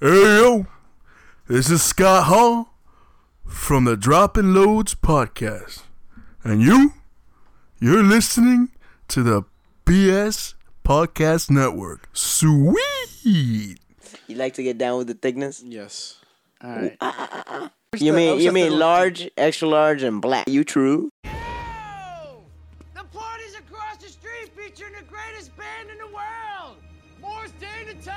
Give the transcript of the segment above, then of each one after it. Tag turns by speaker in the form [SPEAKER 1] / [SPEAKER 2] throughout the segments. [SPEAKER 1] Hey yo, this is Scott Hall from the Dropping Loads podcast, and you, you're listening to the BS Podcast Network. Sweet.
[SPEAKER 2] You like to get down with the thickness?
[SPEAKER 3] Yes. All right.
[SPEAKER 2] You mean you mean large, extra large, and black? You true?
[SPEAKER 4] The party's across the street featuring the greatest band in the world! Morris Day and Time!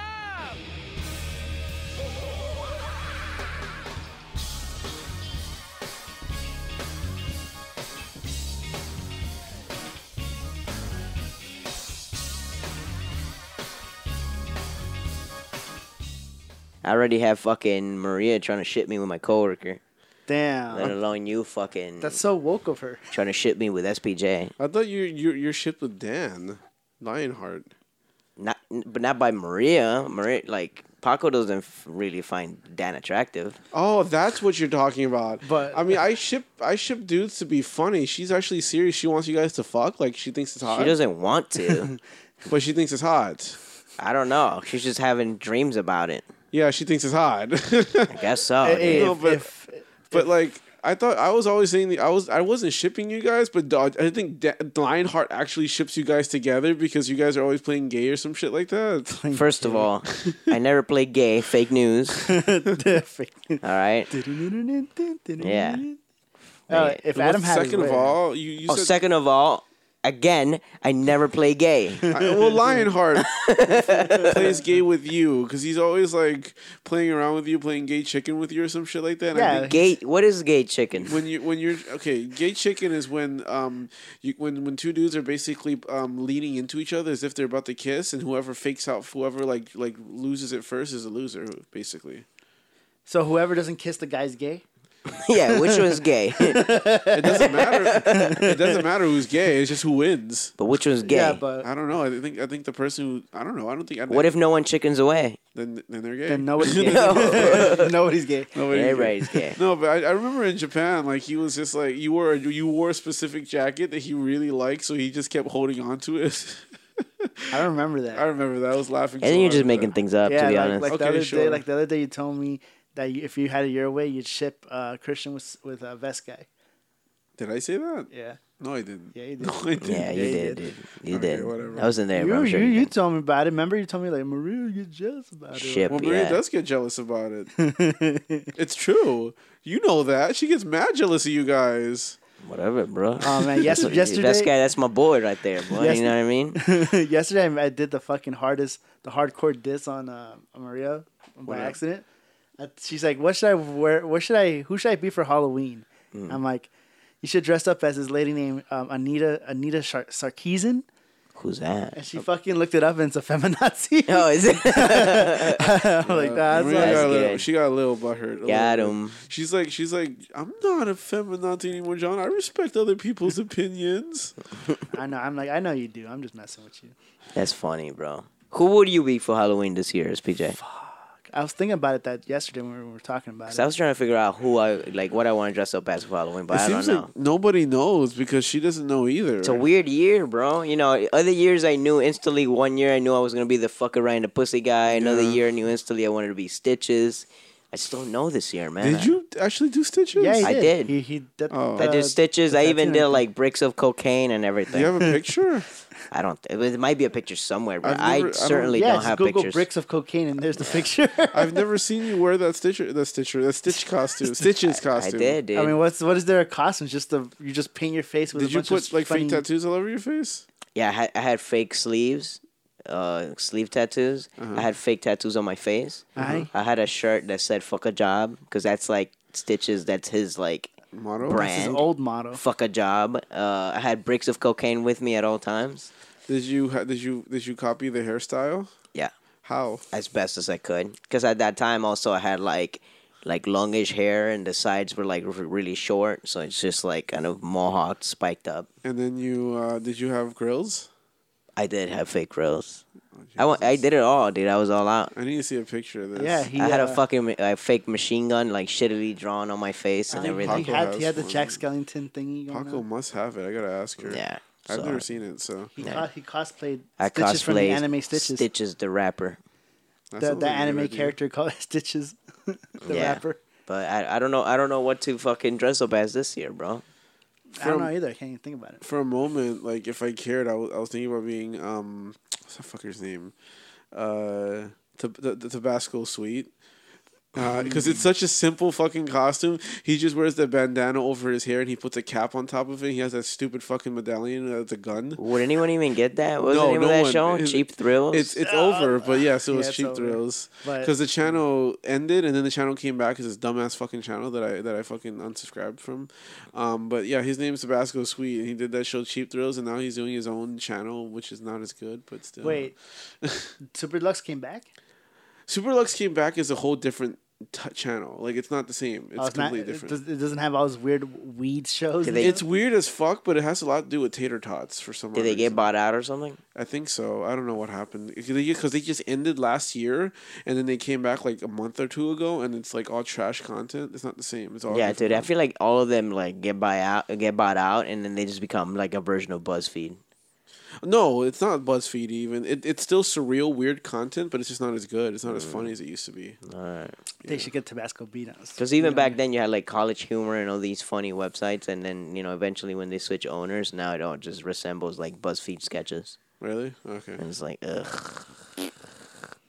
[SPEAKER 2] I already have fucking Maria trying to shit me with my coworker. Let
[SPEAKER 3] Damn.
[SPEAKER 2] alone you fucking
[SPEAKER 5] That's so woke of her.
[SPEAKER 2] trying to shit me with SPJ.
[SPEAKER 3] I thought you you you're shipped with Dan Lionheart.
[SPEAKER 2] Not, but not by Maria. Maria, like Paco doesn't f- really find Dan attractive.
[SPEAKER 3] Oh, that's what you're talking about.
[SPEAKER 5] But-
[SPEAKER 3] I mean, I ship I ship dudes to be funny. She's actually serious. She wants you guys to fuck. Like she thinks it's hot,
[SPEAKER 2] She doesn't want to.
[SPEAKER 3] but she thinks it's hot.
[SPEAKER 2] I don't know. She's just having dreams about it.
[SPEAKER 3] Yeah, she thinks it's hot.
[SPEAKER 2] I guess so.
[SPEAKER 5] Hey,
[SPEAKER 2] dude.
[SPEAKER 3] No,
[SPEAKER 5] if,
[SPEAKER 3] but-
[SPEAKER 5] if-
[SPEAKER 3] but like, I thought I was always saying the, I was I wasn't shipping you guys, but da- I think da- Lionheart actually ships you guys together because you guys are always playing gay or some shit like that.
[SPEAKER 2] First of all, I never play gay. Fake news. All right. Yeah.
[SPEAKER 5] uh, if Adam had his
[SPEAKER 3] Second of
[SPEAKER 5] way-
[SPEAKER 3] all, you you
[SPEAKER 2] Oh,
[SPEAKER 3] said
[SPEAKER 2] second of all, again, I never play gay.
[SPEAKER 3] I- well, Lionheart plays gay with you because he's always like playing around with you, playing gay chicken with you or some shit like that. And I
[SPEAKER 5] Yeah.
[SPEAKER 3] think
[SPEAKER 2] gay. What is gay chicken?
[SPEAKER 3] when you when you're okay, gay chicken is when um you when when two dudes are basically um leaning into each other as if they're about to kiss, and whoever fakes out, whoever like like loses it first is a loser, basically.
[SPEAKER 5] so whoever doesn't kiss the guy's gay.
[SPEAKER 2] yeah, which one's gay?
[SPEAKER 3] It doesn't matter. it doesn't matter who's gay. It's just who wins.
[SPEAKER 2] but which one's gay?
[SPEAKER 5] Yeah, but
[SPEAKER 3] I don't know. I think I think the person who I don't know. I don't think. I,
[SPEAKER 2] what if no one chickens away?
[SPEAKER 3] then then they're gay?
[SPEAKER 5] then nobody's gay. nobody's gay.
[SPEAKER 3] Nobody's gay.
[SPEAKER 2] Everybody's gay.
[SPEAKER 3] No, but I, I remember in Japan, like he was just like you wore a, you wore a specific jacket that he really liked, so he just kept holding on to it.
[SPEAKER 5] I don't remember
[SPEAKER 3] I
[SPEAKER 5] that.
[SPEAKER 3] remember that. I was laughing.
[SPEAKER 2] I
[SPEAKER 3] so
[SPEAKER 2] think you're
[SPEAKER 3] hard
[SPEAKER 2] just
[SPEAKER 3] at
[SPEAKER 2] making
[SPEAKER 3] that.
[SPEAKER 2] things up,
[SPEAKER 5] yeah,
[SPEAKER 2] to be
[SPEAKER 5] like,
[SPEAKER 2] honest.
[SPEAKER 5] like the
[SPEAKER 3] Okay,
[SPEAKER 5] other day,
[SPEAKER 3] sure.
[SPEAKER 5] like the other day, you told me that you, if you had it your way, you'd ship uh, Christian with with uh, Vest guy.
[SPEAKER 3] Did I say that?
[SPEAKER 5] Yeah,
[SPEAKER 3] No, I didn't.
[SPEAKER 5] Yeah, you did.
[SPEAKER 3] No, I didn't.
[SPEAKER 2] yeah, you
[SPEAKER 5] you
[SPEAKER 2] did,
[SPEAKER 5] did.
[SPEAKER 2] dude. You
[SPEAKER 3] Okay,
[SPEAKER 2] did.
[SPEAKER 3] whatever.
[SPEAKER 2] I was in there,
[SPEAKER 5] you,
[SPEAKER 2] but I'm
[SPEAKER 5] you,
[SPEAKER 2] sure you,
[SPEAKER 5] you
[SPEAKER 2] did.
[SPEAKER 5] told me about it. Remember, you told me like Maria, you jealous about it.
[SPEAKER 2] Ship,
[SPEAKER 3] Well, Maria
[SPEAKER 2] yeah.
[SPEAKER 3] does get jealous about it. it's true. You know that she gets mad jealous of you guys.
[SPEAKER 2] Whatever, bro.
[SPEAKER 5] Oh, man, yes-
[SPEAKER 2] That's- That's,
[SPEAKER 5] yesterday-
[SPEAKER 2] guy, that's my boy right there, boy.
[SPEAKER 5] Yes-
[SPEAKER 2] you know what I mean?
[SPEAKER 5] Yesterday, I- I did the fucking hardest, the hardcore diss on uh, Maria by accident. Uh, She's like, "What should I wear? What should I? Who should I be for Halloween?"
[SPEAKER 2] Mm.
[SPEAKER 5] I'm like, "You should dress up as this lady named um, Anita Anita Sar- Sarkeesian."
[SPEAKER 2] Who's
[SPEAKER 5] And
[SPEAKER 2] that?
[SPEAKER 5] she fucking looked it up, and it's a feminazi.
[SPEAKER 2] Oh, is it?
[SPEAKER 5] I'm like, nah, that's
[SPEAKER 3] Maria
[SPEAKER 5] not-
[SPEAKER 3] got a little,
[SPEAKER 2] good.
[SPEAKER 3] she got a little butthurt. a
[SPEAKER 2] Got
[SPEAKER 3] little bit.
[SPEAKER 2] him.
[SPEAKER 3] She's like, she's like, I'm not a feminazi anymore, John. I respect other people's opinions.
[SPEAKER 5] I know. I'm like, I know you do. I'm just messing with you.
[SPEAKER 2] That's funny, bro. Who would you be for Halloween this year, SPJ?
[SPEAKER 5] I was thinking about it that yesterday when we were talking about it.
[SPEAKER 2] So I was trying to figure out who I like, what I want to dress up as for Halloween, but
[SPEAKER 3] it
[SPEAKER 2] I don't
[SPEAKER 3] seems
[SPEAKER 2] know.
[SPEAKER 3] like nobody knows because she doesn't know either.
[SPEAKER 2] It's a weird year, bro. You know, other years I knew instantly. One year I knew I was gonna be the fuck around the pussy guy. Another year I knew instantly I wanted to be Stitches. I just don't know this year, man.
[SPEAKER 3] Did you actually do stitches?
[SPEAKER 5] yeah, he
[SPEAKER 2] I did.
[SPEAKER 5] did. He, he did.
[SPEAKER 3] Oh.
[SPEAKER 2] I
[SPEAKER 5] the-
[SPEAKER 2] did Stitches. I
[SPEAKER 5] the
[SPEAKER 2] even
[SPEAKER 5] tattoo
[SPEAKER 2] did
[SPEAKER 5] and
[SPEAKER 2] like bricks of cocaine and
[SPEAKER 3] Do
[SPEAKER 2] everything.
[SPEAKER 3] you have a picture?
[SPEAKER 2] I don't. It, was- it might be a picture somewhere, but
[SPEAKER 3] I've
[SPEAKER 2] I
[SPEAKER 3] never- I don't-
[SPEAKER 2] certainly
[SPEAKER 5] yeah,
[SPEAKER 2] don't,
[SPEAKER 5] just
[SPEAKER 2] have
[SPEAKER 5] Google
[SPEAKER 2] pictures.
[SPEAKER 5] bricks of cocaine, and there's the picture. I
[SPEAKER 3] I've never seen you wear that stitcher, that stitcher, that stitch costume, stitches
[SPEAKER 2] I
[SPEAKER 3] costume.
[SPEAKER 2] did, dude.
[SPEAKER 5] mean, what's what is there a costume? Just the you just paint your face with.
[SPEAKER 3] Did
[SPEAKER 5] a
[SPEAKER 3] you
[SPEAKER 5] bunch
[SPEAKER 3] put
[SPEAKER 5] of
[SPEAKER 3] like
[SPEAKER 5] funny,
[SPEAKER 3] fake tattoos all over your face?
[SPEAKER 2] yeah, I had, I had fake sleeves, uh, sleeve tattoos. I had fake tattoos on my face.
[SPEAKER 5] Aye.
[SPEAKER 2] I had a shirt that said "fuck a job" because that's like Stitches. That's his like
[SPEAKER 3] Motto.
[SPEAKER 5] This is
[SPEAKER 2] brand.
[SPEAKER 5] old model.
[SPEAKER 2] fuck a job. Uh, I had bricks of cocaine with me at all times.
[SPEAKER 3] Did you ha- did you did you copy the hairstyle?
[SPEAKER 2] Yeah,
[SPEAKER 3] How?
[SPEAKER 2] as best as I could. Because at that time, also I had like like longish hair and the sides were like r- really short, so it's just like kind of mohawk spiked up.
[SPEAKER 3] And then you uh, did you have grills?
[SPEAKER 2] I did have fake grills. I went, I did it all, dude. I was all out.
[SPEAKER 3] I need to see a picture of this.
[SPEAKER 5] Yeah, he
[SPEAKER 2] I had a
[SPEAKER 5] uh,
[SPEAKER 2] fucking uh, fake machine gun, like shittily drawn on my face and
[SPEAKER 5] He
[SPEAKER 2] everything.
[SPEAKER 3] Paco
[SPEAKER 5] had he
[SPEAKER 3] has
[SPEAKER 5] had the
[SPEAKER 3] one.
[SPEAKER 5] Jack Skellington thingy going
[SPEAKER 3] Paco
[SPEAKER 5] on.
[SPEAKER 3] must have it. I gotta ask her.
[SPEAKER 2] Yeah,
[SPEAKER 3] I've
[SPEAKER 2] so-
[SPEAKER 3] never seen it, so
[SPEAKER 5] He,
[SPEAKER 2] Yeah.
[SPEAKER 5] cos- he cosplayed
[SPEAKER 2] I
[SPEAKER 5] Stitches from the
[SPEAKER 2] cosplayed
[SPEAKER 5] anime Stitches.
[SPEAKER 2] Stitches the rapper.
[SPEAKER 3] That's
[SPEAKER 5] The,
[SPEAKER 3] something
[SPEAKER 5] the
[SPEAKER 3] we never
[SPEAKER 5] anime
[SPEAKER 3] do.
[SPEAKER 5] character called Stitches, the
[SPEAKER 2] Yeah.
[SPEAKER 5] rapper.
[SPEAKER 2] But I, I don't know. I don't know what to fucking dress up as this year, bro.
[SPEAKER 5] I don't
[SPEAKER 3] From-
[SPEAKER 5] know either. I can't even think about it.
[SPEAKER 3] For a moment, like if I cared, I was, I was thinking about being um, what's that fucker's name? Uh, the the, the Tabasco Sweet. Because it's such a simple fucking costume. He just wears the bandana over his hair and he puts a cap on top of it. He has that stupid fucking medallion, uh, the gun.
[SPEAKER 2] Would anyone even get that? What was
[SPEAKER 3] No,
[SPEAKER 2] the name
[SPEAKER 3] no
[SPEAKER 2] of that
[SPEAKER 3] one.
[SPEAKER 2] show?
[SPEAKER 3] It-
[SPEAKER 2] Cheap Thrills.
[SPEAKER 3] It's it's over, but yes, it
[SPEAKER 5] Oh, Yeah,
[SPEAKER 3] was
[SPEAKER 5] it's
[SPEAKER 3] cheap
[SPEAKER 5] over.
[SPEAKER 3] thrills.
[SPEAKER 5] But-
[SPEAKER 3] Because the channel ended, and then the channel came back as this dumbass fucking channel that I that I fucking unsubscribed from. Um, but yeah, his name's Tabasco Sweet, and he did that show Cheap Thrills, and now he's doing his own channel, which is not as good, but still.
[SPEAKER 5] Wait, Super Deluxe came back.
[SPEAKER 3] Super Lux came back as a whole different t- channel. Like it's not the same. It's
[SPEAKER 5] Oh, it's not-
[SPEAKER 3] completely
[SPEAKER 5] it,
[SPEAKER 3] different.
[SPEAKER 5] does, it doesn't have all those weird weed shows.
[SPEAKER 2] Did
[SPEAKER 5] and
[SPEAKER 2] they-
[SPEAKER 5] stuff?
[SPEAKER 3] It's weird as fuck, but it has a lot to do with tater tots for some.
[SPEAKER 2] Did
[SPEAKER 3] odd
[SPEAKER 2] they
[SPEAKER 3] reason.
[SPEAKER 2] get bought out or something?
[SPEAKER 3] I think so. I don't know what happened because they just ended last year, and then they came back like a month or two ago, and it's like all trash content. It's not the same. Oh, It's all
[SPEAKER 2] Yeah, dude. I
[SPEAKER 3] different.
[SPEAKER 2] feel like all of them like get buy out, get bought out, and then they just become like a version of BuzzFeed.
[SPEAKER 3] no, it's not BuzzFeed even. It, it's still surreal, weird content, but it's just not as good. It's not as
[SPEAKER 2] Mm.
[SPEAKER 3] funny as it used to be.
[SPEAKER 2] All right.
[SPEAKER 5] They should get Tabasco beat on us.
[SPEAKER 2] Because even back then, you had like College Humor and all these funny websites, and then you know eventually when they switch owners, now it all just resembles like BuzzFeed sketches,
[SPEAKER 3] Really? Okay.
[SPEAKER 2] and it's like ugh.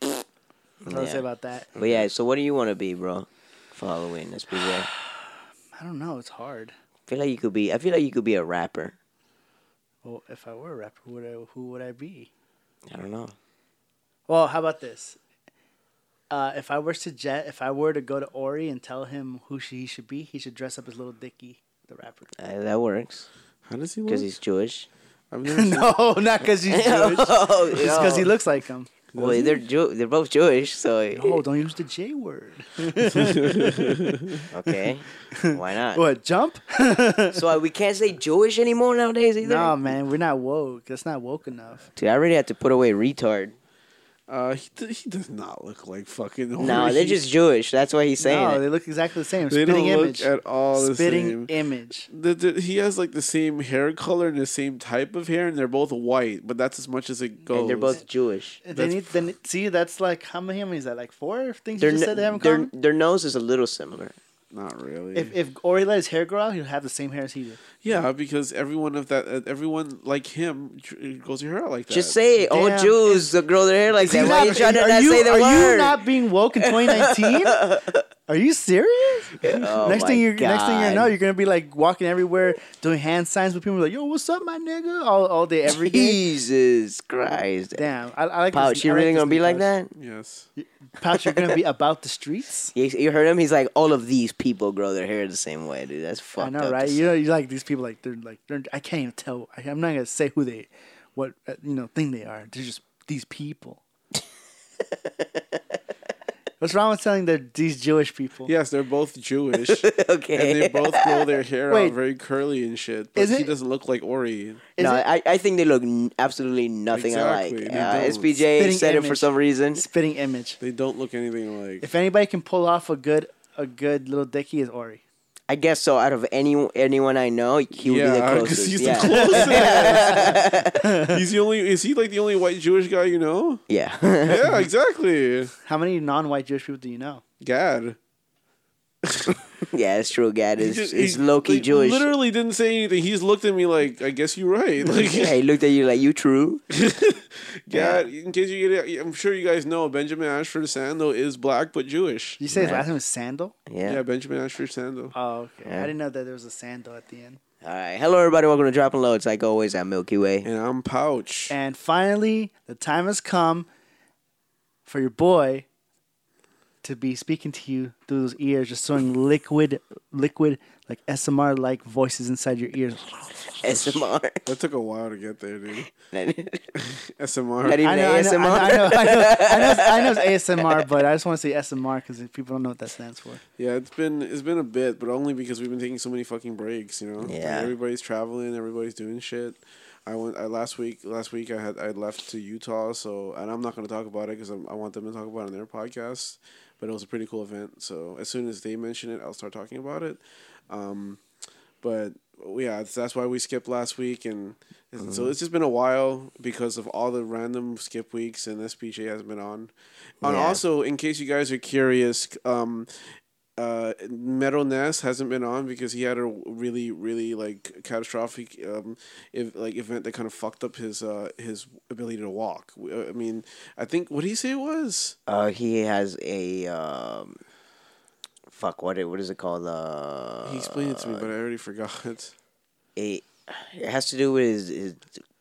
[SPEAKER 5] That's what I
[SPEAKER 2] yeah.
[SPEAKER 5] say about that.
[SPEAKER 2] But yeah, so what do you want to be, bro? For Halloween, let's be real. I
[SPEAKER 5] I don't know. It's hard.
[SPEAKER 2] feel like you could be. I feel like you could be a rapper.
[SPEAKER 5] Well, if I were a rapper, would I, who would I be?
[SPEAKER 2] I don't know.
[SPEAKER 5] Well, how about this? Uh, if I were to jet, if I were to go to Ori and tell him who she, he should be, he should dress up as Little Dicky, the rapper.
[SPEAKER 2] Uh, that works
[SPEAKER 3] How does he look?
[SPEAKER 2] because he's Jewish.
[SPEAKER 3] I've never seen-
[SPEAKER 5] no, not because he's Jewish.
[SPEAKER 2] oh,
[SPEAKER 5] Just because he looks like him.
[SPEAKER 2] Well, they're Jew- they're both Jewish, so
[SPEAKER 5] No, don't use the J word.
[SPEAKER 2] okay, why not?
[SPEAKER 5] What jump?
[SPEAKER 2] So uh, we can't say Jewish anymore nowadays either.
[SPEAKER 5] no, man, we're not woke. That's not woke enough.
[SPEAKER 2] Dude, I already had to put away retard.
[SPEAKER 3] Uh, he, d- he does not look like fucking.
[SPEAKER 2] No,
[SPEAKER 3] Ori.
[SPEAKER 2] they're just Jewish. That's why he's saying
[SPEAKER 5] Oh, no,
[SPEAKER 2] it.
[SPEAKER 5] they look exactly the same.
[SPEAKER 3] They
[SPEAKER 5] Spitting
[SPEAKER 3] don't
[SPEAKER 5] image.
[SPEAKER 3] look at all the
[SPEAKER 5] Spitting
[SPEAKER 3] same.
[SPEAKER 5] image.
[SPEAKER 3] The, the, he has like the same hair color and the same type of hair, and they're both white, but that's as much as it goes.
[SPEAKER 2] and they're both Jewish.
[SPEAKER 5] They
[SPEAKER 3] That's-
[SPEAKER 5] need, they need, see, that's like how many, how many is that? Like four things
[SPEAKER 2] Their,
[SPEAKER 5] you just
[SPEAKER 2] n-
[SPEAKER 5] said they haven't
[SPEAKER 2] their,
[SPEAKER 5] come.
[SPEAKER 2] their nose is a little similar.
[SPEAKER 3] not really.
[SPEAKER 5] If if Ori let his hair grow out, he'll have the same hair as he did.
[SPEAKER 3] Yeah, because everyone of that, uh, everyone like him dr- grows their hair out like that.
[SPEAKER 2] Just say all
[SPEAKER 5] Damn.
[SPEAKER 2] Jews that grow their hair like that. Why are you trying to not say the
[SPEAKER 5] are
[SPEAKER 2] word?
[SPEAKER 5] you not being woke in 2019? are you serious?
[SPEAKER 2] Oh
[SPEAKER 5] next thing
[SPEAKER 2] my
[SPEAKER 5] you next thing you know,
[SPEAKER 2] God.
[SPEAKER 5] you're gonna be like walking everywhere doing hand signs with people like, "Yo, what's up, my nigga?" All all day, every day.
[SPEAKER 2] Jesus Christ.
[SPEAKER 5] Damn, I, I like.
[SPEAKER 2] Pouch,
[SPEAKER 5] this,
[SPEAKER 2] you
[SPEAKER 5] I like
[SPEAKER 2] really
[SPEAKER 5] this
[SPEAKER 2] gonna be
[SPEAKER 5] new
[SPEAKER 2] like that?
[SPEAKER 5] Pouch.
[SPEAKER 3] yes.
[SPEAKER 5] Pouch, you're gonna be about the streets.
[SPEAKER 2] You, you heard him? He's like, all of these people grow their hair the same way, dude. That's fucked
[SPEAKER 5] I
[SPEAKER 2] up to
[SPEAKER 5] know, right?
[SPEAKER 2] say.
[SPEAKER 5] You know, you like these people like they're like they're, I can't even tell. I, I'm not gonna say who they, what uh, you know thing they are. They're just these people. What's wrong with telling they're these Jewish people?
[SPEAKER 3] Yes, they're both Jewish, and
[SPEAKER 2] okay.
[SPEAKER 3] they both grow their hair
[SPEAKER 5] Wait.
[SPEAKER 3] out very curly and shit. But
[SPEAKER 5] Is
[SPEAKER 3] he
[SPEAKER 5] it-
[SPEAKER 3] doesn't look like Ori.
[SPEAKER 5] Is
[SPEAKER 2] no,
[SPEAKER 5] it-
[SPEAKER 2] I, I think they look n- absolutely nothing
[SPEAKER 3] Exactly,
[SPEAKER 2] alike.
[SPEAKER 3] they
[SPEAKER 2] Uh,
[SPEAKER 3] don't.
[SPEAKER 2] SPJ
[SPEAKER 5] Spitting
[SPEAKER 2] said it for
[SPEAKER 5] image.
[SPEAKER 2] some reason.
[SPEAKER 5] Spitting image.
[SPEAKER 3] They don't look anything alike.
[SPEAKER 5] If anybody can pull off a good a good little dicky is Ori.
[SPEAKER 2] I guess so. Out of any anyone I know, he would be the
[SPEAKER 3] yeah, because
[SPEAKER 2] closest.
[SPEAKER 3] he's
[SPEAKER 2] yeah.
[SPEAKER 3] the closest. he's the only. Is he like the only white Jewish guy you know?
[SPEAKER 2] yeah.
[SPEAKER 3] Yeah, exactly.
[SPEAKER 5] How many non-white Jewish people do you know?
[SPEAKER 3] Gad.
[SPEAKER 2] yeah, it's true. Gad
[SPEAKER 3] He
[SPEAKER 2] is,
[SPEAKER 3] just-
[SPEAKER 2] is
[SPEAKER 3] he,
[SPEAKER 2] low-key
[SPEAKER 3] like,
[SPEAKER 2] Jewish.
[SPEAKER 3] Literally didn't say anything. He's looked at me like, I guess you're right. Like,
[SPEAKER 2] yeah, he looked at you like, you true?
[SPEAKER 3] Gad. In case you get it, I'm sure you guys know Benjamin Ashford Sandel is black but Jewish.
[SPEAKER 5] Did you say his
[SPEAKER 2] Right.
[SPEAKER 5] last name was Sandal?
[SPEAKER 2] Yeah.
[SPEAKER 3] Yeah, Benjamin Ashford Sandel.
[SPEAKER 5] Oh, okay.
[SPEAKER 2] Yeah.
[SPEAKER 5] I didn't know that there was a Sandal at the end.
[SPEAKER 2] All right. Hello, everybody. Welcome to Dropping Low. It's like always at Milky Way.
[SPEAKER 3] And I'm Pouch.
[SPEAKER 5] And finally, the time has come for your boy to be speaking to you through those ears, just throwing liquid, liquid, like SMR like voices inside your ears.
[SPEAKER 2] SMR.
[SPEAKER 3] That took a while to get there, dude.
[SPEAKER 2] Not
[SPEAKER 3] SMR.
[SPEAKER 2] even
[SPEAKER 5] I know, I know,
[SPEAKER 2] ASMR.
[SPEAKER 5] I know, I know, I know, I know it's ASMR, but I just want to say SMR because people don't know what that stands for.
[SPEAKER 3] Yeah, it's been it's been a bit, but only because we've been taking so many fucking breaks, you know. Like,
[SPEAKER 2] Yeah.
[SPEAKER 3] everybody's traveling, everybody's doing shit. I went. I last week. Last week I had I left to Utah, so and I'm not going to talk about it because I want them to talk about it on their podcast. But it was a pretty cool event, so as soon as they mention it, I'll start talking about it. Um, but yeah, it's, that's why we skipped last week, and and so
[SPEAKER 2] Mm-hmm.
[SPEAKER 3] it's just been a while because of all the random skip weeks, and SPJ hasn't been on. And
[SPEAKER 2] Yeah.
[SPEAKER 3] also, in case you guys are curious, um, uh, Metal Ness hasn't been on because he had a really, really like catastrophic um, if, like event that kind of fucked up his uh, his ability to walk. We- uh, I mean, I think what did he say it was?
[SPEAKER 2] Uh, he has a um, fuck. What it, what is it called? Uh,
[SPEAKER 3] He explained it to me, but I already forgot.
[SPEAKER 2] a, it has to do with his, his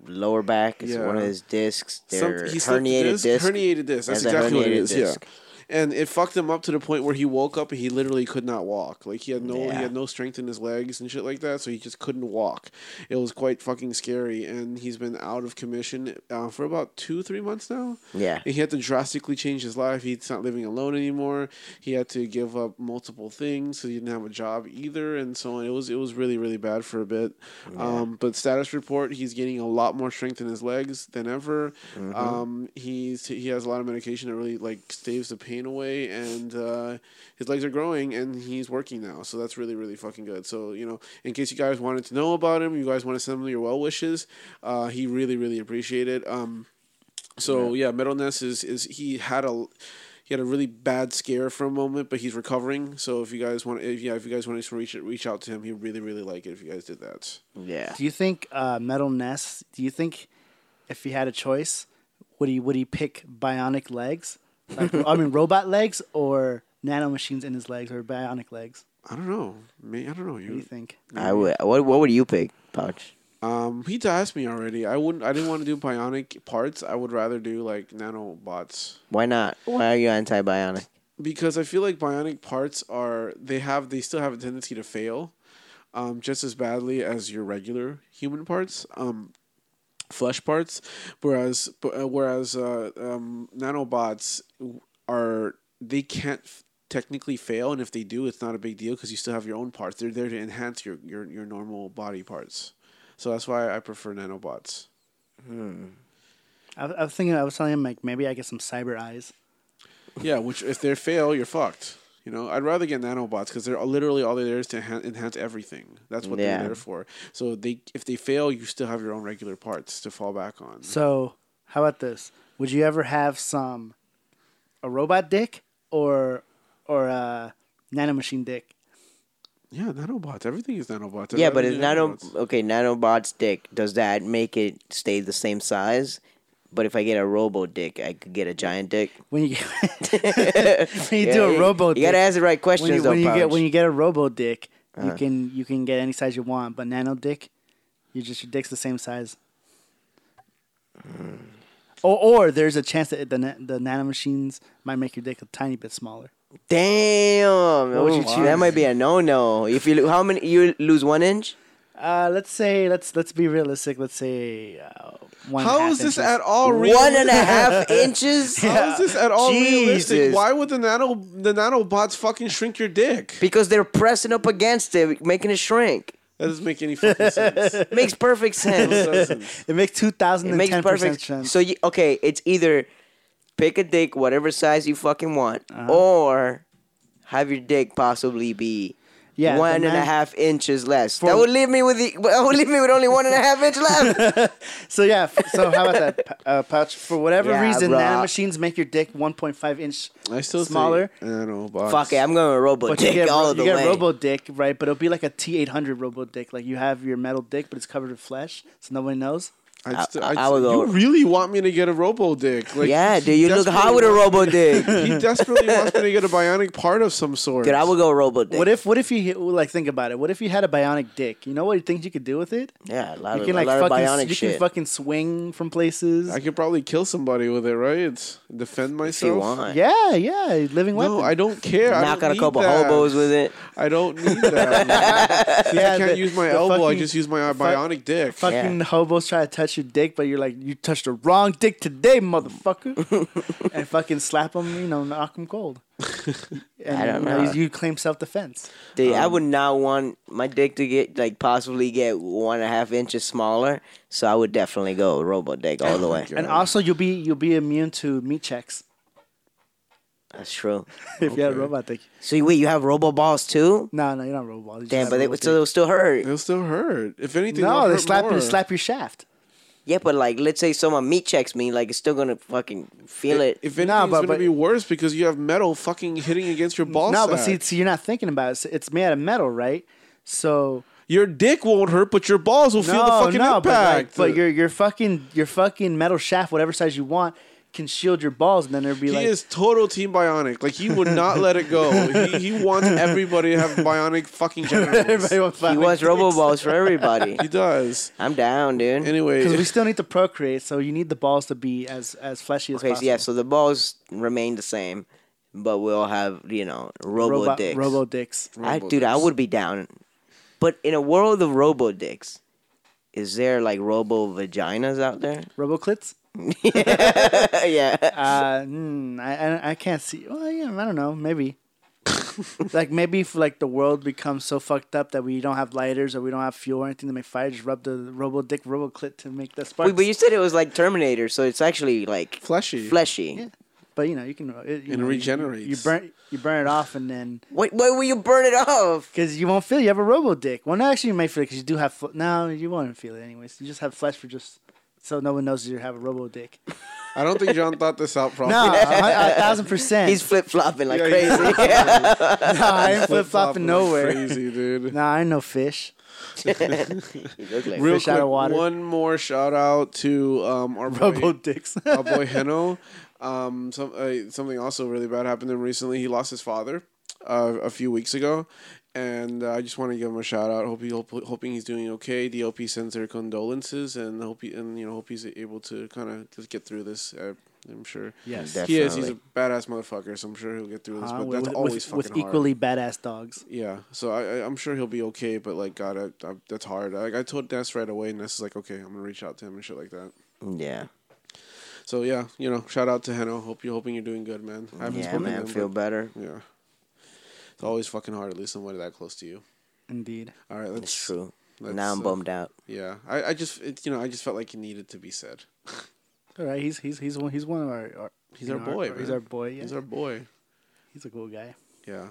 [SPEAKER 2] lower back. It's one of
[SPEAKER 3] Yeah.
[SPEAKER 2] his discs.
[SPEAKER 3] Some-
[SPEAKER 2] They're
[SPEAKER 3] he slipped a
[SPEAKER 2] herniated
[SPEAKER 3] disc-
[SPEAKER 2] disc.
[SPEAKER 3] Herniated disc. That's
[SPEAKER 2] Has a
[SPEAKER 3] exactly what it
[SPEAKER 2] herniated
[SPEAKER 3] is.
[SPEAKER 2] disc.
[SPEAKER 3] Yeah. And it fucked him up to the point where he woke up and he literally could not walk. Like he had no
[SPEAKER 2] Yeah.
[SPEAKER 3] he had no strength in his legs and shit like that, so he just couldn't walk. It was quite fucking scary, and he's been out of commission uh, for about two three months now.
[SPEAKER 2] Yeah.
[SPEAKER 3] And he had to drastically change his life. He's not living alone anymore. He had to give up multiple things. So he didn't have a job either, and so on. It was it was really really bad for a bit. Um, but status report, he's getting a lot more strength in his legs than ever. Um, he's he has a lot of medication that really like staves the pain away, and uh, his legs are growing, and he's working now. So that's really really fucking good. So you know, in case you guys wanted to know about him, you guys want to send him your well wishes. Uh, he really really appreciate it. Um, so yeah, Metal Ness is is he had a he had a really bad scare for a moment, but he's recovering. So if you guys want, if yeah, if you guys want to reach reach out to him, he really really like it if you guys did that.
[SPEAKER 2] yeah.
[SPEAKER 5] Do you think uh, Metal Ness? Do you think if he had a choice, would he would he pick bionic legs? Like, I mean, robot legs or nano machines in his legs or bionic legs?
[SPEAKER 3] I don't know, May I don't know
[SPEAKER 5] What do you
[SPEAKER 3] you.
[SPEAKER 5] think?
[SPEAKER 2] I would. What What would you pick, Pouch?
[SPEAKER 3] Um, he asked me already. I wouldn't. I didn't want to do bionic parts. I would rather do like nanobots.
[SPEAKER 2] Why not? Why are you anti-bionic?
[SPEAKER 3] because I feel like bionic parts are they have they still have a tendency to fail, um, just as badly as your regular human parts, um, flesh parts. Whereas bu- uh, whereas uh, um, nanobots are they can't f- technically fail, and if they do, it's not a big deal because you still have your own parts. They're there to enhance your your your normal body parts. So that's why I prefer nanobots.
[SPEAKER 5] I, I was thinking. I was telling him like maybe I get some cyber eyes.
[SPEAKER 3] Yeah, which if they fail, you're fucked. You know, I'd rather get nanobots because they're literally all they're there is to enhan- enhance everything. That's what
[SPEAKER 2] Yeah.
[SPEAKER 3] they're there for. So they, if they fail, you still have your own regular parts to fall back on.
[SPEAKER 5] So how about this? Would you ever have some a robot dick or or a nano machine dick?
[SPEAKER 3] yeah, nanobots. Everything is nanobots. I'd
[SPEAKER 2] yeah,
[SPEAKER 3] rather
[SPEAKER 2] but
[SPEAKER 3] do
[SPEAKER 2] if nano
[SPEAKER 3] nanobots.
[SPEAKER 2] okay nanobot's dick does that make it stay the same size? But if I get a robo dick, I could get a giant dick.
[SPEAKER 5] When you when you do a robo,
[SPEAKER 2] You gotta
[SPEAKER 5] dick-
[SPEAKER 2] ask the right questions
[SPEAKER 5] when you,
[SPEAKER 2] though,
[SPEAKER 5] when you
[SPEAKER 2] Pouch.
[SPEAKER 5] get when you get a robo dick, you can you can get any size you want, but nano dick, you just your dick's the same size. Hmm. Or or there's a chance that the na- the nano machines might make your dick a tiny bit smaller.
[SPEAKER 2] Damn,
[SPEAKER 5] What would you
[SPEAKER 2] Ooh,
[SPEAKER 5] choose?
[SPEAKER 2] that might be a no-no. If you lo- how many you lose one inch?
[SPEAKER 5] Uh, let's say let's let's be realistic. Let's say uh, one.
[SPEAKER 3] How
[SPEAKER 5] half
[SPEAKER 3] is this
[SPEAKER 5] inches.
[SPEAKER 3] at all real?
[SPEAKER 2] One and a half inches?
[SPEAKER 3] How is this at all realistic?
[SPEAKER 2] Jesus.
[SPEAKER 3] Why would the nano the nanobots fucking shrink your dick?
[SPEAKER 2] Because they're pressing up against it, making it shrink.
[SPEAKER 3] That doesn't make any fucking sense. It
[SPEAKER 2] Makes perfect sense.
[SPEAKER 3] doesn't.
[SPEAKER 5] It makes two thousand
[SPEAKER 2] it
[SPEAKER 5] and
[SPEAKER 2] makes
[SPEAKER 5] ten percent
[SPEAKER 2] perfect
[SPEAKER 5] sense.
[SPEAKER 2] So you, okay, it's either pick a dick whatever size you fucking want,
[SPEAKER 5] Uh-huh.
[SPEAKER 2] or have your dick possibly be
[SPEAKER 5] Yeah, the
[SPEAKER 2] one and a half
[SPEAKER 5] man-
[SPEAKER 2] inches less. that would leave me with the, that would leave me with only one and a half inch left.
[SPEAKER 5] So yeah. f- So how about that p- uh, pouch? For whatever
[SPEAKER 2] Yeah,
[SPEAKER 5] reason,
[SPEAKER 2] bro.
[SPEAKER 5] nano machines make your dick one point five inch
[SPEAKER 3] I still
[SPEAKER 5] Smaller?
[SPEAKER 3] Think nanobots.
[SPEAKER 2] Fuck it, I'm going with robo
[SPEAKER 5] But
[SPEAKER 2] dick
[SPEAKER 5] you get,
[SPEAKER 2] all
[SPEAKER 5] ro-
[SPEAKER 2] of the
[SPEAKER 5] you
[SPEAKER 2] way.
[SPEAKER 5] get robo dick, right? But it'll be like a T eight hundred robo dick. Like you have your metal dick, but it's covered with flesh, so nobody knows.
[SPEAKER 3] I'd st-
[SPEAKER 2] I-
[SPEAKER 3] I'd
[SPEAKER 2] I would
[SPEAKER 3] st-
[SPEAKER 2] go-
[SPEAKER 3] You really want me to get a robo dick? Like,
[SPEAKER 2] yeah, dude, you look
[SPEAKER 3] desperately
[SPEAKER 2] hot with a
[SPEAKER 3] want-
[SPEAKER 2] robo dick.
[SPEAKER 3] He desperately wants me to get a bionic part of some sort.
[SPEAKER 2] Dude, I would go robo dick.
[SPEAKER 5] What if what if you like think about it? What if you had a bionic dick? You know what you think you could do with it?
[SPEAKER 2] yeah, a lot
[SPEAKER 5] You
[SPEAKER 2] of,
[SPEAKER 5] can
[SPEAKER 2] a
[SPEAKER 5] like
[SPEAKER 2] lot of
[SPEAKER 5] fucking
[SPEAKER 2] bionic
[SPEAKER 5] you
[SPEAKER 2] shit.
[SPEAKER 5] can fucking swing from places.
[SPEAKER 3] I could probably kill somebody with it, right? It's defend
[SPEAKER 2] if you
[SPEAKER 3] myself.
[SPEAKER 2] want.
[SPEAKER 5] yeah, yeah, living weapon.
[SPEAKER 3] No, I don't care. I
[SPEAKER 2] Knock
[SPEAKER 3] don't
[SPEAKER 2] out a
[SPEAKER 3] need
[SPEAKER 2] couple
[SPEAKER 3] that.
[SPEAKER 2] hobos with it.
[SPEAKER 3] I don't need that. See,
[SPEAKER 5] Yeah,
[SPEAKER 3] I can't
[SPEAKER 5] the-
[SPEAKER 3] use my
[SPEAKER 5] the
[SPEAKER 3] elbow. I
[SPEAKER 5] fucking-
[SPEAKER 3] just use my uh,
[SPEAKER 5] fuck-
[SPEAKER 3] bionic dick.
[SPEAKER 5] Fucking hobos try to touch your dick, but you're like, you touched the wrong dick today, motherfucker, and fucking slap him, you know, knock him cold. And,
[SPEAKER 2] I don't
[SPEAKER 5] you know,
[SPEAKER 2] know.
[SPEAKER 5] You claim self defense.
[SPEAKER 2] Dude,
[SPEAKER 5] Um,
[SPEAKER 2] I would not want my dick to get like possibly get one and a half inches smaller. So I would definitely
[SPEAKER 5] Oh,
[SPEAKER 2] go robo dick all the way.
[SPEAKER 5] And also, you'll be you'll be immune to meat checks.
[SPEAKER 2] That's true.
[SPEAKER 5] if you had a robot dick.
[SPEAKER 2] So wait, you have Robo Balls too?
[SPEAKER 5] No, no, you're not robot. You just
[SPEAKER 2] Damn,
[SPEAKER 5] have
[SPEAKER 2] but they
[SPEAKER 5] robot
[SPEAKER 2] would, so they'll still hurt.
[SPEAKER 3] It'll still hurt. If anything,
[SPEAKER 5] dick. no,
[SPEAKER 3] it'll
[SPEAKER 5] they
[SPEAKER 3] hurt
[SPEAKER 5] slap
[SPEAKER 3] more.
[SPEAKER 5] you, slap your shaft.
[SPEAKER 2] Yeah, but like, let's say someone meat checks me, like, it's still gonna fucking feel it.
[SPEAKER 3] If anything,
[SPEAKER 5] Nah,
[SPEAKER 3] it's
[SPEAKER 5] but-
[SPEAKER 3] gonna
[SPEAKER 5] but-
[SPEAKER 3] be worse because you have metal fucking hitting against your ball
[SPEAKER 5] no, but
[SPEAKER 3] sack.
[SPEAKER 5] see, see, you're not thinking about it. It's, it's made out of metal, right? So
[SPEAKER 3] your dick won't hurt, but your balls will feel the fucking impact.
[SPEAKER 5] But, like, but your your fucking your fucking metal shaft, whatever size you want, can shield your balls, and then there'd be
[SPEAKER 3] he
[SPEAKER 5] like
[SPEAKER 3] is total Team Bionic. Like he would not let it go. He, he wants everybody to have Bionic fucking genitals.
[SPEAKER 5] everybody wants
[SPEAKER 2] he wants Robo Balls for everybody.
[SPEAKER 3] he does.
[SPEAKER 2] I'm down, dude.
[SPEAKER 3] Anyway,
[SPEAKER 5] because we still need to procreate, so you need the balls to be as as fleshy as
[SPEAKER 2] okay, so
[SPEAKER 5] possible.
[SPEAKER 2] yeah, so the balls remain the same, but we'll have you know Robo
[SPEAKER 5] Robo
[SPEAKER 2] dicks.
[SPEAKER 5] Robo dicks.
[SPEAKER 2] I, dude, I would be down. But in a world of Robo dicks, is there like Robo vaginas out there?
[SPEAKER 5] Robo clits.
[SPEAKER 2] yeah.
[SPEAKER 5] Uh, mm, I, I I can't see. Well, yeah, I don't know. Maybe. like maybe if like the world becomes so fucked up that we don't have lighters or we don't have fuel or anything to make fire, just rub the robo dick robo clit to make the sparks.
[SPEAKER 2] Wait, but you said it was like Terminator, so it's actually like
[SPEAKER 3] fleshy.
[SPEAKER 2] fleshy.
[SPEAKER 5] But, you know you can uh, it, you
[SPEAKER 3] And
[SPEAKER 5] know, you-
[SPEAKER 3] regenerates.
[SPEAKER 5] You, burn you burn it off and then
[SPEAKER 2] What? Why will you burn it off?
[SPEAKER 5] Because you won't feel it. You have a robo dick. Well, no, actually, you might feel it because you do have. Fl- no, you won't feel it anyways. You just have flesh for just. So no one knows you have a robo dick.
[SPEAKER 3] I don't think John thought this out properly.
[SPEAKER 5] No, a hun- a thousand percent.
[SPEAKER 2] He's flip flopping like
[SPEAKER 3] Yeah, yeah.
[SPEAKER 2] crazy.
[SPEAKER 5] no, I ain't flip flopping
[SPEAKER 3] Flip-flopping
[SPEAKER 5] nowhere.
[SPEAKER 3] Crazy dude.
[SPEAKER 5] Nah, I ain't no fish.
[SPEAKER 2] He look like
[SPEAKER 3] Real
[SPEAKER 5] Fish out of
[SPEAKER 3] quick,
[SPEAKER 5] water.
[SPEAKER 3] One more shout out to um, our
[SPEAKER 5] Robo
[SPEAKER 3] boy,
[SPEAKER 5] dicks.
[SPEAKER 3] our boy Heno. Um, some, uh, something also really bad happened to him recently. He lost his father uh, a few weeks ago, and uh, I just want to give him a shout out. Hope he hope, hoping he's doing okay. DLP sends their condolences, and hope he, and you know hope he's able to kind of just get through this. Uh, I'm sure.
[SPEAKER 5] Yes.
[SPEAKER 3] he is. He's a
[SPEAKER 2] Definitely.
[SPEAKER 3] badass motherfucker, so I'm sure he'll get through this.
[SPEAKER 5] Uh,
[SPEAKER 3] but
[SPEAKER 5] with-
[SPEAKER 3] that's
[SPEAKER 5] with,
[SPEAKER 3] always
[SPEAKER 5] with,
[SPEAKER 3] fucking
[SPEAKER 5] with
[SPEAKER 3] hard.
[SPEAKER 5] equally badass dogs.
[SPEAKER 3] Yeah, so I, I, I'm sure he'll be okay, but like, God, I, I, that's hard. Like, I told Ness right away, and Ness is like, okay, I'm gonna reach out to him and shit like that.
[SPEAKER 2] yeah.
[SPEAKER 3] So yeah, you know, shout out to Heno. Hope you hoping you're doing good, man. I haven't
[SPEAKER 2] Yeah,
[SPEAKER 3] spoken
[SPEAKER 2] man.
[SPEAKER 3] to him,
[SPEAKER 2] Feel
[SPEAKER 3] but-
[SPEAKER 2] better.
[SPEAKER 3] Yeah, it's always fucking hard to lose somebody that close to you.
[SPEAKER 5] Indeed.
[SPEAKER 3] All right, let's.
[SPEAKER 2] It's true.
[SPEAKER 3] That's,
[SPEAKER 2] now I'm
[SPEAKER 3] uh,
[SPEAKER 2] bummed out.
[SPEAKER 3] Yeah, I, I just it, you know I just felt like it needed to be said.
[SPEAKER 5] All right, he's he's he's one he's one of our, our
[SPEAKER 3] He's
[SPEAKER 5] you
[SPEAKER 3] our
[SPEAKER 5] know,
[SPEAKER 3] boy,
[SPEAKER 5] He's
[SPEAKER 3] man.
[SPEAKER 5] our boy. Yeah.
[SPEAKER 3] He's
[SPEAKER 5] He's,
[SPEAKER 3] our boy.
[SPEAKER 5] a cool guy.
[SPEAKER 3] Yeah,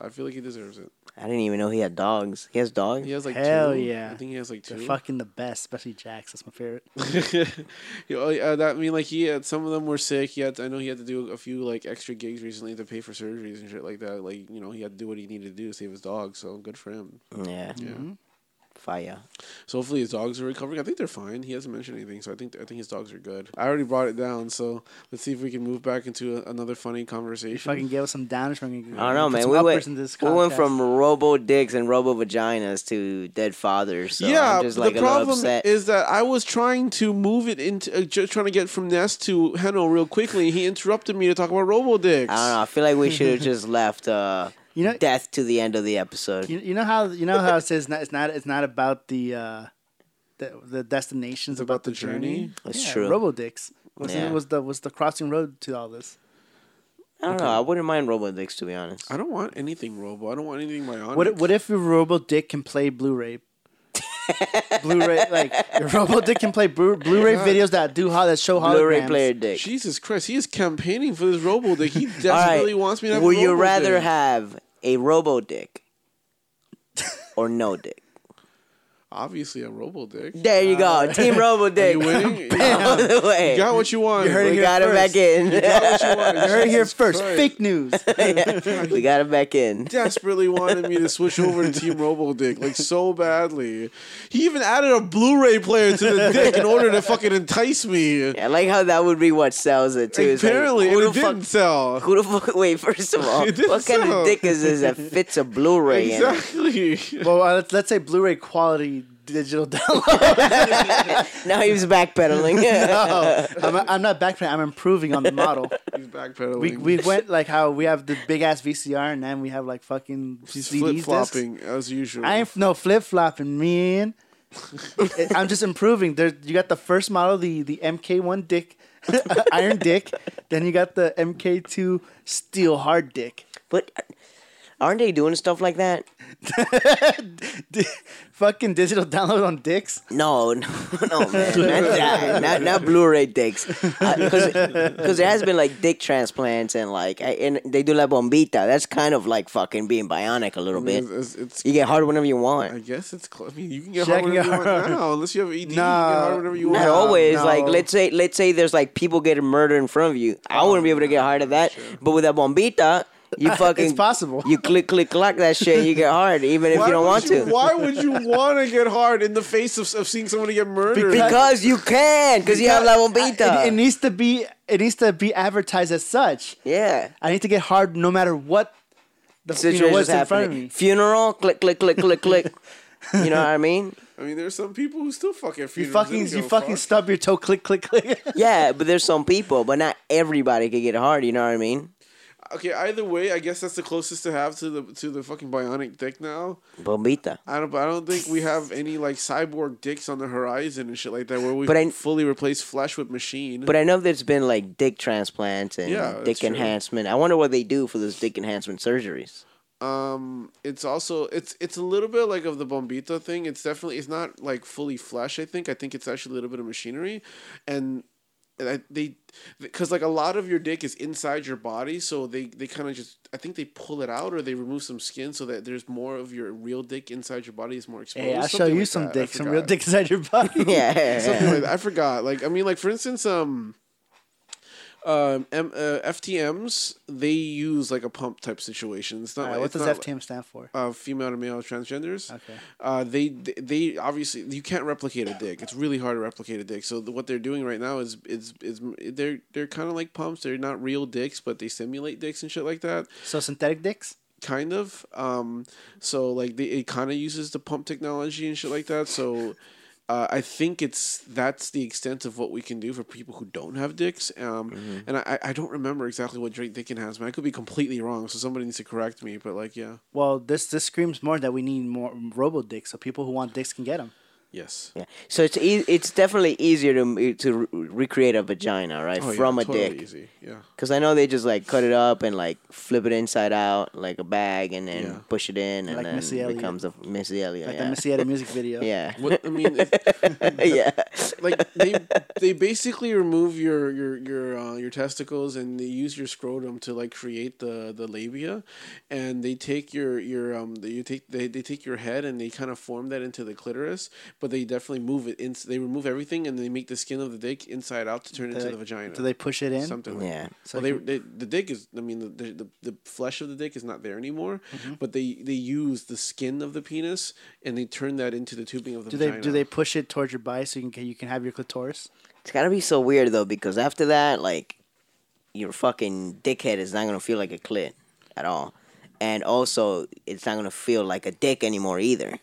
[SPEAKER 3] I feel like he deserves it.
[SPEAKER 2] I didn't even know he had dogs. He has dogs.
[SPEAKER 3] He has like
[SPEAKER 5] Hell
[SPEAKER 3] two.
[SPEAKER 5] yeah.
[SPEAKER 3] I think he has like
[SPEAKER 5] They're
[SPEAKER 3] two.
[SPEAKER 5] fucking the best, especially Jax. That's my favorite.
[SPEAKER 3] You know, uh, that I mean, like he had some of them were sick. He had I know he had to do a few like extra gigs recently to pay for surgeries and shit like that. Like you know he had to do what he needed to do to save his dog. So good for him.
[SPEAKER 2] Yeah.
[SPEAKER 3] Mhm.
[SPEAKER 2] Fire.
[SPEAKER 3] So hopefully his dogs are recovering. I think they're fine. He hasn't mentioned anything, so I think I think his dogs are good. I already brought it down, so let's see if we can move back into a, another funny
[SPEAKER 5] You
[SPEAKER 3] conversation.
[SPEAKER 5] fucking gave us some downers. I don't
[SPEAKER 2] I don't know, man. We went, we went from robo dicks and robo vaginas to dead fathers. So
[SPEAKER 3] yeah,
[SPEAKER 2] I'm just like a
[SPEAKER 3] the
[SPEAKER 2] little
[SPEAKER 3] problem
[SPEAKER 2] upset.
[SPEAKER 3] is that I was trying to move it into uh, ju- trying to get from Ness to Heno real quickly. He interrupted me to talk about Robo Dicks.
[SPEAKER 2] I don't know. I feel like we should have just left uh,
[SPEAKER 5] You know-
[SPEAKER 2] death to the end of the episode.
[SPEAKER 5] You, you know how you know how it says not, it's not it's not about the uh, the, the destinations
[SPEAKER 3] about
[SPEAKER 5] about,
[SPEAKER 3] the
[SPEAKER 5] the
[SPEAKER 3] journey?
[SPEAKER 5] journey.
[SPEAKER 2] That's true.
[SPEAKER 5] Robodicks was,
[SPEAKER 2] Yeah.
[SPEAKER 5] the, was the was the crossing road to all this.
[SPEAKER 2] I don't know. I wouldn't mind robo dicks to be honest.
[SPEAKER 3] I don't want anything Robo. I don't want anything bionic.
[SPEAKER 5] What if- what if your Robodick can play Blu-ray? Blu-ray like your Robodick can play Blu- Blu-ray videos that do how that show holograms.
[SPEAKER 2] Blu-ray player dick.
[SPEAKER 3] Jesus Christ, he is campaigning for this Robo Dick. He
[SPEAKER 2] All right.
[SPEAKER 3] desperately wants me to have
[SPEAKER 2] Would
[SPEAKER 3] a
[SPEAKER 2] you
[SPEAKER 3] Robo
[SPEAKER 2] rather
[SPEAKER 3] Dick.
[SPEAKER 2] have a robo dick or no dick?
[SPEAKER 3] Obviously, a Robo Dick.
[SPEAKER 2] There you go. Team robo dick.
[SPEAKER 3] You winning?
[SPEAKER 2] All the way.
[SPEAKER 3] You got what you wanted.
[SPEAKER 5] You heard it
[SPEAKER 2] we
[SPEAKER 5] here
[SPEAKER 2] got him
[SPEAKER 5] first.
[SPEAKER 2] back in.
[SPEAKER 3] Got what you wanted.
[SPEAKER 5] You heard it here
[SPEAKER 3] Jesus
[SPEAKER 5] first.
[SPEAKER 3] Christ.
[SPEAKER 5] Fake news.
[SPEAKER 2] we got him back in.
[SPEAKER 3] Desperately wanted me to switch over to Team Robo Dick like so badly. He even added a Blu-ray player to the dick in order to fucking entice me.
[SPEAKER 2] I like how that would be what sells it too. It's like,
[SPEAKER 3] Apparently,
[SPEAKER 2] who
[SPEAKER 3] and it
[SPEAKER 2] the fuck-
[SPEAKER 3] didn't sell.
[SPEAKER 2] Who the fuck? Wait, first of all,
[SPEAKER 3] It didn't
[SPEAKER 2] what kind
[SPEAKER 3] sell.
[SPEAKER 2] of dick is this that fits a Blu-ray in? it?
[SPEAKER 3] Exactly.
[SPEAKER 5] well, uh, let's, let's say Blu-ray quality digital download.
[SPEAKER 2] Now he was backpedaling.
[SPEAKER 5] I'm, I'm not backpedaling. I'm improving on the model.
[SPEAKER 3] He's backpedaling.
[SPEAKER 5] We, we went like how we have the big ass VCR and then we have like fucking
[SPEAKER 3] He's
[SPEAKER 5] CDs discs.
[SPEAKER 3] flip-flopping as usual.
[SPEAKER 5] I ain't f- no flip flopping, man. I'm just improving. There, you got the first model, the the MK1 dick, iron dick. Then you got the MK2 steel hard dick.
[SPEAKER 2] but Aren't they doing stuff like that?
[SPEAKER 5] D- fucking digital download on dicks.
[SPEAKER 2] No, no, no, man, not that, not, not Blu-ray dicks, because there has been like dick transplants and like I, and they do la bombita. That's kind of like fucking being bionic a little bit.
[SPEAKER 3] It's, it's,
[SPEAKER 2] You get hard whenever you
[SPEAKER 3] I
[SPEAKER 2] want.
[SPEAKER 3] guess it's. Cl- I mean, you can get
[SPEAKER 5] Shit, I
[SPEAKER 3] hard
[SPEAKER 5] can
[SPEAKER 3] whenever you
[SPEAKER 5] get
[SPEAKER 3] want
[SPEAKER 5] hard.
[SPEAKER 3] now, unless you have ED. you can get
[SPEAKER 5] Nah.
[SPEAKER 3] hard whenever you
[SPEAKER 5] Nah.
[SPEAKER 2] Not
[SPEAKER 3] want.
[SPEAKER 2] always. Like
[SPEAKER 5] no.
[SPEAKER 2] let's say let's say there's like people getting murdered in front of you. I wouldn't be able to get hard at that. But with that bombita, you fucking
[SPEAKER 5] Oh, It's possible.
[SPEAKER 2] You click click clock that shit. You get hard even if you don't
[SPEAKER 3] would
[SPEAKER 2] want to.
[SPEAKER 3] Why would you want to get hard in the face of, of seeing somebody get murdered?
[SPEAKER 2] Because you can, because you have la bombita.
[SPEAKER 5] It, it needs to be. It needs to be advertised as such.
[SPEAKER 2] yeah.
[SPEAKER 5] I need to get hard no matter what. The
[SPEAKER 2] situation
[SPEAKER 5] you know, what's
[SPEAKER 2] is happening.
[SPEAKER 5] in front of me.
[SPEAKER 2] Funeral, click, click, click, click, click. You know what I mean?
[SPEAKER 3] I mean, there's some people who still fucking
[SPEAKER 5] You fucking, you fucking stub your toe, click, click, click.
[SPEAKER 2] Yeah, but there's some people, but not everybody could get hard. You know what I mean?
[SPEAKER 3] Okay, either way, I guess that's the closest to have to the to the fucking bionic dick now.
[SPEAKER 2] Bombita.
[SPEAKER 3] I don't. I don't think we have any like cyborg dicks on the horizon and shit like that, where we
[SPEAKER 2] But I-
[SPEAKER 3] fully replace flesh with machine.
[SPEAKER 2] But I know there's been like dick transplants and
[SPEAKER 3] Yeah, that's
[SPEAKER 2] dick
[SPEAKER 3] true.
[SPEAKER 2] enhancement. I wonder what they do for those dick enhancement surgeries.
[SPEAKER 3] um it's also it's it's a little bit like of the bombita thing it's definitely it's not like fully flesh i think i think it's actually a little bit of machinery and and I, they because like a lot of your dick is inside your body so they they kind of just i think they pull it out or they remove some skin so that there's more of your real dick inside your body is more exposed
[SPEAKER 5] hey, I'll show
[SPEAKER 3] something
[SPEAKER 5] you
[SPEAKER 3] like
[SPEAKER 5] some
[SPEAKER 3] that. I
[SPEAKER 5] dick, some
[SPEAKER 3] forgot.
[SPEAKER 5] real dick inside your body.
[SPEAKER 3] Something
[SPEAKER 2] Yeah.
[SPEAKER 3] like that. I forgot. Like I mean, like for instance, um, um, M- uh, FTMs they use like a pump type situation. It's not.
[SPEAKER 5] All right,
[SPEAKER 3] like,
[SPEAKER 5] what
[SPEAKER 3] it's
[SPEAKER 5] does
[SPEAKER 3] not-
[SPEAKER 5] FTM stand for?
[SPEAKER 3] uh, female to male transgenders.
[SPEAKER 5] Okay.
[SPEAKER 3] Uh, they they obviously you can't replicate a dick. It's really hard to replicate a dick. So the, what they're doing right now is is is they're they're kind of like pumps. They're not real dicks, but they simulate dicks and shit like that
[SPEAKER 5] So synthetic dicks.
[SPEAKER 3] kind of um so like the, it kind of uses the pump technology and shit like that so uh, I think it's that's the extent of what we can do for people who don't have dicks, um, and I, I don't remember exactly what Drake Dick has. Man, I could be completely wrong, so somebody needs to correct me. But like, yeah,
[SPEAKER 5] Well, this this screams more that we need more robo dicks, so people who want dicks can get them.
[SPEAKER 3] yes,
[SPEAKER 2] Yeah. So it's e- it's definitely easier to e, to re- recreate a vagina, right,
[SPEAKER 3] Oh, yeah,
[SPEAKER 2] from a
[SPEAKER 3] totally
[SPEAKER 2] dick.
[SPEAKER 3] easy, yeah.
[SPEAKER 2] Because I know they just like cut it up and like flip it inside out like a bag and then
[SPEAKER 3] Yeah.
[SPEAKER 2] push it in and
[SPEAKER 5] Like
[SPEAKER 2] then
[SPEAKER 5] Missy
[SPEAKER 2] it
[SPEAKER 5] Elliott.
[SPEAKER 2] becomes a Missy Elliott.
[SPEAKER 5] Like
[SPEAKER 2] yeah.
[SPEAKER 5] the Missy Elliott music video.
[SPEAKER 2] yeah.
[SPEAKER 3] What, I mean, if,
[SPEAKER 2] yeah.
[SPEAKER 3] like they they basically remove your your your uh, your testicles and they use your scrotum to like create the the labia, and they take your your um the, you take they, they take your head and they kind of form that into the clitoris, but they definitely move it in. They remove everything and they make the skin of the dick inside out to turn
[SPEAKER 5] Do
[SPEAKER 3] into
[SPEAKER 5] they,
[SPEAKER 3] the vagina.
[SPEAKER 5] do they push it in?
[SPEAKER 3] Something like
[SPEAKER 2] Yeah.
[SPEAKER 5] So
[SPEAKER 3] well, they, they the dick is. I mean, the the, the, the flesh of the dick is not there anymore, but they they use the skin of the penis and they turn that into the tubing of the
[SPEAKER 5] Do they
[SPEAKER 3] vagina.
[SPEAKER 5] do they push it towards your body so you can you can have your clitoris?
[SPEAKER 2] It's gotta be so weird though, because after that, like, your fucking dickhead is not gonna feel like a clit at all, and also it's not gonna feel like a dick anymore either.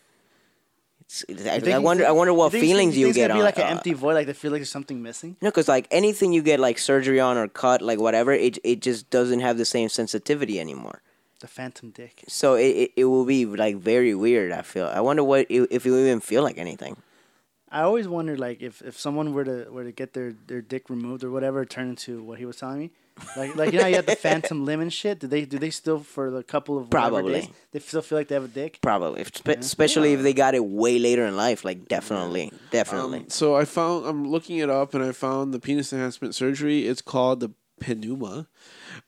[SPEAKER 2] It's, it's- I, I
[SPEAKER 5] think-
[SPEAKER 2] wonder. I wonder what
[SPEAKER 5] think-
[SPEAKER 2] feelings you
[SPEAKER 5] think
[SPEAKER 2] get
[SPEAKER 5] It's gonna
[SPEAKER 2] on.
[SPEAKER 5] be like an
[SPEAKER 2] uh,
[SPEAKER 5] empty void, like they feel like there's something missing.
[SPEAKER 2] No, because like anything you get like surgery on or cut, like whatever, it it just doesn't have the same sensitivity anymore.
[SPEAKER 5] The phantom dick.
[SPEAKER 2] So it, it, it will be like very weird. I feel. I wonder what it, if it will even feel like anything.
[SPEAKER 5] I always wonder, like, if, if someone were to were to get their, their dick removed or whatever, turn into what he was telling me, like like you know, how you have the phantom limb and shit. Do they do they still for the couple of whatever
[SPEAKER 2] Probably.
[SPEAKER 5] days, they still feel like they have a dick?
[SPEAKER 2] Probably, if-
[SPEAKER 5] Mm-hmm.
[SPEAKER 2] spe- especially if they got it way later in life. Like definitely, definitely.
[SPEAKER 5] Um,
[SPEAKER 3] So I found I'm looking it up, and I found the penis enhancement surgery. It's called the Penuma.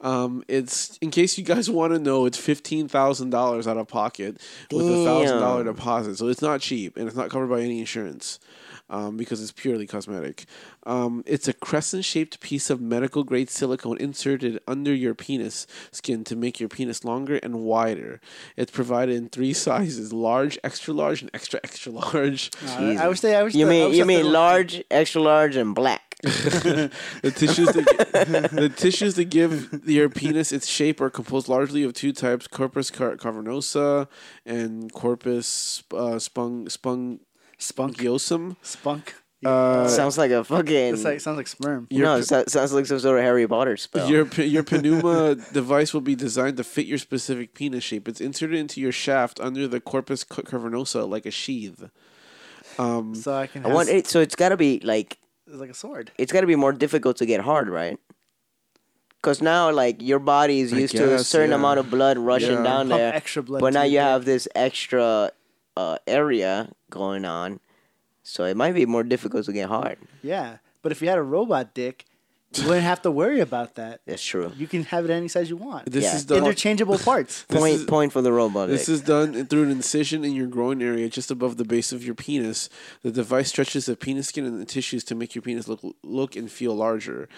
[SPEAKER 3] Um, it's in case you guys want to know, it's fifteen thousand dollars out of pocket with a thousand dollar
[SPEAKER 2] Damn.
[SPEAKER 3] deposit. So it's not cheap, and it's not covered by any insurance. Um, because it's purely cosmetic. Um, it's a crescent shaped piece of medical grade silicone inserted under your penis skin to make your penis longer and wider. It's provided in three sizes large, extra large, and extra, extra large.
[SPEAKER 5] I- I wish they. I wish
[SPEAKER 2] You
[SPEAKER 5] the- I
[SPEAKER 2] mean
[SPEAKER 5] wish
[SPEAKER 2] you
[SPEAKER 5] that the-
[SPEAKER 2] mean large, extra large, and black?
[SPEAKER 3] The tissues that the tissues that give your penis its shape are composed largely of two types: corpus car- cavernosa and corpus uh, spung
[SPEAKER 5] spunk
[SPEAKER 3] spungiosum.
[SPEAKER 5] spunk.
[SPEAKER 3] Uh,
[SPEAKER 2] sounds like a fucking.
[SPEAKER 5] It's like sounds like sperm.
[SPEAKER 2] no, so, sounds like some sort of Harry Potter spell.
[SPEAKER 3] Your pe- your penuma device will be designed to fit your specific penis shape. It's inserted into your shaft under the corpus ca- cavernosa like a sheath.
[SPEAKER 5] So I can.
[SPEAKER 2] I
[SPEAKER 5] Have,
[SPEAKER 2] want
[SPEAKER 5] it's
[SPEAKER 2] it. So it's gotta be like
[SPEAKER 5] like a sword.
[SPEAKER 2] it's gotta be more difficult to get hard, right? Cause now, like your body is
[SPEAKER 3] I
[SPEAKER 2] used to a
[SPEAKER 3] guess,
[SPEAKER 2] certain
[SPEAKER 3] yeah.
[SPEAKER 2] amount of blood rushing
[SPEAKER 3] Yeah.
[SPEAKER 2] down
[SPEAKER 5] Pump
[SPEAKER 2] there,
[SPEAKER 5] extra blood
[SPEAKER 2] but
[SPEAKER 5] to
[SPEAKER 2] now
[SPEAKER 5] your
[SPEAKER 2] you
[SPEAKER 5] dick.
[SPEAKER 2] have this extra uh, area going on, so it might be more difficult to get hard.
[SPEAKER 5] Yeah, but if you had a robot dick, you wouldn't have to worry about that.
[SPEAKER 2] That's true.
[SPEAKER 5] You can have it any size you want.
[SPEAKER 3] This
[SPEAKER 2] Yeah.
[SPEAKER 3] is the
[SPEAKER 5] Interchangeable parts.
[SPEAKER 3] This
[SPEAKER 2] Point
[SPEAKER 3] is-
[SPEAKER 2] point for the robot.
[SPEAKER 3] This
[SPEAKER 2] dick.
[SPEAKER 3] is done through an incision in your groin area, just above the base of your penis. The device stretches the penis skin and the tissues to make your penis look look and feel larger.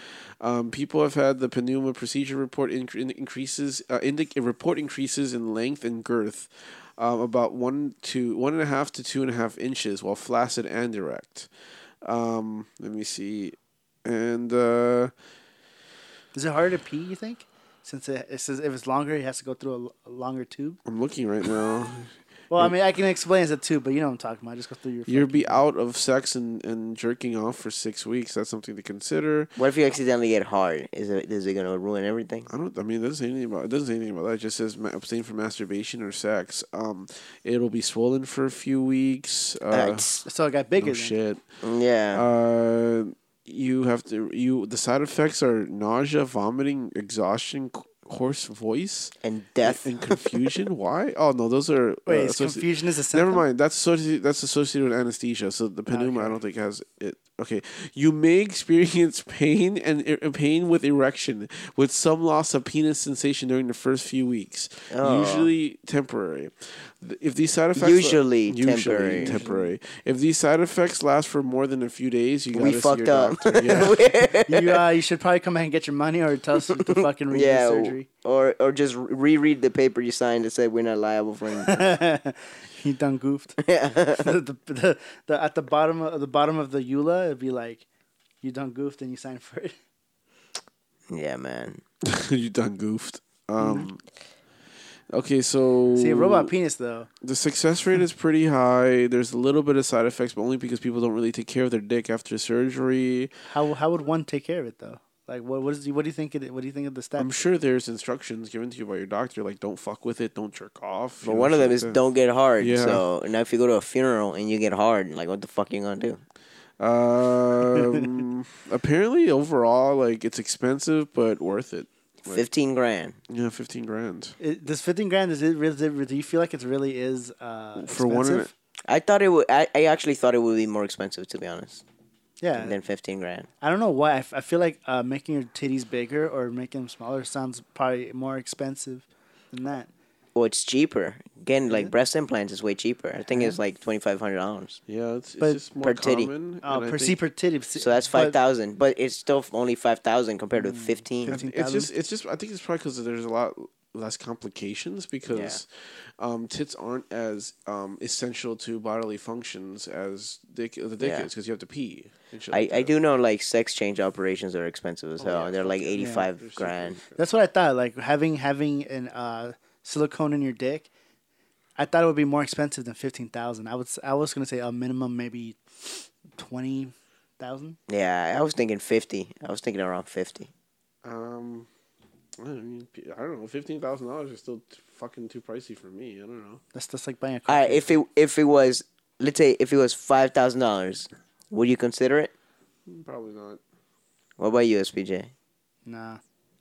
[SPEAKER 3] Um, people have had the pneuma procedure report in, in- increases uh, indic- a report increases in length and girth, um, about one to one and a half to two and a half inches, while flaccid and erect. Um, let me see, and. Uh,
[SPEAKER 5] Is it harder to pee? You think? Since it, it says if it's longer, it has to go through a l- a, longer tube.
[SPEAKER 3] I'm looking right now.
[SPEAKER 5] Well, I mean, I can explain as a tube, but you know what I'm talking about. Just go through your.
[SPEAKER 3] You'll be out of sex and, and jerking off for six weeks. That's something to consider.
[SPEAKER 2] What if you accidentally get hard? Is it is it gonna ruin everything?
[SPEAKER 3] I don't. I mean, it doesn't say anything about. It doesn't say anything about that. It just says ma- abstain from masturbation or sex. Um, it'll be swollen for a few weeks. Uh,
[SPEAKER 2] That's-
[SPEAKER 5] so it got bigger.
[SPEAKER 3] no
[SPEAKER 5] then.
[SPEAKER 3] shit.
[SPEAKER 2] yeah.
[SPEAKER 3] Uh, you have to. You the side effects are nausea, vomiting, exhaustion, c- hoarse voice,
[SPEAKER 2] and death.
[SPEAKER 3] and confusion. Why? Oh no, those are.
[SPEAKER 5] Wait,
[SPEAKER 3] uh,
[SPEAKER 5] is
[SPEAKER 3] associ-
[SPEAKER 5] confusion is a symptom?
[SPEAKER 3] Never mind. That's associated. That's associated with anesthesia. So
[SPEAKER 2] Ah,
[SPEAKER 3] the pneuma, I don't think has it. Okay, you may experience pain and er, pain with erection, with some loss of penis sensation during the first few weeks,
[SPEAKER 2] Oh.
[SPEAKER 3] usually temporary. Th- If these side effects
[SPEAKER 2] Usually
[SPEAKER 3] usually
[SPEAKER 2] temporary.
[SPEAKER 3] temporary. If these side effects last for more than a few days, you gotta
[SPEAKER 2] We
[SPEAKER 3] see
[SPEAKER 2] fucked
[SPEAKER 3] your
[SPEAKER 2] up.
[SPEAKER 3] doctor. Yeah.
[SPEAKER 5] You, uh, you should probably come back and get your money, or tell us to fucking redo
[SPEAKER 2] yeah.
[SPEAKER 5] surgery.
[SPEAKER 2] Or or just reread the paper you signed that said we're not liable for anything.
[SPEAKER 5] He done goofed. the, the, the, the, at the bottom of the bottom of the EULA, it'd be like, you done goofed and you signed for it.
[SPEAKER 2] yeah, man.
[SPEAKER 3] you done goofed.
[SPEAKER 2] Mm-hmm.
[SPEAKER 3] Um, okay, so
[SPEAKER 5] See, a robot penis though.
[SPEAKER 3] the success rate is pretty high. There's a little bit of side effects, but only because people don't really take care of their dick after surgery.
[SPEAKER 5] How how would one take care of it though? Like what what is what do you think it, what do you think of the steps?
[SPEAKER 3] I'm sure there's instructions given to you by your doctor, like don't fuck with it, don't jerk off.
[SPEAKER 2] But one of them is don't get hard.
[SPEAKER 3] Yeah.
[SPEAKER 2] So now if you go to a funeral and you get hard, like what the fuck you gonna do?
[SPEAKER 3] Um, apparently, overall, like it's expensive but worth it. Like,
[SPEAKER 2] Fifteen grand.
[SPEAKER 3] yeah, fifteen grand
[SPEAKER 5] It, this fifteen grand is it really? is it- Do you feel like it really is uh,
[SPEAKER 3] for one. And
[SPEAKER 5] expensive?
[SPEAKER 2] I thought it would. I, I actually thought it would be more expensive to be honest
[SPEAKER 5] Yeah,
[SPEAKER 2] than fifteen grand.
[SPEAKER 5] I don't know why. I, f- I feel like uh, making your titties bigger or making them smaller sounds probably more expensive than that.
[SPEAKER 2] Well, it's cheaper. Again, like breast implants is way cheaper. I think it's like twenty five hundred dollars.
[SPEAKER 3] yeah, it's, it's
[SPEAKER 5] But-
[SPEAKER 3] just more
[SPEAKER 2] Per titty.
[SPEAKER 3] common.
[SPEAKER 5] Uh,
[SPEAKER 3] and I
[SPEAKER 5] per see
[SPEAKER 3] think-
[SPEAKER 5] per titty. So
[SPEAKER 2] So that's five thousand, but it's still only five thousand compared to fifteen.
[SPEAKER 3] It's
[SPEAKER 5] 15,000.
[SPEAKER 3] just, it's just. I think it's probably because there's a lot less complications because um, tits aren't as um, essential to bodily functions as dick, the dick
[SPEAKER 2] Yeah.
[SPEAKER 3] is because you have to pee. and shit
[SPEAKER 2] I,
[SPEAKER 3] like
[SPEAKER 2] I
[SPEAKER 3] that.
[SPEAKER 2] do know like sex change operations are expensive as hell. Oh, They're like eighty five grand.
[SPEAKER 5] That's what I thought. Like having having an uh, silicone in your dick, I thought it would be more expensive than fifteen thousand. I was I was gonna say a minimum maybe twenty thousand.
[SPEAKER 2] Yeah, I was thinking fifty. I was thinking around fifty.
[SPEAKER 3] Um, I mean, I don't know. Fifteen thousand dollars is still t- fucking too pricey for me. I don't know.
[SPEAKER 5] That's just like buying a car.
[SPEAKER 2] All right, if it if it was let's say if it was five thousand dollars, would you consider it?
[SPEAKER 3] Probably not.
[SPEAKER 2] What about you, SPJ? All
[SPEAKER 5] nah,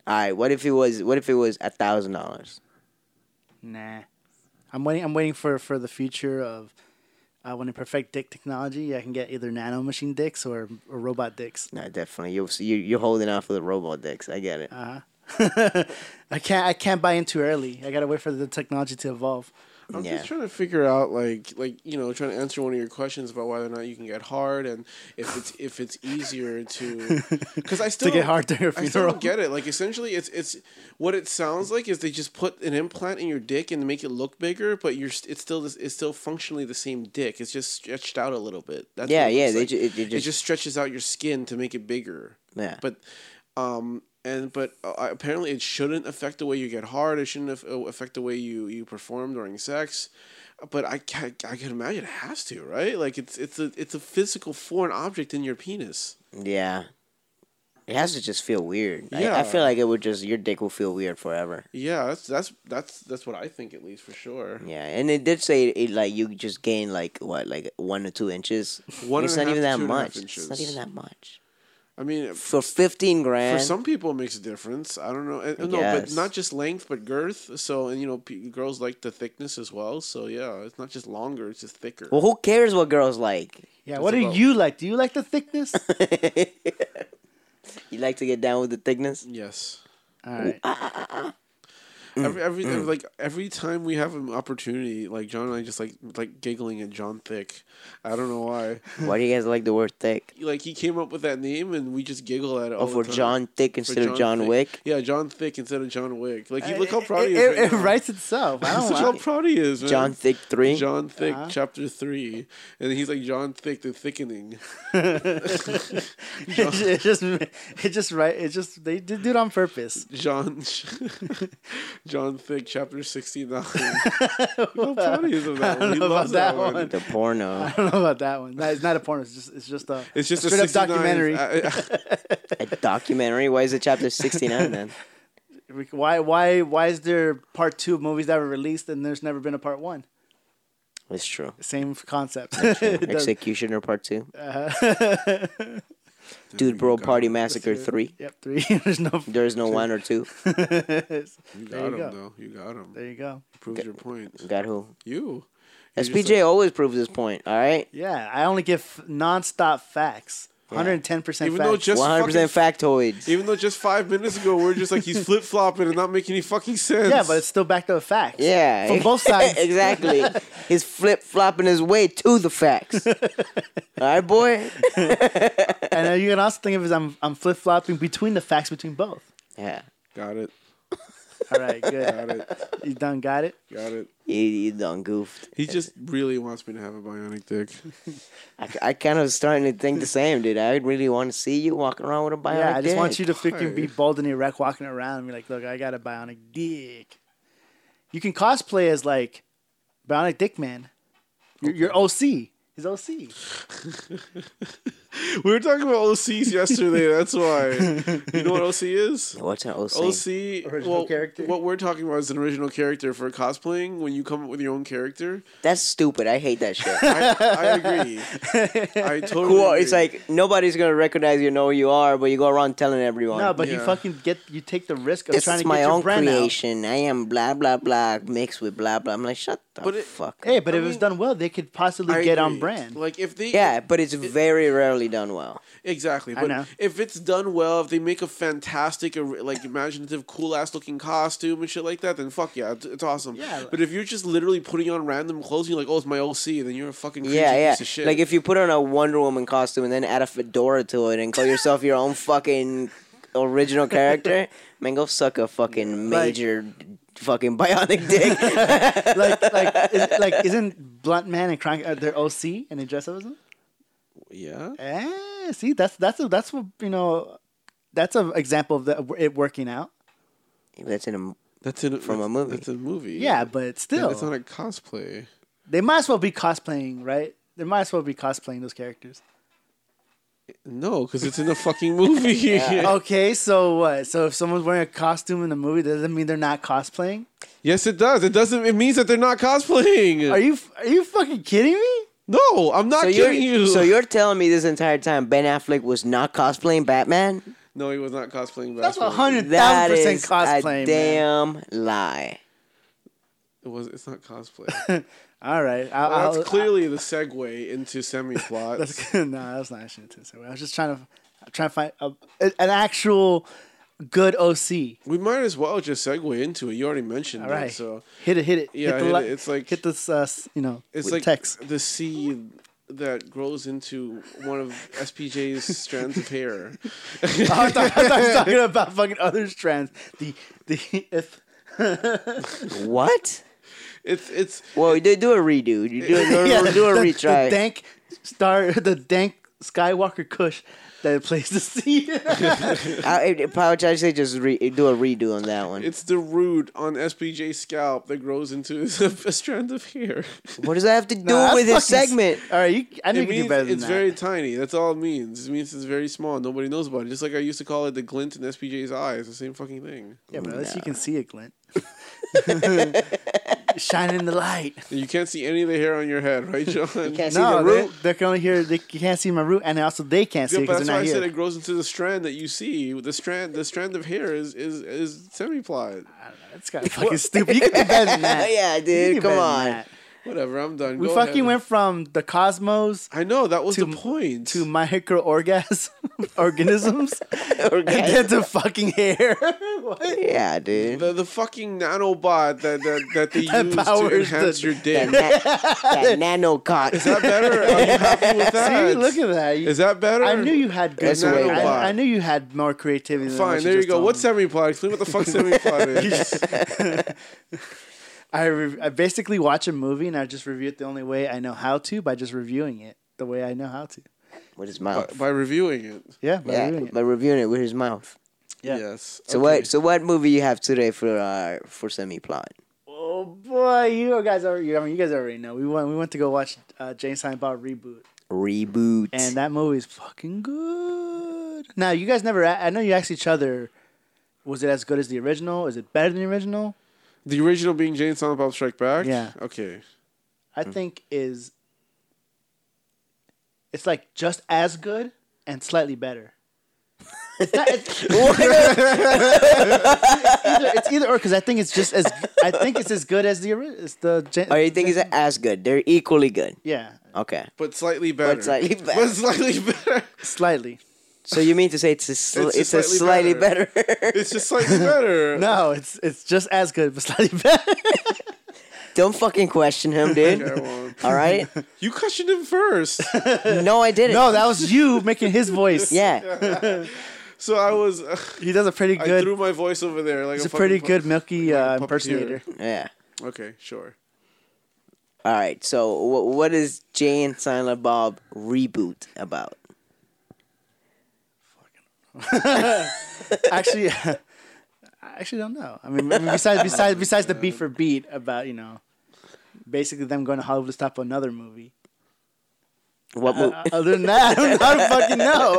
[SPEAKER 2] right, what if it was what if it was a thousand dollars?
[SPEAKER 5] nah. I'm waiting. I'm waiting for for the future of. Uh, when I perfect dick technology, I can get either nano machine dicks or, or robot dicks.
[SPEAKER 2] No, definitely. You you you're holding out for the robot dicks. I get it.
[SPEAKER 3] Uh,
[SPEAKER 5] I can't. I can't buy in too early. I gotta wait for the technology to evolve.
[SPEAKER 3] I'm
[SPEAKER 2] Yeah.
[SPEAKER 3] just trying to figure out, like, like you know, trying to answer one of your questions about whether or not you can get hard and if it's if it's easier to, because I still
[SPEAKER 5] get hard during a
[SPEAKER 3] I still
[SPEAKER 5] funeral.
[SPEAKER 3] don't get it. Like, essentially, it's it's what it sounds like is they just put an implant in your dick and make it look bigger, but you're st- it's still this- it's still functionally the same dick. It's just stretched out a little bit. That's
[SPEAKER 2] Yeah,
[SPEAKER 3] what it looks
[SPEAKER 2] yeah, they
[SPEAKER 3] like.
[SPEAKER 2] ju- it- it
[SPEAKER 3] it
[SPEAKER 2] just-
[SPEAKER 3] just stretches out your skin to make it bigger.
[SPEAKER 2] Yeah.
[SPEAKER 3] but um and but uh, apparently it shouldn't affect the way you get hard it shouldn't af- uh, affect the way you you perform during sex but i can i can imagine it has to right like it's it's a it's a physical foreign object in your penis
[SPEAKER 2] yeah. It has to just feel weird. I, I
[SPEAKER 3] Yeah.
[SPEAKER 2] feel like it would just your dick will feel weird forever.
[SPEAKER 3] yeah that's that's that's that's what i think at least for sure
[SPEAKER 2] Yeah, and it did say it like you just gain like what like one or two inches.
[SPEAKER 3] One
[SPEAKER 2] it's
[SPEAKER 3] and a
[SPEAKER 2] not
[SPEAKER 3] half
[SPEAKER 2] even
[SPEAKER 3] to
[SPEAKER 2] that
[SPEAKER 3] two and a half
[SPEAKER 2] much. It's not
[SPEAKER 3] inches.
[SPEAKER 2] even that much.
[SPEAKER 3] I mean,
[SPEAKER 2] for fifteen grand.
[SPEAKER 3] For some people, it makes a difference. I don't know. And- no,
[SPEAKER 2] guess.
[SPEAKER 3] but not just length, but girth. So, and you know, p- girls like the thickness as well. So, yeah, it's not just longer; it's just thicker.
[SPEAKER 2] well, who cares what girls like?
[SPEAKER 5] Yeah, what do
[SPEAKER 3] about-
[SPEAKER 5] you like? Do you like the thickness?
[SPEAKER 2] You like to get down with the thickness?
[SPEAKER 3] yes.
[SPEAKER 5] All right.
[SPEAKER 2] Mm.
[SPEAKER 3] Every, every like every time we have an opportunity, like John and I just like like giggling at John Thick. I don't know why.
[SPEAKER 2] Why do you guys like the word thick?
[SPEAKER 3] like he came up with that name, and we just giggle at it. All
[SPEAKER 2] Oh, for
[SPEAKER 3] the time.
[SPEAKER 2] John Thick
[SPEAKER 3] For
[SPEAKER 2] instead of John
[SPEAKER 3] Thick.
[SPEAKER 2] Wick.
[SPEAKER 3] Yeah, John Thick instead of John Wick. Like,
[SPEAKER 5] Uh,
[SPEAKER 3] you look how proud
[SPEAKER 5] it,
[SPEAKER 3] he is.
[SPEAKER 5] it,
[SPEAKER 3] right
[SPEAKER 5] it
[SPEAKER 3] now.
[SPEAKER 5] writes itself. I don't
[SPEAKER 3] Look
[SPEAKER 5] like
[SPEAKER 3] how
[SPEAKER 5] it.
[SPEAKER 3] proud he is, man.
[SPEAKER 2] John Thick three.
[SPEAKER 3] John Thick,
[SPEAKER 5] Uh-huh.
[SPEAKER 3] chapter three, and he's like John Thick, the thickening.
[SPEAKER 5] it just it just right it just they did it on purpose.
[SPEAKER 3] John, John Thick, chapter sixty nine. How proud he is of that one. He
[SPEAKER 5] know about
[SPEAKER 3] loves that,
[SPEAKER 5] that
[SPEAKER 3] one.
[SPEAKER 5] one.
[SPEAKER 2] The porno.
[SPEAKER 5] I don't know about that one. No, it's not a porno. It's just it's just a
[SPEAKER 3] It's just a,
[SPEAKER 5] straight up
[SPEAKER 3] 69
[SPEAKER 5] documentary.
[SPEAKER 3] I- I-
[SPEAKER 2] A documentary. Why is it chapter sixty nine then?
[SPEAKER 5] We- why why why is there part two of movies that were released and there's never been a part one?
[SPEAKER 2] It's true.
[SPEAKER 5] Same concept. It does-
[SPEAKER 2] Executioner Part 2 Dude, Bro, Party Massacre Three.
[SPEAKER 5] yep, three. there's no.
[SPEAKER 2] There's no one or two.
[SPEAKER 5] there
[SPEAKER 3] you got
[SPEAKER 5] you
[SPEAKER 3] him
[SPEAKER 5] go.
[SPEAKER 3] though. You got him.
[SPEAKER 5] you go.
[SPEAKER 3] Proves your point.
[SPEAKER 2] Got who?
[SPEAKER 3] You. You're just
[SPEAKER 2] SPJ
[SPEAKER 3] like-
[SPEAKER 2] always proves his point. All right,
[SPEAKER 5] Yeah, I only give nonstop facts. 110 percent.
[SPEAKER 3] Even though just
[SPEAKER 2] one hundred percent
[SPEAKER 3] fucking-
[SPEAKER 2] factoids.
[SPEAKER 3] Even though just five minutes ago we are just like he's flip flopping and not making any fucking sense.
[SPEAKER 5] yeah, but it's still backed up with facts.
[SPEAKER 2] Yeah,
[SPEAKER 5] from both sides.
[SPEAKER 2] exactly. He's flip flopping his way to the facts. All right, boy.
[SPEAKER 5] And uh, you can also think of it as I'm I'm flip flopping between the facts between both.
[SPEAKER 2] Yeah,
[SPEAKER 3] got it.
[SPEAKER 5] All right, good.
[SPEAKER 3] Got it.
[SPEAKER 5] you done got it.
[SPEAKER 3] Got it.
[SPEAKER 2] you, you done goofed.
[SPEAKER 3] He just really wants me to have a bionic dick.
[SPEAKER 2] I, I kind of starting to think the same, dude. I really want to see you walking around with a bionic.
[SPEAKER 5] Yeah, I just want
[SPEAKER 2] dick.
[SPEAKER 5] you to freaking be
[SPEAKER 3] Alright.
[SPEAKER 5] bold and erect walking around and be like, look, I got a bionic dick. You can cosplay as like bionic dick man. Your, your OC. His OC.
[SPEAKER 3] We were talking about OCs yesterday. That's why. You know what OC is?
[SPEAKER 2] What's an OC?
[SPEAKER 3] OC.
[SPEAKER 5] Original
[SPEAKER 3] well,
[SPEAKER 5] character?
[SPEAKER 3] What we're talking about is an original character for cosplaying. When you come up with your own character,
[SPEAKER 2] That's stupid. I hate that shit.
[SPEAKER 3] I, I agree. I totally.
[SPEAKER 2] Cool. It's
[SPEAKER 3] agree.
[SPEAKER 2] like nobody's gonna recognize you, know who you are, but you go around telling everyone.
[SPEAKER 5] No, but you
[SPEAKER 3] Yeah.
[SPEAKER 5] fucking get you take the risk of
[SPEAKER 2] this
[SPEAKER 5] trying
[SPEAKER 2] is
[SPEAKER 5] to
[SPEAKER 2] my
[SPEAKER 5] get your
[SPEAKER 2] own
[SPEAKER 5] brand
[SPEAKER 2] creation. I am blah blah blah mixed with blah blah. I'm like, shut the
[SPEAKER 3] But it-
[SPEAKER 2] fuck.
[SPEAKER 5] out. Hey, but
[SPEAKER 3] I
[SPEAKER 5] if it was
[SPEAKER 3] mean,
[SPEAKER 5] done well, they could possibly
[SPEAKER 3] I
[SPEAKER 5] get on
[SPEAKER 3] agree.
[SPEAKER 5] brand.
[SPEAKER 3] Like if they
[SPEAKER 2] yeah, but it's very rarely done well.
[SPEAKER 3] Exactly,
[SPEAKER 5] I
[SPEAKER 3] but
[SPEAKER 5] know.
[SPEAKER 3] if it's done well, if they make a fantastic, or- like imaginative, cool ass looking costume and shit like that, then fuck yeah, it's, it's awesome.
[SPEAKER 5] Yeah.
[SPEAKER 3] But if you're just literally putting on random clothes, and you're like, oh, it's my OC, then you're a fucking crazy
[SPEAKER 2] Yeah, yeah.
[SPEAKER 3] piece of shit.
[SPEAKER 2] Like if you put on a Wonder Woman costume and then add a fedora to it and call yourself your own fucking original character, man, go suck a fucking
[SPEAKER 5] Like-
[SPEAKER 2] major fucking bionic dick.
[SPEAKER 5] like like is, like isn't Blunt Man and Crank uh, their OC and they dress up as them?
[SPEAKER 3] yeah,
[SPEAKER 5] Eh, see, that's that's a, that's what you know. That's an example of the, it working out.
[SPEAKER 2] That's in a.
[SPEAKER 3] that's in,
[SPEAKER 2] From a
[SPEAKER 3] that's-
[SPEAKER 2] movie.
[SPEAKER 3] That's a movie.
[SPEAKER 5] Yeah, but still,
[SPEAKER 3] it's not a cosplay.
[SPEAKER 5] they might as well be cosplaying, right? They might as well be cosplaying those characters.
[SPEAKER 3] No, because it's in a fucking movie.
[SPEAKER 5] Okay, so what? So if someone's wearing a costume in the movie, doesn't mean they're not cosplaying.
[SPEAKER 3] Yes, it does. It doesn't. It means that they're not cosplaying.
[SPEAKER 5] Are you f- are you fucking kidding me?
[SPEAKER 3] no, I'm not
[SPEAKER 2] So you're,
[SPEAKER 3] kidding you.
[SPEAKER 2] so you're telling me this entire time Ben Affleck was not cosplaying Batman?
[SPEAKER 3] No, he was not cosplaying.
[SPEAKER 5] That's a
[SPEAKER 3] Batman.
[SPEAKER 5] hundred
[SPEAKER 2] That
[SPEAKER 5] thousand percent
[SPEAKER 2] is
[SPEAKER 5] cosplaying.
[SPEAKER 2] a
[SPEAKER 5] man.
[SPEAKER 2] damn lie.
[SPEAKER 3] It was. It's not cosplay.
[SPEAKER 5] All right, I,
[SPEAKER 3] Well,
[SPEAKER 5] I'll-
[SPEAKER 3] that's clearly the segue into semi plot.
[SPEAKER 5] That's good. No, that's not actually too. So I was just trying to trying to find a, an actual good OC.
[SPEAKER 3] We might as well just segue into it. You already mentioned
[SPEAKER 5] All
[SPEAKER 3] it,
[SPEAKER 5] right,
[SPEAKER 3] so
[SPEAKER 5] hit it, hit it.
[SPEAKER 3] Yeah,
[SPEAKER 5] hit the
[SPEAKER 3] hit
[SPEAKER 5] li-
[SPEAKER 3] it. It's like-
[SPEAKER 5] hit this, uh, s- you know,
[SPEAKER 3] it's
[SPEAKER 5] with
[SPEAKER 3] like
[SPEAKER 5] text.
[SPEAKER 3] the seed that grows into one of SPJ's strands of hair.
[SPEAKER 5] I thought, I thought you were talking about fucking other strands. The the if,
[SPEAKER 2] What?
[SPEAKER 3] It's it's
[SPEAKER 2] Well, they do a redo. You do, do,
[SPEAKER 5] yeah,
[SPEAKER 2] do a
[SPEAKER 5] the,
[SPEAKER 2] retry.
[SPEAKER 5] The dank star, the dank Skywalker Kush that plays the sea.
[SPEAKER 2] I I apologize. They just re, do a redo on that one.
[SPEAKER 3] it's the root on SPJ's scalp that grows into a strand of hair.
[SPEAKER 2] what does that have to do
[SPEAKER 5] Nah, that's
[SPEAKER 2] with this
[SPEAKER 5] fucking-
[SPEAKER 2] segment?
[SPEAKER 5] All right, you, I know you
[SPEAKER 3] It
[SPEAKER 5] can do
[SPEAKER 3] means
[SPEAKER 5] better than
[SPEAKER 3] it's
[SPEAKER 5] that.
[SPEAKER 3] very tiny. That's all it means. It means it's very small. Nobody knows about it. Just like I used to call it the glint in SPJ's eyeye. It's the same fucking thing.
[SPEAKER 5] yeah, but at least you can see it, Glint. shining the light.
[SPEAKER 3] You can't see any of the hair on your head, right, John?
[SPEAKER 2] You can't see
[SPEAKER 5] No,
[SPEAKER 2] the
[SPEAKER 5] they,
[SPEAKER 2] root.
[SPEAKER 5] they can only hear. They can't see my root, and also they can't see
[SPEAKER 3] Yeah, but
[SPEAKER 5] because
[SPEAKER 3] that's
[SPEAKER 5] they're
[SPEAKER 3] why
[SPEAKER 5] not
[SPEAKER 3] I said
[SPEAKER 5] here.
[SPEAKER 3] it grows into the strand that you see. The strand, the strand of hair is is is semi plied.
[SPEAKER 5] It's kind of fucking stupid. You can do better than that.
[SPEAKER 2] Yeah,
[SPEAKER 5] You can
[SPEAKER 2] dude,
[SPEAKER 5] do
[SPEAKER 2] come
[SPEAKER 5] better than
[SPEAKER 2] on.
[SPEAKER 5] that.
[SPEAKER 3] Whatever, I'm done.
[SPEAKER 5] We
[SPEAKER 3] Go
[SPEAKER 5] fucking
[SPEAKER 3] ahead.
[SPEAKER 5] went from the cosmos
[SPEAKER 3] I know that was
[SPEAKER 5] to-
[SPEAKER 3] the point.
[SPEAKER 5] to microorgasm organisms, and
[SPEAKER 2] Orgasm.
[SPEAKER 5] then to fucking hair. what?
[SPEAKER 2] Yeah, dude.
[SPEAKER 3] the the fucking nanobot that that, that they
[SPEAKER 5] That
[SPEAKER 3] use to
[SPEAKER 5] powers
[SPEAKER 3] enhance
[SPEAKER 5] the-
[SPEAKER 3] your dick.
[SPEAKER 2] That, that nano cock.
[SPEAKER 3] Is that better? Are you happy with that?
[SPEAKER 5] See, look at that. You-
[SPEAKER 3] Is that better?
[SPEAKER 5] I knew you had good.
[SPEAKER 2] That's way
[SPEAKER 5] I-
[SPEAKER 2] better.
[SPEAKER 5] I, knew you had more creativity. Than what
[SPEAKER 3] Fine, there you
[SPEAKER 5] just
[SPEAKER 3] go.
[SPEAKER 5] told
[SPEAKER 3] What's
[SPEAKER 5] me.
[SPEAKER 3] semi-plot? Explain what the fuck semi-plot is.
[SPEAKER 5] I, re- I basically watch a movie and I just review it the only way I know how to by just reviewing it the way I know how to.
[SPEAKER 2] With his
[SPEAKER 3] by,
[SPEAKER 2] mouth.
[SPEAKER 3] by reviewing it.
[SPEAKER 5] Yeah, by
[SPEAKER 2] yeah,
[SPEAKER 5] reviewing it.
[SPEAKER 2] by reviewing it with his mouth.
[SPEAKER 5] Yeah.
[SPEAKER 3] Yes.
[SPEAKER 2] So
[SPEAKER 3] Okay.
[SPEAKER 2] what? So what movie you have today for uh for semi plot?
[SPEAKER 5] Oh boy, you guys are. I mean, you guys already know. We went. We went to go watch uh, James Silent Bob reboot,
[SPEAKER 2] Reboot.
[SPEAKER 5] and that movie's fucking good. Now you guys never. a- I know you asked each other, was it as good as the original? Is it better than the original?
[SPEAKER 3] The original being Jane Silent Bob Strike Back.
[SPEAKER 5] Yeah.
[SPEAKER 3] Okay.
[SPEAKER 5] I
[SPEAKER 2] Hmm.
[SPEAKER 5] think is. It's like just as good and slightly better. It's, not, it's, either, it's either or because I think it's just as I think it's as good as the original. It's the Jan-
[SPEAKER 2] Or Oh, you think it's as good? They're equally good.
[SPEAKER 5] yeah
[SPEAKER 2] Okay.
[SPEAKER 3] But slightly better.
[SPEAKER 2] slightly better.
[SPEAKER 3] But slightly better.
[SPEAKER 5] slightly.
[SPEAKER 2] So you mean to say it's a sl-
[SPEAKER 3] It's
[SPEAKER 2] it's,
[SPEAKER 3] a
[SPEAKER 2] a slightly
[SPEAKER 3] slightly
[SPEAKER 2] better?
[SPEAKER 3] It's just slightly better.
[SPEAKER 5] No, it's it's just as good but slightly better.
[SPEAKER 2] Don't fucking question him, dude.
[SPEAKER 3] Okay, well,
[SPEAKER 2] All right.
[SPEAKER 3] you questioned him first.
[SPEAKER 2] No, I didn't.
[SPEAKER 5] No, that was you making his voice.
[SPEAKER 2] yeah.
[SPEAKER 3] So I was.
[SPEAKER 5] he does a pretty
[SPEAKER 3] I threw
[SPEAKER 5] good.
[SPEAKER 3] my voice over there. Like
[SPEAKER 5] He's
[SPEAKER 3] a
[SPEAKER 5] a pretty
[SPEAKER 3] fucking
[SPEAKER 5] good Milky uh,
[SPEAKER 3] puppeteer.
[SPEAKER 5] impersonator.
[SPEAKER 2] Yeah.
[SPEAKER 3] pu- Okay, sure.
[SPEAKER 2] All right. So wh- what is Jay and Silent Bob reboot about?
[SPEAKER 5] Actually, I actually don't know. I mean, I mean, besides besides besides the beat for beat about you know, basically them going to Hollywood to stop another movie.
[SPEAKER 2] What movie?
[SPEAKER 5] Uh, other than that, I don't, I don't fucking know.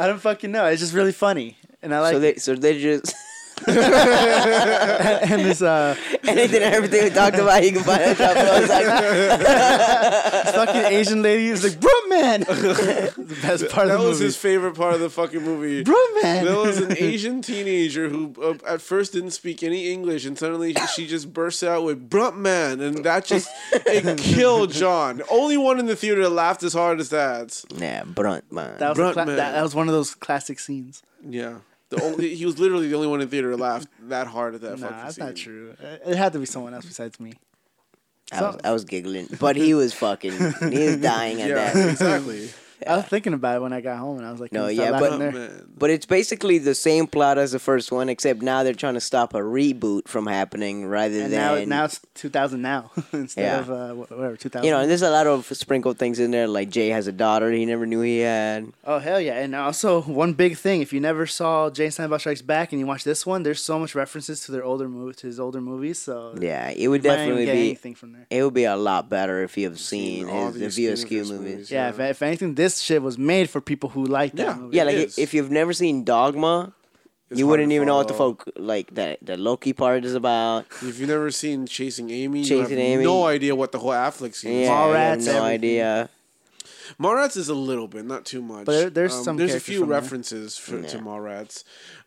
[SPEAKER 5] I don't fucking know. It's just really funny, and I like
[SPEAKER 2] so they
[SPEAKER 5] it.
[SPEAKER 2] so they just
[SPEAKER 5] and it's uh,
[SPEAKER 2] anything and everything we talked about you can find out. Shop Floor. It's like,
[SPEAKER 5] fucking Asian lady is like, bro, man. the best part
[SPEAKER 3] That
[SPEAKER 5] of the
[SPEAKER 3] was
[SPEAKER 5] movie.
[SPEAKER 3] his favorite part of the fucking movie.
[SPEAKER 5] Bro, man.
[SPEAKER 3] There was an Asian teenager who uh, at first didn't speak any English, and suddenly she just bursts out with "Brunt man," and that just it killed John. Only one in the theater that laughed as hard as that.
[SPEAKER 2] yeah, brunt man.
[SPEAKER 5] That was, a
[SPEAKER 3] Brunt
[SPEAKER 5] cla-
[SPEAKER 3] man.
[SPEAKER 5] that, that was one of those classic scenes.
[SPEAKER 3] Yeah, the only he was literally the only one in the theater that laughed that hard at that.
[SPEAKER 5] Nah,
[SPEAKER 3] fucking
[SPEAKER 5] that's
[SPEAKER 3] scene.
[SPEAKER 5] not true. Uh, It had to be someone else besides me.
[SPEAKER 2] I was, I was giggling, but he was fucking. He was dying at that.
[SPEAKER 3] Yeah, exactly.
[SPEAKER 5] I was thinking about it when I got home, and I was like,
[SPEAKER 2] No,
[SPEAKER 5] "Can you
[SPEAKER 2] yeah,
[SPEAKER 5] stop
[SPEAKER 2] but-
[SPEAKER 5] laughing
[SPEAKER 3] Brunt
[SPEAKER 5] there?"
[SPEAKER 3] man.
[SPEAKER 2] But it's basically the same plot as the first one, except now they're trying to stop a reboot from happening rather
[SPEAKER 5] and
[SPEAKER 2] than
[SPEAKER 5] now, now it's 2000 now instead
[SPEAKER 2] Yeah.
[SPEAKER 5] of uh, wh- whatever 2000.
[SPEAKER 2] you know. And there's a lot of sprinkled things in there, like Jay has a daughter he never knew he had.
[SPEAKER 5] oh hell yeah! And also one big thing: if you never saw Jane Silent Bob Strikes Back and you watch this one, there's so much references to their older movies, to his older movies. So you
[SPEAKER 2] Yeah, it would
[SPEAKER 5] might not
[SPEAKER 2] definitely
[SPEAKER 5] even get
[SPEAKER 2] be.
[SPEAKER 5] anything from there.
[SPEAKER 2] It would be a lot better if you have seen,
[SPEAKER 3] Seen all
[SPEAKER 2] his,
[SPEAKER 3] these
[SPEAKER 2] the VSQ
[SPEAKER 3] Universe
[SPEAKER 2] movies.
[SPEAKER 3] movies.
[SPEAKER 5] Yeah, If, if anything, this shit was made for people who like that
[SPEAKER 3] Yeah.
[SPEAKER 5] movie.
[SPEAKER 2] Yeah,
[SPEAKER 3] It
[SPEAKER 2] like
[SPEAKER 3] is.
[SPEAKER 2] if you've never seen Dogma,
[SPEAKER 3] It's
[SPEAKER 2] you
[SPEAKER 3] hard
[SPEAKER 2] wouldn't
[SPEAKER 3] to
[SPEAKER 2] even know what the
[SPEAKER 3] follow.
[SPEAKER 2] folk like that the Loki part is about.
[SPEAKER 3] If you've never seen Chasing Amy, you have
[SPEAKER 2] Chasing Amy.
[SPEAKER 3] no idea what the whole Affleck scene is.
[SPEAKER 2] Yeah, I have
[SPEAKER 5] Mallrats,
[SPEAKER 2] no
[SPEAKER 5] everything.
[SPEAKER 2] idea.
[SPEAKER 3] Mallrats is a little bit, not too much.
[SPEAKER 5] But there- there's
[SPEAKER 3] Um,
[SPEAKER 5] some
[SPEAKER 3] There's a
[SPEAKER 5] characters
[SPEAKER 3] few
[SPEAKER 5] from there.
[SPEAKER 3] references for, to Mallrats.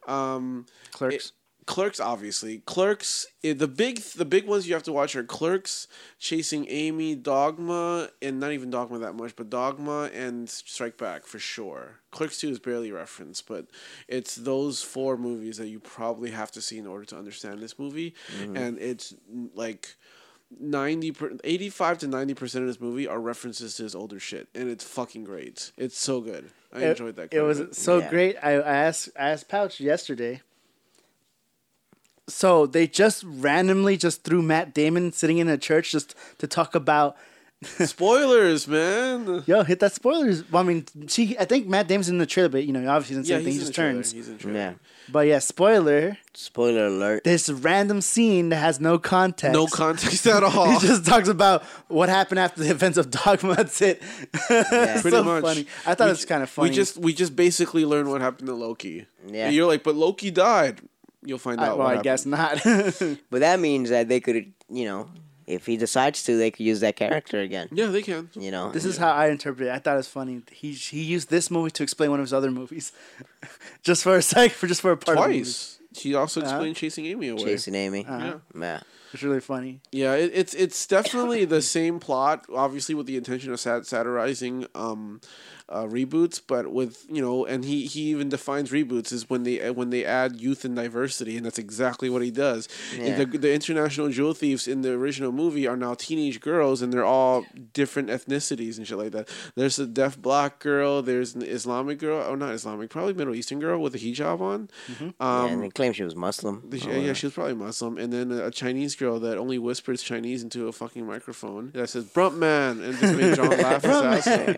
[SPEAKER 3] Um,
[SPEAKER 5] Clerks.
[SPEAKER 3] it- Clerks, obviously. Clerks. i the big, the big ones you have to watch are Clerks, Chasing Amy, Dogma, and not even Dogma that much, but Dogma and Strike Back for sure. Clerks Two is barely referenced, but it's those four movies that you probably have to see in order to understand this movie,
[SPEAKER 5] Mm-hmm.
[SPEAKER 3] and it's n- like. 90 per, 85 to 90 percent of this movie are references to his older shit and it's fucking great it's so good i
[SPEAKER 5] It-
[SPEAKER 3] enjoyed that
[SPEAKER 5] It
[SPEAKER 3] quite a
[SPEAKER 5] was
[SPEAKER 3] bit.
[SPEAKER 5] so
[SPEAKER 2] Yeah.
[SPEAKER 5] great. I, I asked I asked Pouch yesterday. So they just randomly just threw Matt Damon sitting in a church just to talk about
[SPEAKER 3] spoilers man
[SPEAKER 5] yo hit that spoilers. Well, I mean, she I think Matt Damon's in the trailer, but you know obviously he doesn't say
[SPEAKER 3] yeah
[SPEAKER 5] anything.
[SPEAKER 3] he's in
[SPEAKER 5] He
[SPEAKER 3] the
[SPEAKER 5] just
[SPEAKER 3] trailer.
[SPEAKER 5] turns.
[SPEAKER 3] he's in the trailer.
[SPEAKER 2] Yeah,
[SPEAKER 5] But yeah, spoiler.
[SPEAKER 2] spoiler alert.
[SPEAKER 5] There's a random scene that has no context.
[SPEAKER 3] no context at all
[SPEAKER 5] He just talks about what happened after the events of Dogma. That's it. It's
[SPEAKER 3] pretty
[SPEAKER 5] so
[SPEAKER 3] much
[SPEAKER 5] funny. I thought
[SPEAKER 3] We
[SPEAKER 5] it was
[SPEAKER 3] ju-
[SPEAKER 5] kind of funny.
[SPEAKER 3] we just we just basically learned what happened to loki
[SPEAKER 2] Yeah.
[SPEAKER 3] And you're like but loki died you'll find
[SPEAKER 5] I,
[SPEAKER 3] out
[SPEAKER 5] Uh, well,
[SPEAKER 3] what
[SPEAKER 5] I guess not.
[SPEAKER 2] But that means that they could, you know, if he decides to, they could use that character again.
[SPEAKER 3] Yeah, they can.
[SPEAKER 2] You know,
[SPEAKER 5] This is how I interpret it. I thought it was funny. He he used this movie to explain one of his other movies, just for a sec, for just for a part of the movie.
[SPEAKER 3] Twice. She also
[SPEAKER 5] Uh-huh.
[SPEAKER 3] explained chasing Amy away.
[SPEAKER 2] chasing Amy.
[SPEAKER 3] Yeah.
[SPEAKER 2] Yeah.
[SPEAKER 5] It's really funny.
[SPEAKER 3] Yeah, it, it's it's definitely the same plot, obviously with the intention of sat- satirizing um, uh, reboots, but with you know, and he, he even defines reboots is when they uh, when they add youth and diversity, and that's exactly what he does.
[SPEAKER 2] Yeah.
[SPEAKER 3] The, the international jewel thieves in the original movie are now teenage girls, and they're all different ethnicities and shit like that. There's a deaf black girl, there's an Islamic girl, oh not Islamic, probably Middle Eastern girl with a hijab on. Um,
[SPEAKER 2] yeah, and they claim she was Muslim.
[SPEAKER 3] the-
[SPEAKER 2] or
[SPEAKER 3] Yeah, yeah, she was probably Muslim, and then a Chinese girl that only whispers Chinese into a fucking microphone that says "Brunt man" and just made John laugh his ass off. Um,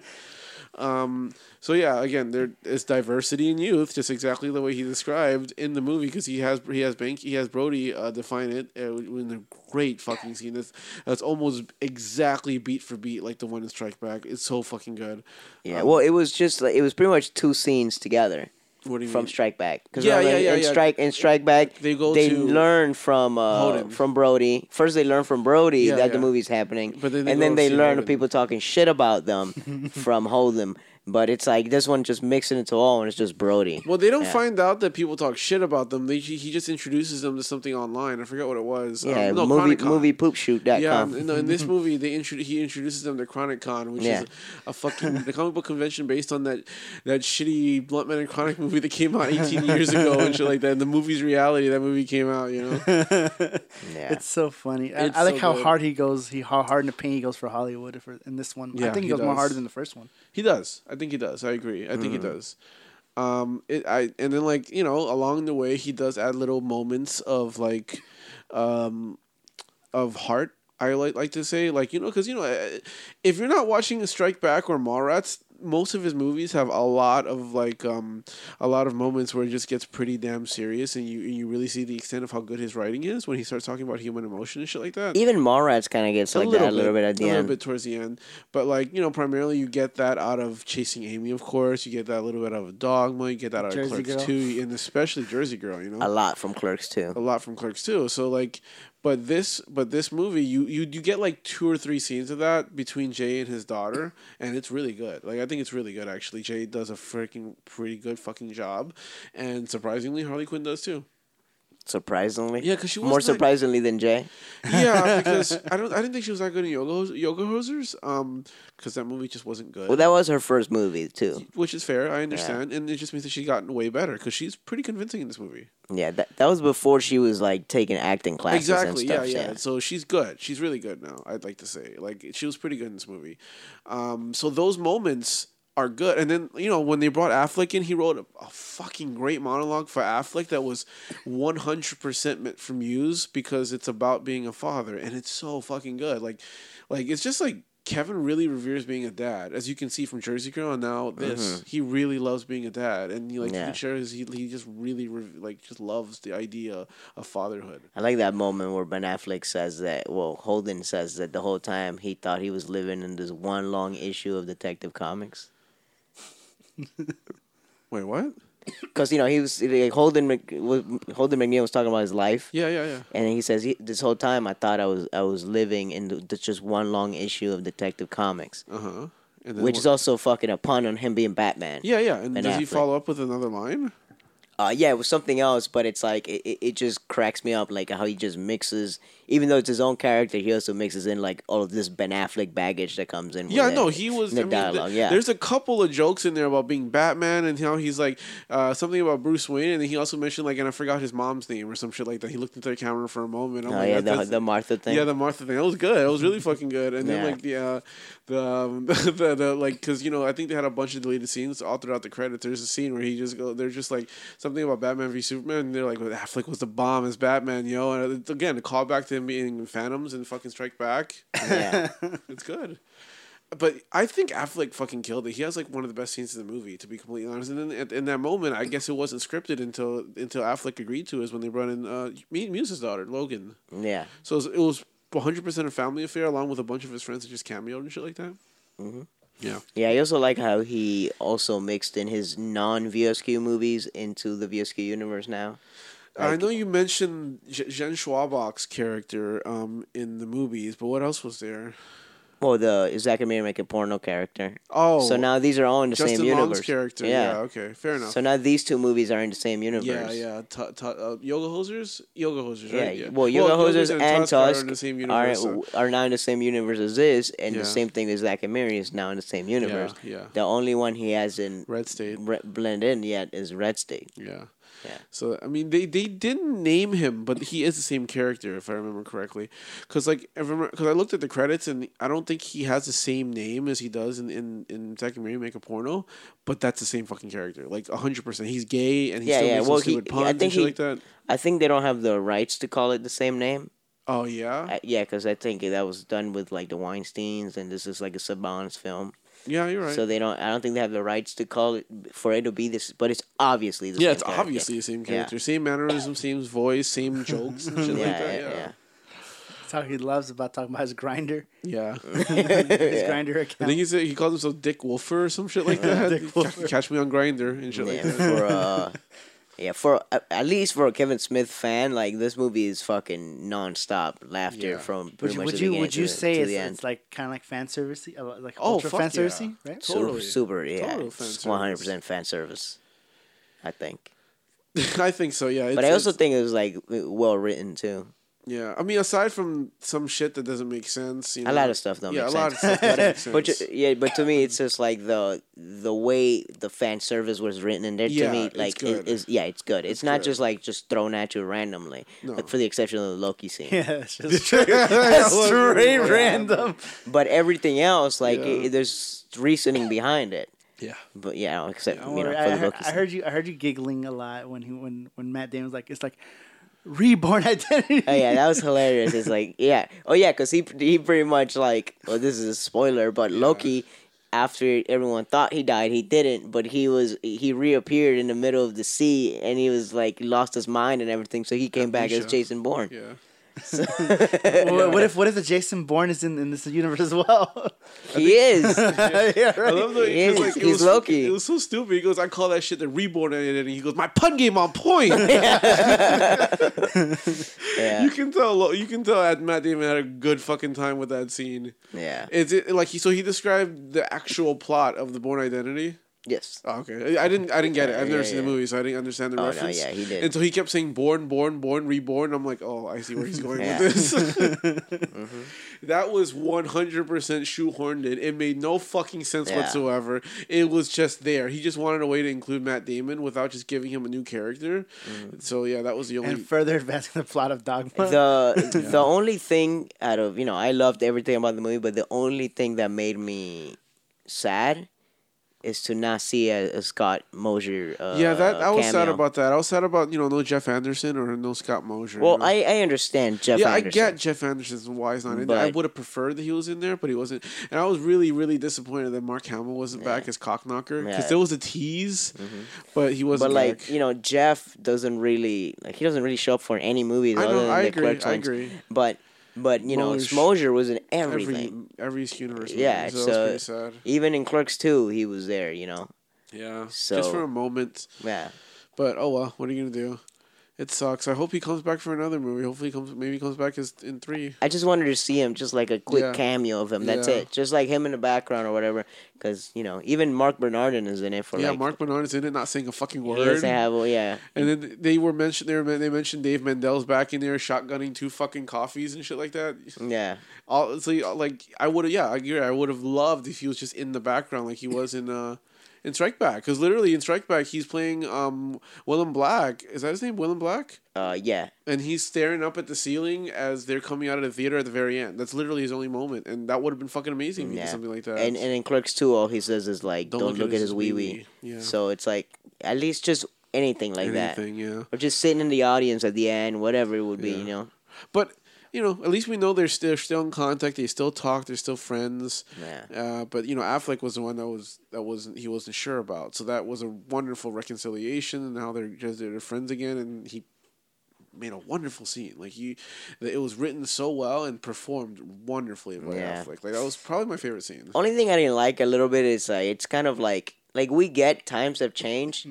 [SPEAKER 3] so yeah, again, there is diversity in youth, just exactly the way he described in the movie, because he has he has Bank he has Brody uh, define it uh, in a great fucking scene. That's that's almost exactly beat for beat like the one in Strike Back. It's so fucking good.
[SPEAKER 2] Yeah, well, it was just like it was pretty much two scenes together
[SPEAKER 3] What do you
[SPEAKER 2] from
[SPEAKER 3] mean?
[SPEAKER 2] Strike Back. Because
[SPEAKER 3] Yeah,
[SPEAKER 2] yeah,
[SPEAKER 3] yeah, yeah,
[SPEAKER 2] in
[SPEAKER 3] yeah.
[SPEAKER 2] Strike in Strike Back,
[SPEAKER 3] They go
[SPEAKER 2] They
[SPEAKER 3] to
[SPEAKER 2] learn from uh,
[SPEAKER 3] Holden.
[SPEAKER 2] from Brody. First, they learn from Brody
[SPEAKER 3] Yeah,
[SPEAKER 2] that the
[SPEAKER 3] yeah.
[SPEAKER 2] movie's happening,
[SPEAKER 3] But then they
[SPEAKER 2] and
[SPEAKER 3] go
[SPEAKER 2] then they
[SPEAKER 3] see
[SPEAKER 2] learn
[SPEAKER 3] Holden.
[SPEAKER 2] of people talking shit about them from Holdem. But it's like this one just mixing it to all, and it's just Brody.
[SPEAKER 3] Well, they don't
[SPEAKER 2] Yeah.
[SPEAKER 3] find out that people talk shit about them. They, he he just introduces them to something online. I forget what it was.
[SPEAKER 2] yeah,
[SPEAKER 3] Um, no,
[SPEAKER 2] movie
[SPEAKER 3] Chronicon.
[SPEAKER 2] movie poopshoot.com.
[SPEAKER 3] Yeah, in, in this movie, they intro- he introduces them to Chronic Con, which
[SPEAKER 2] Yeah.
[SPEAKER 3] is a fucking the comic book convention based on that that shitty Blunt Man and Chronic movie that came out 18 years ago and shit like that. And the movie's reality that movie came out, you know.
[SPEAKER 2] yeah.
[SPEAKER 5] It's so funny. I,
[SPEAKER 3] It's
[SPEAKER 5] I like
[SPEAKER 3] so
[SPEAKER 5] how
[SPEAKER 3] good.
[SPEAKER 5] hard he goes. He how hard in the pain he goes for Hollywood for in this one.
[SPEAKER 3] Yeah,
[SPEAKER 5] I think he
[SPEAKER 3] he
[SPEAKER 5] goes more
[SPEAKER 3] does.
[SPEAKER 5] harder than the first one.
[SPEAKER 3] He does. I think he does. I agree. I think he does. Um, it, I and then like you know along the way he does add little moments of like, um, of heart. I like like to say like you know because you know eh, if you're not watching Strike Back or Mallrats, most of his movies have a lot of like um a lot of moments where it just gets pretty damn serious and you and you really see the extent of how good his writing is when he starts talking about human emotion and shit like that
[SPEAKER 2] Even Mallrats kind of gets like that a little bit at the
[SPEAKER 3] a
[SPEAKER 2] end.
[SPEAKER 3] little bit towards the end. But like you know, primarily you get that out of Chasing Amy, of course. You get that little bit out of Dogma. You get that out
[SPEAKER 5] Jersey
[SPEAKER 3] of Clerks
[SPEAKER 5] Girl.
[SPEAKER 3] too, and especially Jersey Girl. You know,
[SPEAKER 2] A lot from Clerks too.
[SPEAKER 3] a lot from Clerks too. So like, but this but this movie, you you you get like two or three scenes of that between Jay and his daughter, and it's really good. Like I think it's really good actually. Jay does a freaking pretty good fucking job, and surprisingly, Harley Quinn does too.
[SPEAKER 2] Surprisingly,
[SPEAKER 3] Yeah, 'cause she was
[SPEAKER 2] more
[SPEAKER 3] like-
[SPEAKER 2] surprisingly than Jay.
[SPEAKER 3] Yeah, because I don't I didn't think she was that good in Yoga Hos- Yoga Hosers, um, because that movie just wasn't good.
[SPEAKER 2] Well, that was her first movie too.
[SPEAKER 3] which is fair. I understand, and it just means that she's gotten way better because she's pretty convincing in this movie.
[SPEAKER 2] Yeah, that that was before she was like taking acting classes
[SPEAKER 3] exactly.
[SPEAKER 2] and stuff.
[SPEAKER 3] yeah,
[SPEAKER 2] Yeah,
[SPEAKER 3] yeah, So she's good. She's really good now. I'd like to say, like, she was pretty good in this movie. Um, so those moments are good. And then you know when they brought Affleck in, he wrote a, a fucking great monologue for Affleck that was one hundred percent meant from Muse because it's about being a father, and it's so fucking good. Like, like it's just like. Kevin really reveres being a dad, as you can see from Jersey Girl, and now this. He really loves being a dad, and he like you
[SPEAKER 2] Mm-hmm. Yeah.
[SPEAKER 3] can share his. He, he just really re- like just loves the idea of fatherhood.
[SPEAKER 2] I like that moment where Ben Affleck says that. Well, Holden says that the whole time he thought he was living in this one long issue of Detective Comics.
[SPEAKER 3] Wait, what?
[SPEAKER 2] Because you know he was like, Holden. Mc- was- Holden McNeil was talking about his life.
[SPEAKER 3] Yeah, yeah, yeah.
[SPEAKER 2] And he says, he, "This whole time, I thought I was I was living in the, the- just one long issue of Detective Comics,
[SPEAKER 3] Uh huh. And then
[SPEAKER 2] which
[SPEAKER 3] what-
[SPEAKER 2] is also fucking a pun on him being Batman."
[SPEAKER 3] yeah, yeah. And
[SPEAKER 2] Ben
[SPEAKER 3] does he
[SPEAKER 2] Affleck.
[SPEAKER 3] follow up with another line?
[SPEAKER 2] Uh, yeah, it was something else, but it's like it, it it just cracks me up, like how he just mixes, even though it's his own character, he also mixes in like all of this Ben Affleck baggage that comes in. with
[SPEAKER 3] Yeah,
[SPEAKER 2] it,
[SPEAKER 3] no, he was.
[SPEAKER 2] in the
[SPEAKER 3] I mean, th-
[SPEAKER 2] dialogue. yeah,
[SPEAKER 3] There's a couple of jokes in there about being Batman and how he's like uh, something about Bruce Wayne, and then he also mentioned like, and I forgot his mom's name or some shit like that. He looked into the camera for a moment. I'm
[SPEAKER 2] oh
[SPEAKER 3] like,
[SPEAKER 2] yeah,
[SPEAKER 3] that-
[SPEAKER 2] the,
[SPEAKER 3] that's-
[SPEAKER 2] the Martha thing.
[SPEAKER 3] Yeah, the Martha thing. That was good. That was really fucking good. And then
[SPEAKER 2] Yeah.
[SPEAKER 3] like the uh, the, um, the the like because you know I think they had a bunch of deleted scenes all throughout the credits. There's a scene where he just go. They're just like something about Batman v Superman. And they're like, well, Affleck was the bomb as Batman, yo. And it's, again, a callback to him being in Phantoms and fucking Strike Back.
[SPEAKER 2] yeah.
[SPEAKER 3] it's good. But I think Affleck fucking killed it. He has like one of the best scenes in the movie, to be completely honest. And then at, in that moment, I guess it wasn't scripted until until Affleck agreed to is when they brought in uh, Me- Muse's daughter, Logan.
[SPEAKER 2] yeah.
[SPEAKER 3] So it was- it was 100% a family affair, along with a bunch of his friends that just cameoed and shit like that. Mm-hmm. Yeah.
[SPEAKER 2] Yeah, I also like how he also mixed in his non VSQ movies into the VSQ universe now.
[SPEAKER 3] I know you mentioned Je- Jen Schwabach's character um, in the movies, but what else was there?
[SPEAKER 2] Well, the Zachary Mary make a porno character.
[SPEAKER 3] Oh,
[SPEAKER 2] so now these are all in the
[SPEAKER 3] Justin
[SPEAKER 2] same
[SPEAKER 3] Long's
[SPEAKER 2] universe.
[SPEAKER 3] character. Yeah. okay, fair enough.
[SPEAKER 2] So now these two movies are in the same universe.
[SPEAKER 3] yeah, yeah. Tu- tu- uh, yoga hosers, yoga hosers,
[SPEAKER 2] Yeah,
[SPEAKER 3] right?
[SPEAKER 2] well, Yoga Hosers and Tusk,
[SPEAKER 3] are in the same
[SPEAKER 2] are,
[SPEAKER 3] universe. so-
[SPEAKER 2] are now in the same universe as this, and
[SPEAKER 3] Yeah.
[SPEAKER 2] the same thing as Zack and Mary is now in the same universe.
[SPEAKER 3] yeah.
[SPEAKER 2] The only one he hasn't
[SPEAKER 3] Red State.
[SPEAKER 2] re- blend in yet is Red State.
[SPEAKER 3] Yeah.
[SPEAKER 2] Yeah.
[SPEAKER 3] So I mean, they they didn't name him, but he is the same character if I remember correctly. Because like I remember, because I looked at the credits and I don't think he has the same name as he does in in in Zack and Mary Make a Porno, but that's the same fucking character, like hundred percent. He's gay and he
[SPEAKER 2] Yeah,
[SPEAKER 3] still
[SPEAKER 2] yeah,
[SPEAKER 3] makes
[SPEAKER 2] well,
[SPEAKER 3] some
[SPEAKER 2] he-
[SPEAKER 3] stupid
[SPEAKER 2] I
[SPEAKER 3] puns and
[SPEAKER 2] think
[SPEAKER 3] shit
[SPEAKER 2] he-
[SPEAKER 3] like that.
[SPEAKER 2] I think they don't have the rights to call it the same name.
[SPEAKER 3] Oh yeah,
[SPEAKER 2] Uh, yeah, because I think that was done with like the Weinstein's, and this is like a Saban's film.
[SPEAKER 3] yeah, you're right.
[SPEAKER 2] So they don't. I don't think they have the rights to call it for it to be this, but it's obviously the
[SPEAKER 3] yeah,
[SPEAKER 2] same
[SPEAKER 3] it's
[SPEAKER 2] character.
[SPEAKER 3] obviously the same
[SPEAKER 2] Yeah.
[SPEAKER 3] character, same mannerism, same voice, same jokes and shit
[SPEAKER 2] Yeah,
[SPEAKER 3] like that.
[SPEAKER 2] yeah,
[SPEAKER 3] Yeah.
[SPEAKER 2] yeah.
[SPEAKER 5] That's how he loves about talking about his grinder,
[SPEAKER 3] Yeah.
[SPEAKER 5] his grinder
[SPEAKER 3] I
[SPEAKER 5] account.
[SPEAKER 3] think he said he calls himself Dick Wolfer or some shit like that.
[SPEAKER 5] Dick
[SPEAKER 3] Ca-
[SPEAKER 5] Wolfer.
[SPEAKER 3] Catch me on Grinder and shit like
[SPEAKER 2] Yeah,
[SPEAKER 3] that.
[SPEAKER 2] for uh, yeah, for uh, at least for a Kevin Smith fan, like this movie is fucking nonstop laughter
[SPEAKER 3] Yeah.
[SPEAKER 2] from
[SPEAKER 5] would
[SPEAKER 2] pretty
[SPEAKER 5] you,
[SPEAKER 2] much
[SPEAKER 5] would
[SPEAKER 2] the
[SPEAKER 5] you,
[SPEAKER 2] beginning
[SPEAKER 5] would you
[SPEAKER 2] to the-
[SPEAKER 5] say
[SPEAKER 2] to
[SPEAKER 5] it's,
[SPEAKER 2] the end.
[SPEAKER 5] it's like kind of like fan servicey, uh, like
[SPEAKER 3] Oh,
[SPEAKER 5] ultra
[SPEAKER 3] fup,
[SPEAKER 5] fan
[SPEAKER 3] yeah.
[SPEAKER 5] servicey, right?
[SPEAKER 3] So- totally.
[SPEAKER 2] super, super, yeah,
[SPEAKER 3] Total fan service.
[SPEAKER 2] one hundred percent fan service. I think,
[SPEAKER 3] I think so. Yeah,
[SPEAKER 2] but
[SPEAKER 3] It's-
[SPEAKER 2] I also
[SPEAKER 3] it's-
[SPEAKER 2] think it was like well written too.
[SPEAKER 3] yeah. I mean, aside from some shit that doesn't make sense, you
[SPEAKER 2] A
[SPEAKER 3] know,
[SPEAKER 2] lot of stuff don't
[SPEAKER 3] yeah,
[SPEAKER 2] make
[SPEAKER 3] a lot of
[SPEAKER 2] sense.
[SPEAKER 3] stuff doesn't make sense.
[SPEAKER 2] But ju- yeah, but to me, it's just like the the way the fan service was written in there.
[SPEAKER 3] Yeah,
[SPEAKER 2] to me,
[SPEAKER 3] it's
[SPEAKER 2] like
[SPEAKER 3] good.
[SPEAKER 2] it is yeah, it's good. It's, not
[SPEAKER 3] good.
[SPEAKER 2] just like just thrown at you randomly, like for the exception of the Loki scene.
[SPEAKER 5] Yeah, it's just straight, straight random.
[SPEAKER 2] But everything else, like
[SPEAKER 3] Yeah.
[SPEAKER 2] it, there's reasoning behind it.
[SPEAKER 3] yeah,
[SPEAKER 2] But yeah, except
[SPEAKER 5] Don't
[SPEAKER 2] you know
[SPEAKER 5] worry,
[SPEAKER 2] for
[SPEAKER 5] I,
[SPEAKER 2] the
[SPEAKER 5] heard,
[SPEAKER 2] Loki
[SPEAKER 5] I
[SPEAKER 2] scene.
[SPEAKER 5] heard you. I heard you giggling a lot when he when when Matt Damon was like, "It's like reborn identity."
[SPEAKER 2] Oh yeah, that was hilarious. It's like yeah, oh yeah, because he he pretty much like well this is a spoiler, but Loki after everyone thought he died, he didn't, but he was he reappeared in the middle of the sea and he was like lost his mind and everything, so he came back as
[SPEAKER 3] Amnesia.
[SPEAKER 2] Jason Bourne.
[SPEAKER 3] yeah.
[SPEAKER 5] Well, what if what if the Jason Bourne is in, in this universe as well?
[SPEAKER 2] He is.
[SPEAKER 5] yeah,
[SPEAKER 3] I
[SPEAKER 5] right.
[SPEAKER 3] love the
[SPEAKER 2] He is.
[SPEAKER 3] it
[SPEAKER 2] He's
[SPEAKER 3] was,
[SPEAKER 2] Loki.
[SPEAKER 3] It was so stupid. He goes, "I call that shit the reborn identity." He goes, "My pun game on point."
[SPEAKER 2] yeah.
[SPEAKER 3] You can tell. Lo- You can tell that Matt Damon had a good fucking time with that scene.
[SPEAKER 2] Yeah.
[SPEAKER 3] Is it like he? So he described the actual plot of the Born Identity.
[SPEAKER 2] Yes.
[SPEAKER 3] Oh, okay. I I didn't. I didn't get it. I've never
[SPEAKER 2] Yeah,
[SPEAKER 3] seen
[SPEAKER 2] yeah.
[SPEAKER 3] the movie, so I didn't understand the
[SPEAKER 2] Oh, no,
[SPEAKER 3] reference.
[SPEAKER 2] yeah, he did.
[SPEAKER 3] And so he kept saying "born, born, born, reborn." I'm like, oh, I see where he's going
[SPEAKER 2] Yeah.
[SPEAKER 3] with this. That was 100 percent shoehorned in. It made no fucking sense
[SPEAKER 2] Yeah.
[SPEAKER 3] whatsoever. It was just there. He just wanted a way to include Matt Damon without just giving him a new character.
[SPEAKER 2] Mm-hmm.
[SPEAKER 3] So yeah, that was the only.
[SPEAKER 5] And further advancing the plot of Dogma.
[SPEAKER 2] uh, The the only thing out of you know, I loved everything about the movie, but the only thing that made me sad is to not see a, a Scott Mosier. Uh,
[SPEAKER 3] yeah, that I was sad
[SPEAKER 2] cameo.
[SPEAKER 3] about that. I was sad about you know no Jeff Anderson or no Scott Mosier. you
[SPEAKER 2] Well,
[SPEAKER 3] know?
[SPEAKER 2] I, I understand Jeff.
[SPEAKER 3] yeah,
[SPEAKER 2] Anderson.
[SPEAKER 3] I get Jeff Anderson's why he's not in there. I
[SPEAKER 2] But-
[SPEAKER 3] would have preferred that he was in there, but he wasn't. And I was really, really disappointed that Mark Hamill wasn't back as Cockknocker because
[SPEAKER 2] Yeah. Mm-hmm.
[SPEAKER 3] there was a tease, but he wasn't.
[SPEAKER 2] But like
[SPEAKER 3] back.
[SPEAKER 2] you know, Jeff doesn't really like he doesn't really show up for any movies.
[SPEAKER 3] I know,
[SPEAKER 2] other than
[SPEAKER 3] I
[SPEAKER 2] the
[SPEAKER 3] agree,
[SPEAKER 2] Clerks
[SPEAKER 3] I
[SPEAKER 2] ones.
[SPEAKER 3] agree.
[SPEAKER 2] But but you know,
[SPEAKER 3] Mosier-
[SPEAKER 2] Mosier was in everything.
[SPEAKER 3] every every universe.
[SPEAKER 2] yeah,
[SPEAKER 3] movie, so,
[SPEAKER 2] so
[SPEAKER 3] that's pretty sad.
[SPEAKER 2] even in Clerks two, he was there. You know,
[SPEAKER 3] Yeah, just
[SPEAKER 2] so-
[SPEAKER 3] for a moment.
[SPEAKER 2] yeah.
[SPEAKER 3] But oh well, what are you gonna do? It sucks. I hope he comes back for another movie. Hopefully, he comes maybe he comes back as in three.
[SPEAKER 2] I just wanted to see him, just like a quick
[SPEAKER 3] Yeah.
[SPEAKER 2] cameo of him. That's
[SPEAKER 3] Yeah.
[SPEAKER 2] it, just like him in the background or whatever. Because you know, even Mark Bernardin is in it for
[SPEAKER 3] yeah,
[SPEAKER 2] like
[SPEAKER 3] Mark Bernard is in it, not saying a fucking word.
[SPEAKER 2] he doesn't have well, yeah.
[SPEAKER 3] And then they were mentioned. They were, they mentioned Dave Mandel's back in there, shotgunning two fucking coffees and shit like that.
[SPEAKER 2] Yeah,
[SPEAKER 3] All so you- like I would have yeah I agree I would have loved if he was just in the background like he was in uh in Strike Back because literally in Strike Back he's playing um Willem Black is that his name Willem Black
[SPEAKER 2] uh, yeah,
[SPEAKER 3] and he's staring up at the ceiling as they're coming out of the theater at the very end that's literally his only moment and that would have been fucking amazing if he
[SPEAKER 2] yeah.
[SPEAKER 3] did something like that
[SPEAKER 2] And and in Clerks two, all he says is like, "Don't, look, at his wee wee."
[SPEAKER 3] wee-wee. Yeah.
[SPEAKER 2] So it's like at least just anything like
[SPEAKER 3] anything yeah
[SPEAKER 2] that, or just sitting in the audience at the end, whatever it would be, you know.
[SPEAKER 3] but you know at least we know they're still they're still in contact they still talk they're still friends
[SPEAKER 2] Yeah.
[SPEAKER 3] uh, but you know Affleck was the one that was that wasn't he wasn't sure about so that was a wonderful reconciliation and now they're just they're friends again and he made a wonderful scene like you it was written so well and performed wonderfully by
[SPEAKER 2] Yeah.
[SPEAKER 3] Affleck like that was probably my favorite scene
[SPEAKER 2] uh,
[SPEAKER 3] Mm.
[SPEAKER 2] Only thing I didn't like a little bit is like it's kind of like like we get times have changed,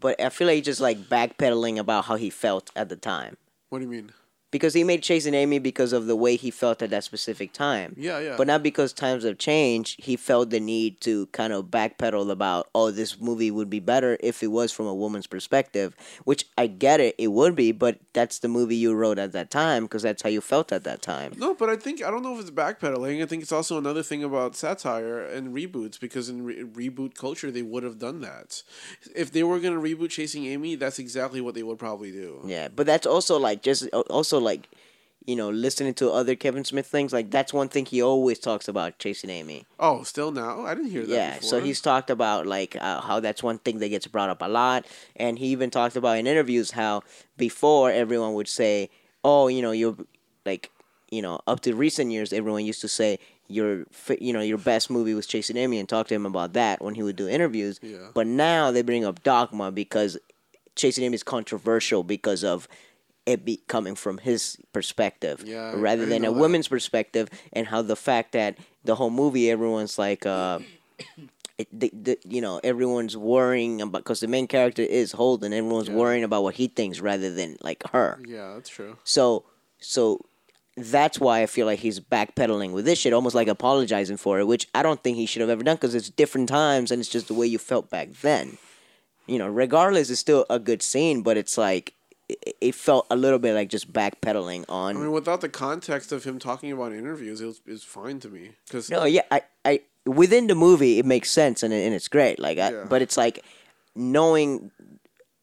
[SPEAKER 2] but I feel like he's just like backpedaling about how he felt at the time
[SPEAKER 3] What do you mean?
[SPEAKER 2] because he made Chasing Amy because of the way he felt at that specific time.
[SPEAKER 3] Yeah, yeah.
[SPEAKER 2] But not because times have changed. He felt the need to kind of backpedal about, oh, this movie would be better if it was from a woman's perspective, which I get it, it would be, but that's the movie you wrote at that time because that's how you felt at that time.
[SPEAKER 3] No, but I think I don't know if it's backpedaling. I think it's also another thing about satire and reboots because in re- reboot culture they would have done that. If they were going to reboot Chasing Amy, that's exactly what they would probably do.
[SPEAKER 2] Yeah, but that's also like just uh, also like, you know, listening to other Kevin Smith things. Like that's one thing he always talks about, Chasing Amy.
[SPEAKER 3] Oh, still now? I didn't hear that.
[SPEAKER 2] Yeah, so
[SPEAKER 3] before.
[SPEAKER 2] he's talked about like uh, how that's one thing that gets brought up a lot, and he even talked about in interviews how before everyone would say, "Oh, you know, you're like, you know, up to recent years, everyone used to say your, fa- you know, your best movie was Chasing Amy, and talk to him about that when he would do interviews.
[SPEAKER 3] Yeah.
[SPEAKER 2] But now they bring up Dogma because Chasing Amy is controversial because of it be coming from his perspective
[SPEAKER 3] Yeah, I- I
[SPEAKER 2] rather
[SPEAKER 3] didn't
[SPEAKER 2] than a
[SPEAKER 3] know that.
[SPEAKER 2] woman's perspective and how the fact that the whole movie everyone's like uh it, the, the, you know everyone's worrying about because the main character is Holden everyone's worrying about what he thinks rather than like her
[SPEAKER 3] Yeah, that's true.
[SPEAKER 2] so so that's why I feel like he's backpedaling with this shit almost like apologizing for it which I don't think he should have ever done because it's different times and it's just the way you felt back then you know regardless it's still a good scene but it's like it, it felt a little bit like just backpedaling on
[SPEAKER 3] I mean, without the context of him talking about interviews, it was, it's fine to me because
[SPEAKER 2] No, yeah, I, I within the movie it makes sense and, it- and it's great. Like, I,
[SPEAKER 3] Yeah.
[SPEAKER 2] but it's like knowing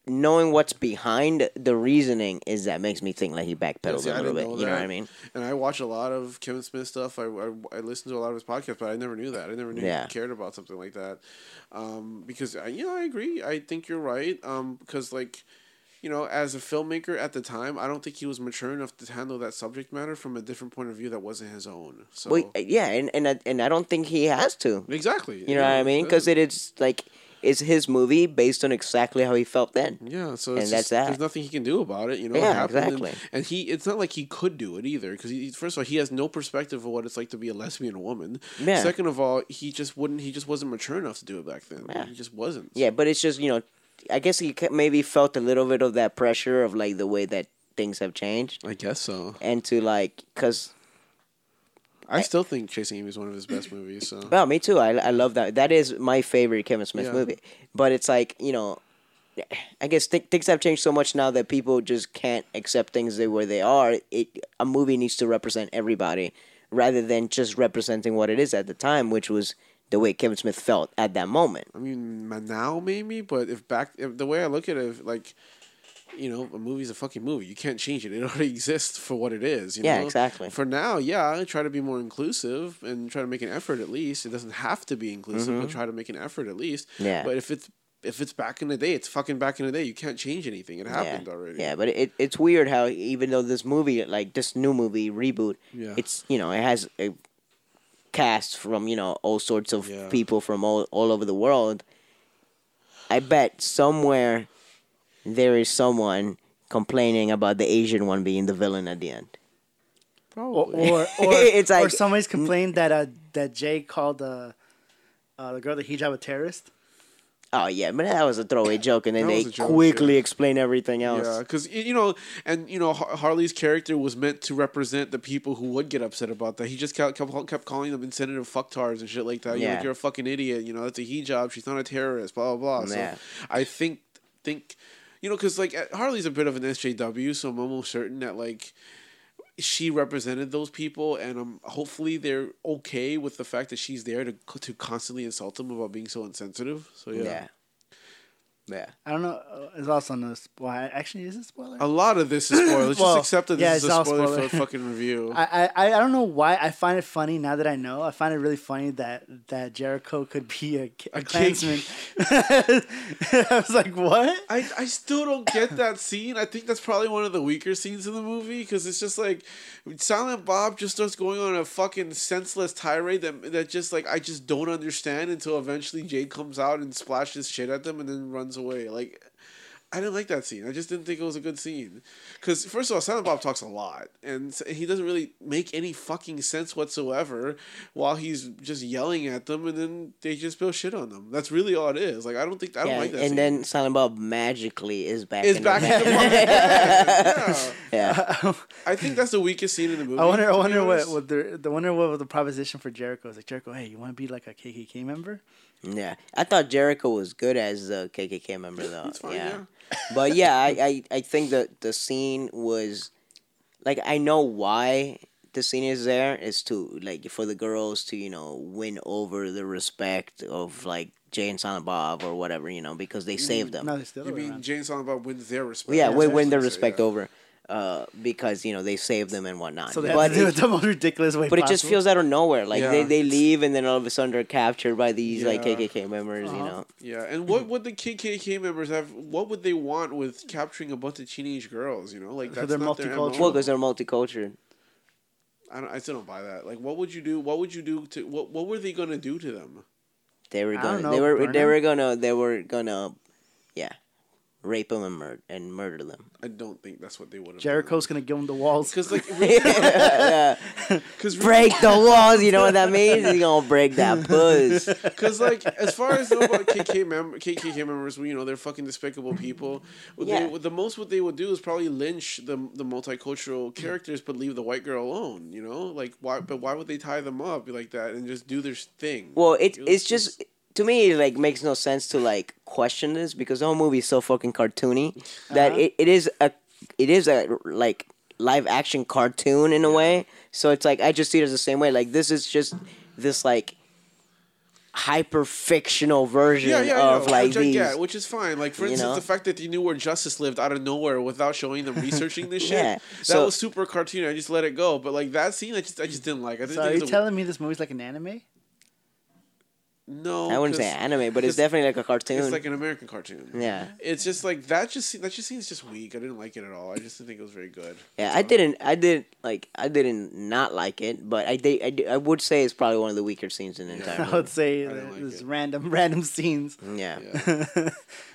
[SPEAKER 2] knowing what's behind the reasoning is that makes me think like he backpedaled
[SPEAKER 3] See,
[SPEAKER 2] a little bit.
[SPEAKER 3] didn't
[SPEAKER 2] you know what
[SPEAKER 3] that.
[SPEAKER 2] I mean?
[SPEAKER 3] And I watch a lot of Kevin Smith stuff. I, I, I listen to a lot of his podcasts, but I never knew that. I never knew
[SPEAKER 2] Yeah.
[SPEAKER 3] he cared about something like that. Um, because I, yeah, I agree. I think you're right. Um, because like, you know, as a filmmaker at the time, I don't think he was mature enough to handle that subject matter from a different point of view that wasn't his own. So
[SPEAKER 2] Well, yeah, and and I, and I don't think he has to.
[SPEAKER 3] exactly,
[SPEAKER 2] You know what I mean? Because
[SPEAKER 3] that's-
[SPEAKER 2] it is like it's his movie based on exactly how he felt then.
[SPEAKER 3] Yeah, so
[SPEAKER 2] And that's
[SPEAKER 3] it's just-
[SPEAKER 2] that.
[SPEAKER 3] There's nothing he can do about it. You know,
[SPEAKER 2] Yeah,
[SPEAKER 3] it happened, and-
[SPEAKER 2] exactly.
[SPEAKER 3] And, he, it's not like he could do it either, because he, first of all, he has no perspective of what it's like to be a lesbian woman.
[SPEAKER 2] Yeah.
[SPEAKER 3] Second of all, he just wouldn't. He just wasn't mature enough to do it back then.
[SPEAKER 2] Yeah.
[SPEAKER 3] He just wasn't.
[SPEAKER 2] Yeah, but it's just you know, I guess he ca- maybe felt a little bit of that pressure of like the way that things have changed
[SPEAKER 3] I guess so.
[SPEAKER 2] and to like because
[SPEAKER 3] I still think Chasing Amy is one of his best movies. So
[SPEAKER 2] Well, me too. I, I love that. That is my favorite Kevin Smith
[SPEAKER 3] Yeah.
[SPEAKER 2] movie. But it's like, you know, I guess th- things have changed so much now that people just can't accept things the way they are. It A movie needs to represent everybody rather than just representing what it is at the time, which was the way Kevin Smith felt at that moment.
[SPEAKER 3] I mean, ma- now maybe, but if back if the way I look at it, if, like. You know, a movie's a fucking movie. You can't change it. It already exists for what it is. You
[SPEAKER 2] Yeah,
[SPEAKER 3] know?
[SPEAKER 2] exactly.
[SPEAKER 3] For now, yeah, try to be more inclusive and try to make an effort at least. It doesn't have to be inclusive, but try to make an effort at least.
[SPEAKER 2] Mm-hmm. Yeah.
[SPEAKER 3] But if it's if it's back in the day, it's fucking back in the day. You can't change anything. It happened
[SPEAKER 2] yeah.
[SPEAKER 3] already.
[SPEAKER 2] Yeah, but it, it's weird how even though this movie, like this new movie reboot,
[SPEAKER 3] Yeah.
[SPEAKER 2] it's you know it has a cast from you know all sorts of
[SPEAKER 3] Yeah.
[SPEAKER 2] people from all all over the world. I bet somewhere there is someone complaining about the Asian one being the villain at the end.
[SPEAKER 5] Or
[SPEAKER 3] Probably.
[SPEAKER 5] or, or,
[SPEAKER 2] It's
[SPEAKER 5] or
[SPEAKER 2] like-
[SPEAKER 5] somebody's complained that uh, that Jay called uh, uh, the girl the hijab a terrorist.
[SPEAKER 2] Oh yeah, but that was a throwaway joke, and then
[SPEAKER 3] That
[SPEAKER 2] they
[SPEAKER 3] was a joke,
[SPEAKER 2] quickly
[SPEAKER 3] yeah.
[SPEAKER 2] explain everything else.
[SPEAKER 3] Yeah, because you know, and you know, Har- Harley's character was meant to represent the people who would get upset about that. He just kept kept, kept calling them insensitive fucktards and shit like that. You're,
[SPEAKER 2] Yeah.
[SPEAKER 3] like, you're a fucking idiot. You know, that's a hijab. She's not a terrorist. Blah blah blah. So
[SPEAKER 2] Yeah.
[SPEAKER 3] I think think, you know, because like Harley's a bit of an SJW, so I'm almost certain that like she represented those people, and um, hopefully they're okay with the fact that she's there to to constantly insult them about being so insensitive. So yeah.
[SPEAKER 2] yeah, yeah.
[SPEAKER 5] I don't know. uh, It's also on this. Why actually is it a spoiler?
[SPEAKER 3] A lot of this is spoilers.
[SPEAKER 5] Well,
[SPEAKER 3] just accept that this
[SPEAKER 5] yeah,
[SPEAKER 3] is
[SPEAKER 5] it's
[SPEAKER 3] a
[SPEAKER 5] all
[SPEAKER 3] spoiler,
[SPEAKER 5] spoiler.
[SPEAKER 3] for a fucking review.
[SPEAKER 5] I, I, I don't know why I find it funny now that I know. I find it really funny that, that Jericho could be a, K-
[SPEAKER 3] A
[SPEAKER 5] Klansman. I was like, what?
[SPEAKER 3] I, I still don't get that scene. I think that's probably one of the weaker scenes in the movie because it's just like Silent Bob just starts going on a fucking senseless tirade that that just like I just don't understand until eventually Jade comes out and splashes shit at them and then runs away. Like I didn't like that scene. I just didn't think it was a good scene. Because, first of all, Silent Bob talks a lot, and s- he doesn't really make any fucking sense whatsoever while he's just yelling at them, and then they just spill shit on them. That's really all it is. Like, I don't think, I don't
[SPEAKER 2] yeah,
[SPEAKER 3] like that
[SPEAKER 2] and
[SPEAKER 3] scene.
[SPEAKER 2] then Silent Bob magically is back.
[SPEAKER 3] It's
[SPEAKER 2] in
[SPEAKER 3] back
[SPEAKER 2] the
[SPEAKER 3] in the
[SPEAKER 2] ma-
[SPEAKER 3] park. Yeah.
[SPEAKER 2] yeah,
[SPEAKER 3] I think that's the weakest scene in the movie.
[SPEAKER 5] I wonder. I
[SPEAKER 3] to be
[SPEAKER 5] wonder what,
[SPEAKER 3] honest.
[SPEAKER 5] what the, the wonder what the proposition for Jericho is like. Jericho, hey, you want to be like a KKK member?
[SPEAKER 2] yeah. I thought Jericho was good as a KKK member though.
[SPEAKER 3] It's fine,
[SPEAKER 2] but yeah, I, I I think that the scene was, like, I know why the scene is there is to like for the girls to you know win over the respect of like Jay and Silent Bob or whatever you know because they saved them.
[SPEAKER 5] Mm, No, they still.
[SPEAKER 3] You mean Jane Silent Bob wins their respect?
[SPEAKER 2] yeah, win, win their
[SPEAKER 3] So,
[SPEAKER 2] respect
[SPEAKER 3] yeah.
[SPEAKER 2] over, uh, because you know they saved them and whatnot.
[SPEAKER 5] So they have
[SPEAKER 2] but
[SPEAKER 5] to do
[SPEAKER 2] it-
[SPEAKER 5] it the most ridiculous way.
[SPEAKER 2] But it just
[SPEAKER 5] possible.
[SPEAKER 2] feels out of nowhere. Like they,
[SPEAKER 3] Yeah.
[SPEAKER 2] they leave and then all of a sudden they're captured by these like
[SPEAKER 3] Yeah.
[SPEAKER 2] KKK members,
[SPEAKER 5] Uh-huh.
[SPEAKER 2] you know.
[SPEAKER 3] Yeah, and what would the KKK members have? What would they want with capturing a bunch of teenage girls? You know, like
[SPEAKER 5] So
[SPEAKER 3] that's
[SPEAKER 5] they're
[SPEAKER 3] not their MO.
[SPEAKER 5] multicultural.
[SPEAKER 2] Well, because they're multicultural.
[SPEAKER 3] I, don't, I still don't buy that. Like, what would you do? What would you do to what? What were they gonna do to them?
[SPEAKER 2] They were
[SPEAKER 5] I
[SPEAKER 2] gonna.
[SPEAKER 5] don't
[SPEAKER 2] they
[SPEAKER 5] know,
[SPEAKER 2] were.
[SPEAKER 5] burn
[SPEAKER 2] They
[SPEAKER 5] 'em?
[SPEAKER 2] were gonna. They were gonna. Yeah, rape them and murder and murder them.
[SPEAKER 3] I don't think that's what they would have.
[SPEAKER 5] Jericho's gonna give him the walls.
[SPEAKER 3] because like because
[SPEAKER 2] Break the walls. You know what that means? He's gonna break that puss.
[SPEAKER 3] Because like, as far as the KK mem- KKK members, you know, they're fucking despicable people. What
[SPEAKER 2] Yeah.
[SPEAKER 3] they, what the most what they would do is probably lynch the the multicultural characters, but leave the white girl alone. You know, like why? But why would they tie them up like that and just do their thing?
[SPEAKER 2] Well, it,
[SPEAKER 3] It was
[SPEAKER 2] it's just to me it like makes no sense to like question this because the whole movie is so fucking cartoony that
[SPEAKER 3] Uh-huh.
[SPEAKER 2] it, it is a it is a like live action cartoon in a way. So it's like I just see it as the same way. Like this is just this like hyper fictional version
[SPEAKER 3] yeah, yeah,
[SPEAKER 2] of
[SPEAKER 3] yeah,
[SPEAKER 2] like
[SPEAKER 3] which
[SPEAKER 2] these.
[SPEAKER 3] I get, which is fine. Like for
[SPEAKER 2] you
[SPEAKER 3] instance,
[SPEAKER 2] know?
[SPEAKER 3] the fact that they knew where Justice lived out of nowhere without showing them researching this shit,
[SPEAKER 2] Yeah,
[SPEAKER 3] that
[SPEAKER 2] so-
[SPEAKER 3] was super cartoony. I just let it go. But like that scene, I just I just didn't like. I didn't
[SPEAKER 5] So are
[SPEAKER 3] think
[SPEAKER 5] you
[SPEAKER 3] it was a-
[SPEAKER 5] telling me this movie's like an anime?
[SPEAKER 3] no,
[SPEAKER 2] I wouldn't say
[SPEAKER 3] 'cause
[SPEAKER 2] anime, but it's
[SPEAKER 3] because
[SPEAKER 2] definitely like a cartoon.
[SPEAKER 3] It's like an American cartoon.
[SPEAKER 2] yeah,
[SPEAKER 3] It's just like that. Just se- that just seems just weak. I didn't like it at all. I just didn't think it was very good.
[SPEAKER 2] yeah. I didn't, I didn't like, I didn't not like it, but I did, I, did- I would say it's probably one of the weaker scenes in the entire
[SPEAKER 5] I would say
[SPEAKER 3] I don't like
[SPEAKER 5] this
[SPEAKER 3] it.
[SPEAKER 5] random, random scenes,
[SPEAKER 2] movie. Yeah.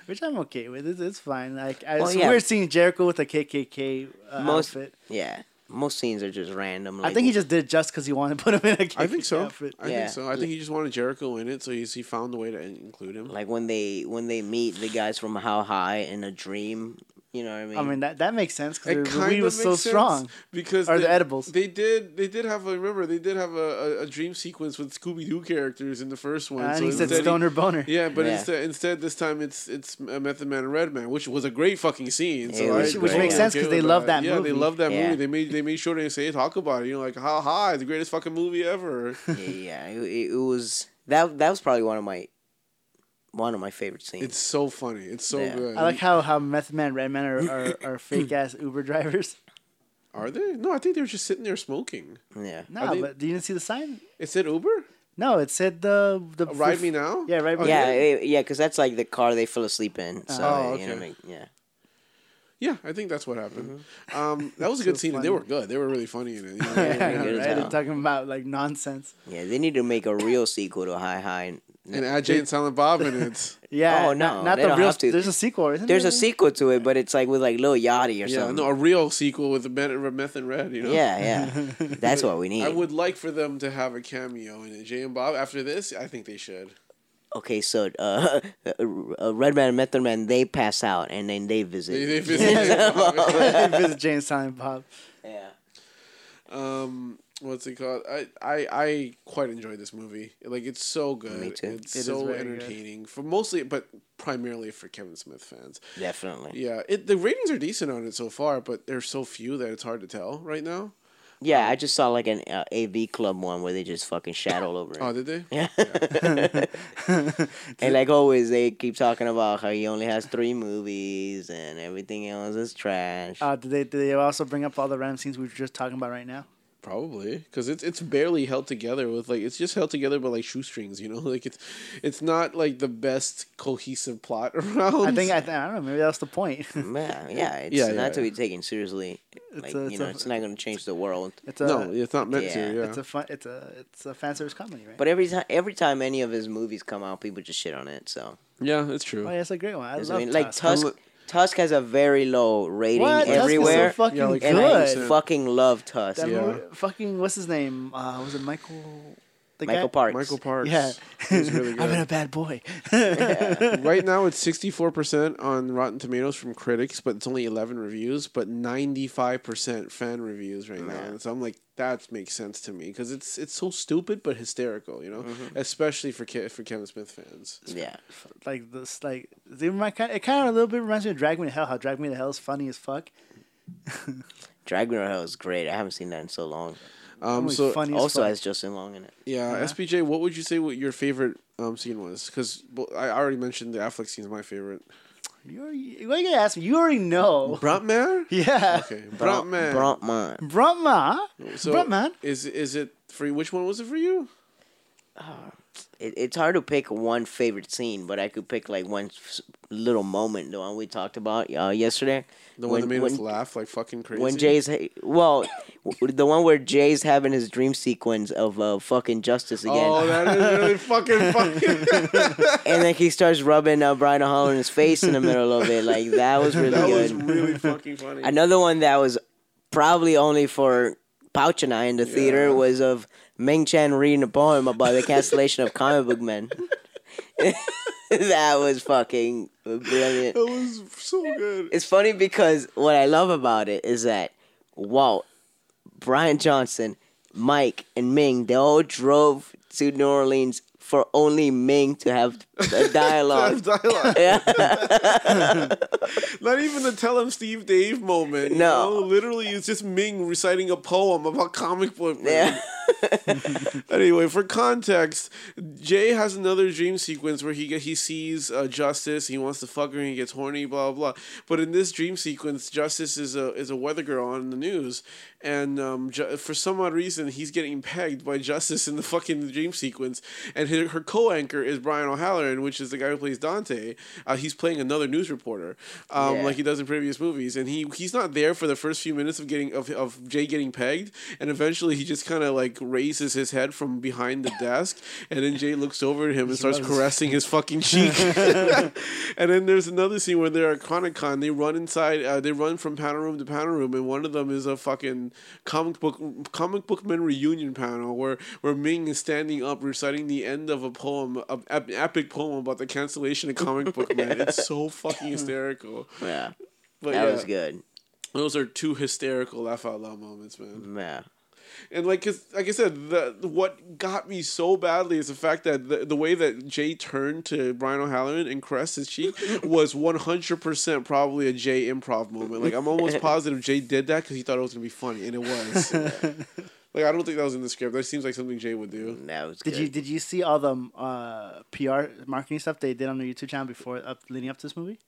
[SPEAKER 5] which I'm okay with. It's, it's fine. Like I,
[SPEAKER 2] Well,
[SPEAKER 5] it's
[SPEAKER 2] yeah.
[SPEAKER 5] weird seeing Jericho with a KKK uh,
[SPEAKER 2] Most-
[SPEAKER 5] outfit.
[SPEAKER 2] Yeah, most scenes are just random. Like,
[SPEAKER 5] I think he just did it just because he wanted to put him in a KKK
[SPEAKER 3] I think so.
[SPEAKER 5] outfit.
[SPEAKER 3] I
[SPEAKER 2] Yeah.
[SPEAKER 3] think so. I think he just wanted Jericho in it, so he's, he found a way to in- include him.
[SPEAKER 2] like when they when they meet the guys from How High in a dream. You know what I mean?
[SPEAKER 5] I mean that that makes sense
[SPEAKER 3] It
[SPEAKER 5] because the
[SPEAKER 3] kind
[SPEAKER 5] movie
[SPEAKER 3] of
[SPEAKER 5] was so
[SPEAKER 3] makes sense
[SPEAKER 5] strong.
[SPEAKER 3] because
[SPEAKER 5] Or
[SPEAKER 3] they,
[SPEAKER 5] the edibles.
[SPEAKER 3] They did. They did have. a Remember, they did have a, a, a dream sequence with Scooby Doo characters in the first one.
[SPEAKER 5] And
[SPEAKER 3] so
[SPEAKER 5] Ah, he said
[SPEAKER 3] instead
[SPEAKER 5] stoner boner.
[SPEAKER 3] Yeah, but
[SPEAKER 2] Yeah.
[SPEAKER 3] instead, instead this time it's it's uh, Method Man and Red Man, which was a great fucking scene. So
[SPEAKER 2] Yeah,
[SPEAKER 3] I-
[SPEAKER 2] which- which
[SPEAKER 3] I'm
[SPEAKER 2] makes
[SPEAKER 5] sense 'cause
[SPEAKER 3] with
[SPEAKER 5] they love that
[SPEAKER 3] yeah,
[SPEAKER 5] movie.
[SPEAKER 3] they love that
[SPEAKER 2] Yeah.
[SPEAKER 3] movie. They made they made sure to say talk about it. You know, like ha ha, the greatest fucking movie ever.
[SPEAKER 2] yeah, it, it was that that was probably one of my one of my favorite scenes.
[SPEAKER 3] It's so funny. It's so
[SPEAKER 2] Yeah.
[SPEAKER 3] good.
[SPEAKER 5] I like how how Method Man, Red Man are, are, are fake ass Uber drivers.
[SPEAKER 3] Are they? No, I think they were just sitting there smoking.
[SPEAKER 2] yeah,
[SPEAKER 5] No,
[SPEAKER 3] they-
[SPEAKER 5] but do you didn't see the sign?
[SPEAKER 3] It said Uber.
[SPEAKER 5] No, it said the the
[SPEAKER 3] Ride me now.
[SPEAKER 5] Yeah, ride me.
[SPEAKER 2] yeah, it- yeah, because that's like the car they fell asleep in. So
[SPEAKER 3] Oh,
[SPEAKER 2] you know, what I mean?
[SPEAKER 3] okay.
[SPEAKER 2] yeah.
[SPEAKER 3] Yeah, I think that's what happened. Um, that was a good scene, and they
[SPEAKER 5] Mm-hmm. funny.
[SPEAKER 3] were good. They were really funny in it. you know?
[SPEAKER 5] Yeah,
[SPEAKER 2] good as
[SPEAKER 5] right.
[SPEAKER 2] hell.
[SPEAKER 5] I'm talking about like nonsense.
[SPEAKER 2] Yeah, they need to make a real sequel to High High.
[SPEAKER 3] and add Jay and Silent Bob in it.
[SPEAKER 5] Yeah.
[SPEAKER 2] Oh,
[SPEAKER 5] not-
[SPEAKER 2] no,
[SPEAKER 5] not
[SPEAKER 2] they
[SPEAKER 5] the
[SPEAKER 2] don't
[SPEAKER 5] real.
[SPEAKER 2] have to.
[SPEAKER 5] There's a sequel, isn't
[SPEAKER 2] There's
[SPEAKER 5] there?
[SPEAKER 2] a sequel to it, but it's like with like Lil Yachty or
[SPEAKER 3] Yeah,
[SPEAKER 2] something.
[SPEAKER 3] no, a real sequel with Meth Meth and Red. You know.
[SPEAKER 2] yeah, yeah, that's what we need.
[SPEAKER 3] I would like for them to have a cameo in it. Jay and Bob. After this, I think they should.
[SPEAKER 2] Okay, so uh, uh, Red Man and Method Man they pass out and then they visit.
[SPEAKER 3] They, they visit Jay and Bob.
[SPEAKER 5] visit James Silent Bob.
[SPEAKER 2] yeah.
[SPEAKER 3] um, what's it called? I, I I quite enjoy this movie. Like it's so good.
[SPEAKER 2] Me too.
[SPEAKER 3] It's
[SPEAKER 5] It is
[SPEAKER 3] so
[SPEAKER 5] very good.
[SPEAKER 3] entertaining for mostly, but primarily for Kevin Smith fans.
[SPEAKER 2] Definitely.
[SPEAKER 3] Yeah, it the ratings are decent on it so far, but there's so few that it's hard to tell right now.
[SPEAKER 2] Yeah, I just saw like an uh, AV club one where they just fucking shat all over it.
[SPEAKER 3] Oh, did they?
[SPEAKER 2] yeah. and like always, they keep talking about how he only has three movies and everything else is trash.
[SPEAKER 5] Uh, did they did they also bring up all the random scenes we were just talking about right now?
[SPEAKER 3] Probably because it's it's barely held together with like it's just held together by like shoestrings, you know. Like it's it's not like the best cohesive plot around.
[SPEAKER 5] I think I, th- I don't know. Maybe that's the point.
[SPEAKER 2] yeah, yeah, it's
[SPEAKER 3] Yeah,
[SPEAKER 2] not
[SPEAKER 3] yeah,
[SPEAKER 2] to
[SPEAKER 3] yeah.
[SPEAKER 2] be taken seriously. Like
[SPEAKER 5] a-
[SPEAKER 2] you
[SPEAKER 5] it's
[SPEAKER 2] know,
[SPEAKER 5] a-
[SPEAKER 2] it's not going to change the world.
[SPEAKER 5] It's a
[SPEAKER 3] no, it's not meant
[SPEAKER 2] yeah,
[SPEAKER 3] to. Yeah,
[SPEAKER 5] it's a fun it's a it's a fan service comedy, right?
[SPEAKER 2] But every time, every time any of his movies come out, people just shit on it. So
[SPEAKER 3] yeah, it's true.
[SPEAKER 5] oh, yeah, it's a great one. I
[SPEAKER 2] That's
[SPEAKER 5] love
[SPEAKER 2] what I mean, like
[SPEAKER 5] Tusk.
[SPEAKER 2] Tusk.
[SPEAKER 3] Unle-
[SPEAKER 2] Tusk, Tusk has a very low rating
[SPEAKER 5] What? Tusk is so
[SPEAKER 2] everywhere,
[SPEAKER 5] fucking
[SPEAKER 3] Yeah, like
[SPEAKER 2] and I
[SPEAKER 5] good.
[SPEAKER 2] fucking love Tusk.
[SPEAKER 5] That
[SPEAKER 3] Yeah.
[SPEAKER 5] movie- fucking what's his name? Uh, was it Michael? The
[SPEAKER 2] Michael
[SPEAKER 5] guy?
[SPEAKER 2] Parks.
[SPEAKER 3] Michael Parks.
[SPEAKER 5] Yeah,
[SPEAKER 3] He's really
[SPEAKER 5] I've been a
[SPEAKER 3] good.
[SPEAKER 5] bad boy.
[SPEAKER 3] right now it's 64% on Rotten Tomatoes from critics, but it's only 11 reviews, but 95% fan reviews right now. And so I'm like that makes sense to me cuz it's it's so stupid but hysterical, you know,
[SPEAKER 2] Mm-hmm.
[SPEAKER 3] especially for Ke- for Kevin Smith fans.
[SPEAKER 2] Yeah,
[SPEAKER 5] like this, like they remind, kind- it kind of a little bit reminds me of Drag Me to Hell. How Drag Me to Hell is funny as fuck.
[SPEAKER 2] Drag Me to Hell is great. I haven't seen that in so long.
[SPEAKER 3] Um
[SPEAKER 5] Only
[SPEAKER 3] so
[SPEAKER 5] funny
[SPEAKER 2] also
[SPEAKER 5] as fuck.
[SPEAKER 2] has Justin Long in it.
[SPEAKER 3] yeah, SPJ, what would you say what your favorite um scene was? Cuz I already mentioned the Affleck scene's my favorite.
[SPEAKER 5] you already, why you gonna ask me? You already know.
[SPEAKER 3] Bruntman?
[SPEAKER 5] yeah,
[SPEAKER 3] Okay,
[SPEAKER 2] Bron-
[SPEAKER 3] Bruntman.
[SPEAKER 2] Bronfman.
[SPEAKER 5] Brahma.
[SPEAKER 3] so
[SPEAKER 5] Bruntman.
[SPEAKER 3] Is is it for you? Which one was it for you?
[SPEAKER 2] It, it's hard to pick one favorite scene, but I could pick like one s- little moment, the one we talked about uh, yesterday.
[SPEAKER 3] The one
[SPEAKER 2] When-
[SPEAKER 3] that made
[SPEAKER 2] when-
[SPEAKER 3] us laugh like fucking crazy.
[SPEAKER 2] When Jay's ha- well, w- the one where Jay's having his dream sequence of uh, fucking justice again,
[SPEAKER 3] Oh, that is really fucking fucking.
[SPEAKER 2] and then he starts rubbing uh, Brian O'Halloran in his face in the middle of it. Like that was really
[SPEAKER 3] That
[SPEAKER 2] good.
[SPEAKER 3] was really fucking funny.
[SPEAKER 2] Another one that was probably only for Pouch and I in the theater was of Meng Chen reading a poem about the cancellation of comic book men. that was fucking brilliant.
[SPEAKER 3] That was so good.
[SPEAKER 2] It's funny because what I love about it is that Walt, Brian Johnson, Mike, and Ming, they all drove to New Orleans for only Ming to have a dialogue.
[SPEAKER 3] Dialogue.
[SPEAKER 2] yeah.
[SPEAKER 3] Not even the tell him Steve Dave moment. you
[SPEAKER 2] No.
[SPEAKER 3] know? literally, it's just Ming reciting a poem about comic book.
[SPEAKER 2] yeah.
[SPEAKER 3] Anyway, for context, Jay has another dream sequence where he get, he sees uh, Justice. He wants to fuck her. and He gets horny. Blah blah. blah. But in this dream sequence, Justice is a is a weather girl on the news, and um, ju- for some odd reason, he's getting pegged by Justice in the fucking dream sequence. And her, her co-anchor is Brian O'Halloran, which is the guy who plays Dante. Uh, he's playing another news reporter, um,
[SPEAKER 2] Yeah.
[SPEAKER 3] like he does in previous movies. And he he's not there for the first few minutes of getting of, of Jay getting pegged, and eventually he just kind of like raises his head from behind the desk, and then Jay looks over at him and starts caressing his fucking cheek. and then there's another scene where they're at Comic Con. They run inside. Uh, they run from panel room to panel room, and one of them is a fucking comic book comic book men reunion panel where where Ming is standing up reciting the end of a poem, of ep- epic poem about the cancellation of comic book men. It's so fucking hysterical.
[SPEAKER 2] Yeah.
[SPEAKER 3] But
[SPEAKER 2] That
[SPEAKER 3] yeah,
[SPEAKER 2] was good.
[SPEAKER 3] Those are two hysterical laugh out loud moments, man.
[SPEAKER 2] Yeah.
[SPEAKER 3] And like, 'cause- like I said, the what got me so badly is the fact that the, the way that Jay turned to Brian O'Halloran and caressed his cheek was one hundred percent probably a Jay improv moment. Like I'm almost positive Jay did that because he thought it was gonna be funny, and it was. like I don't think that was in the script. That seems like something Jay would do.
[SPEAKER 2] That was
[SPEAKER 5] Did
[SPEAKER 2] good.
[SPEAKER 5] you did you see all the uh, PR marketing stuff they did on their YouTube channel before up leading up to this movie?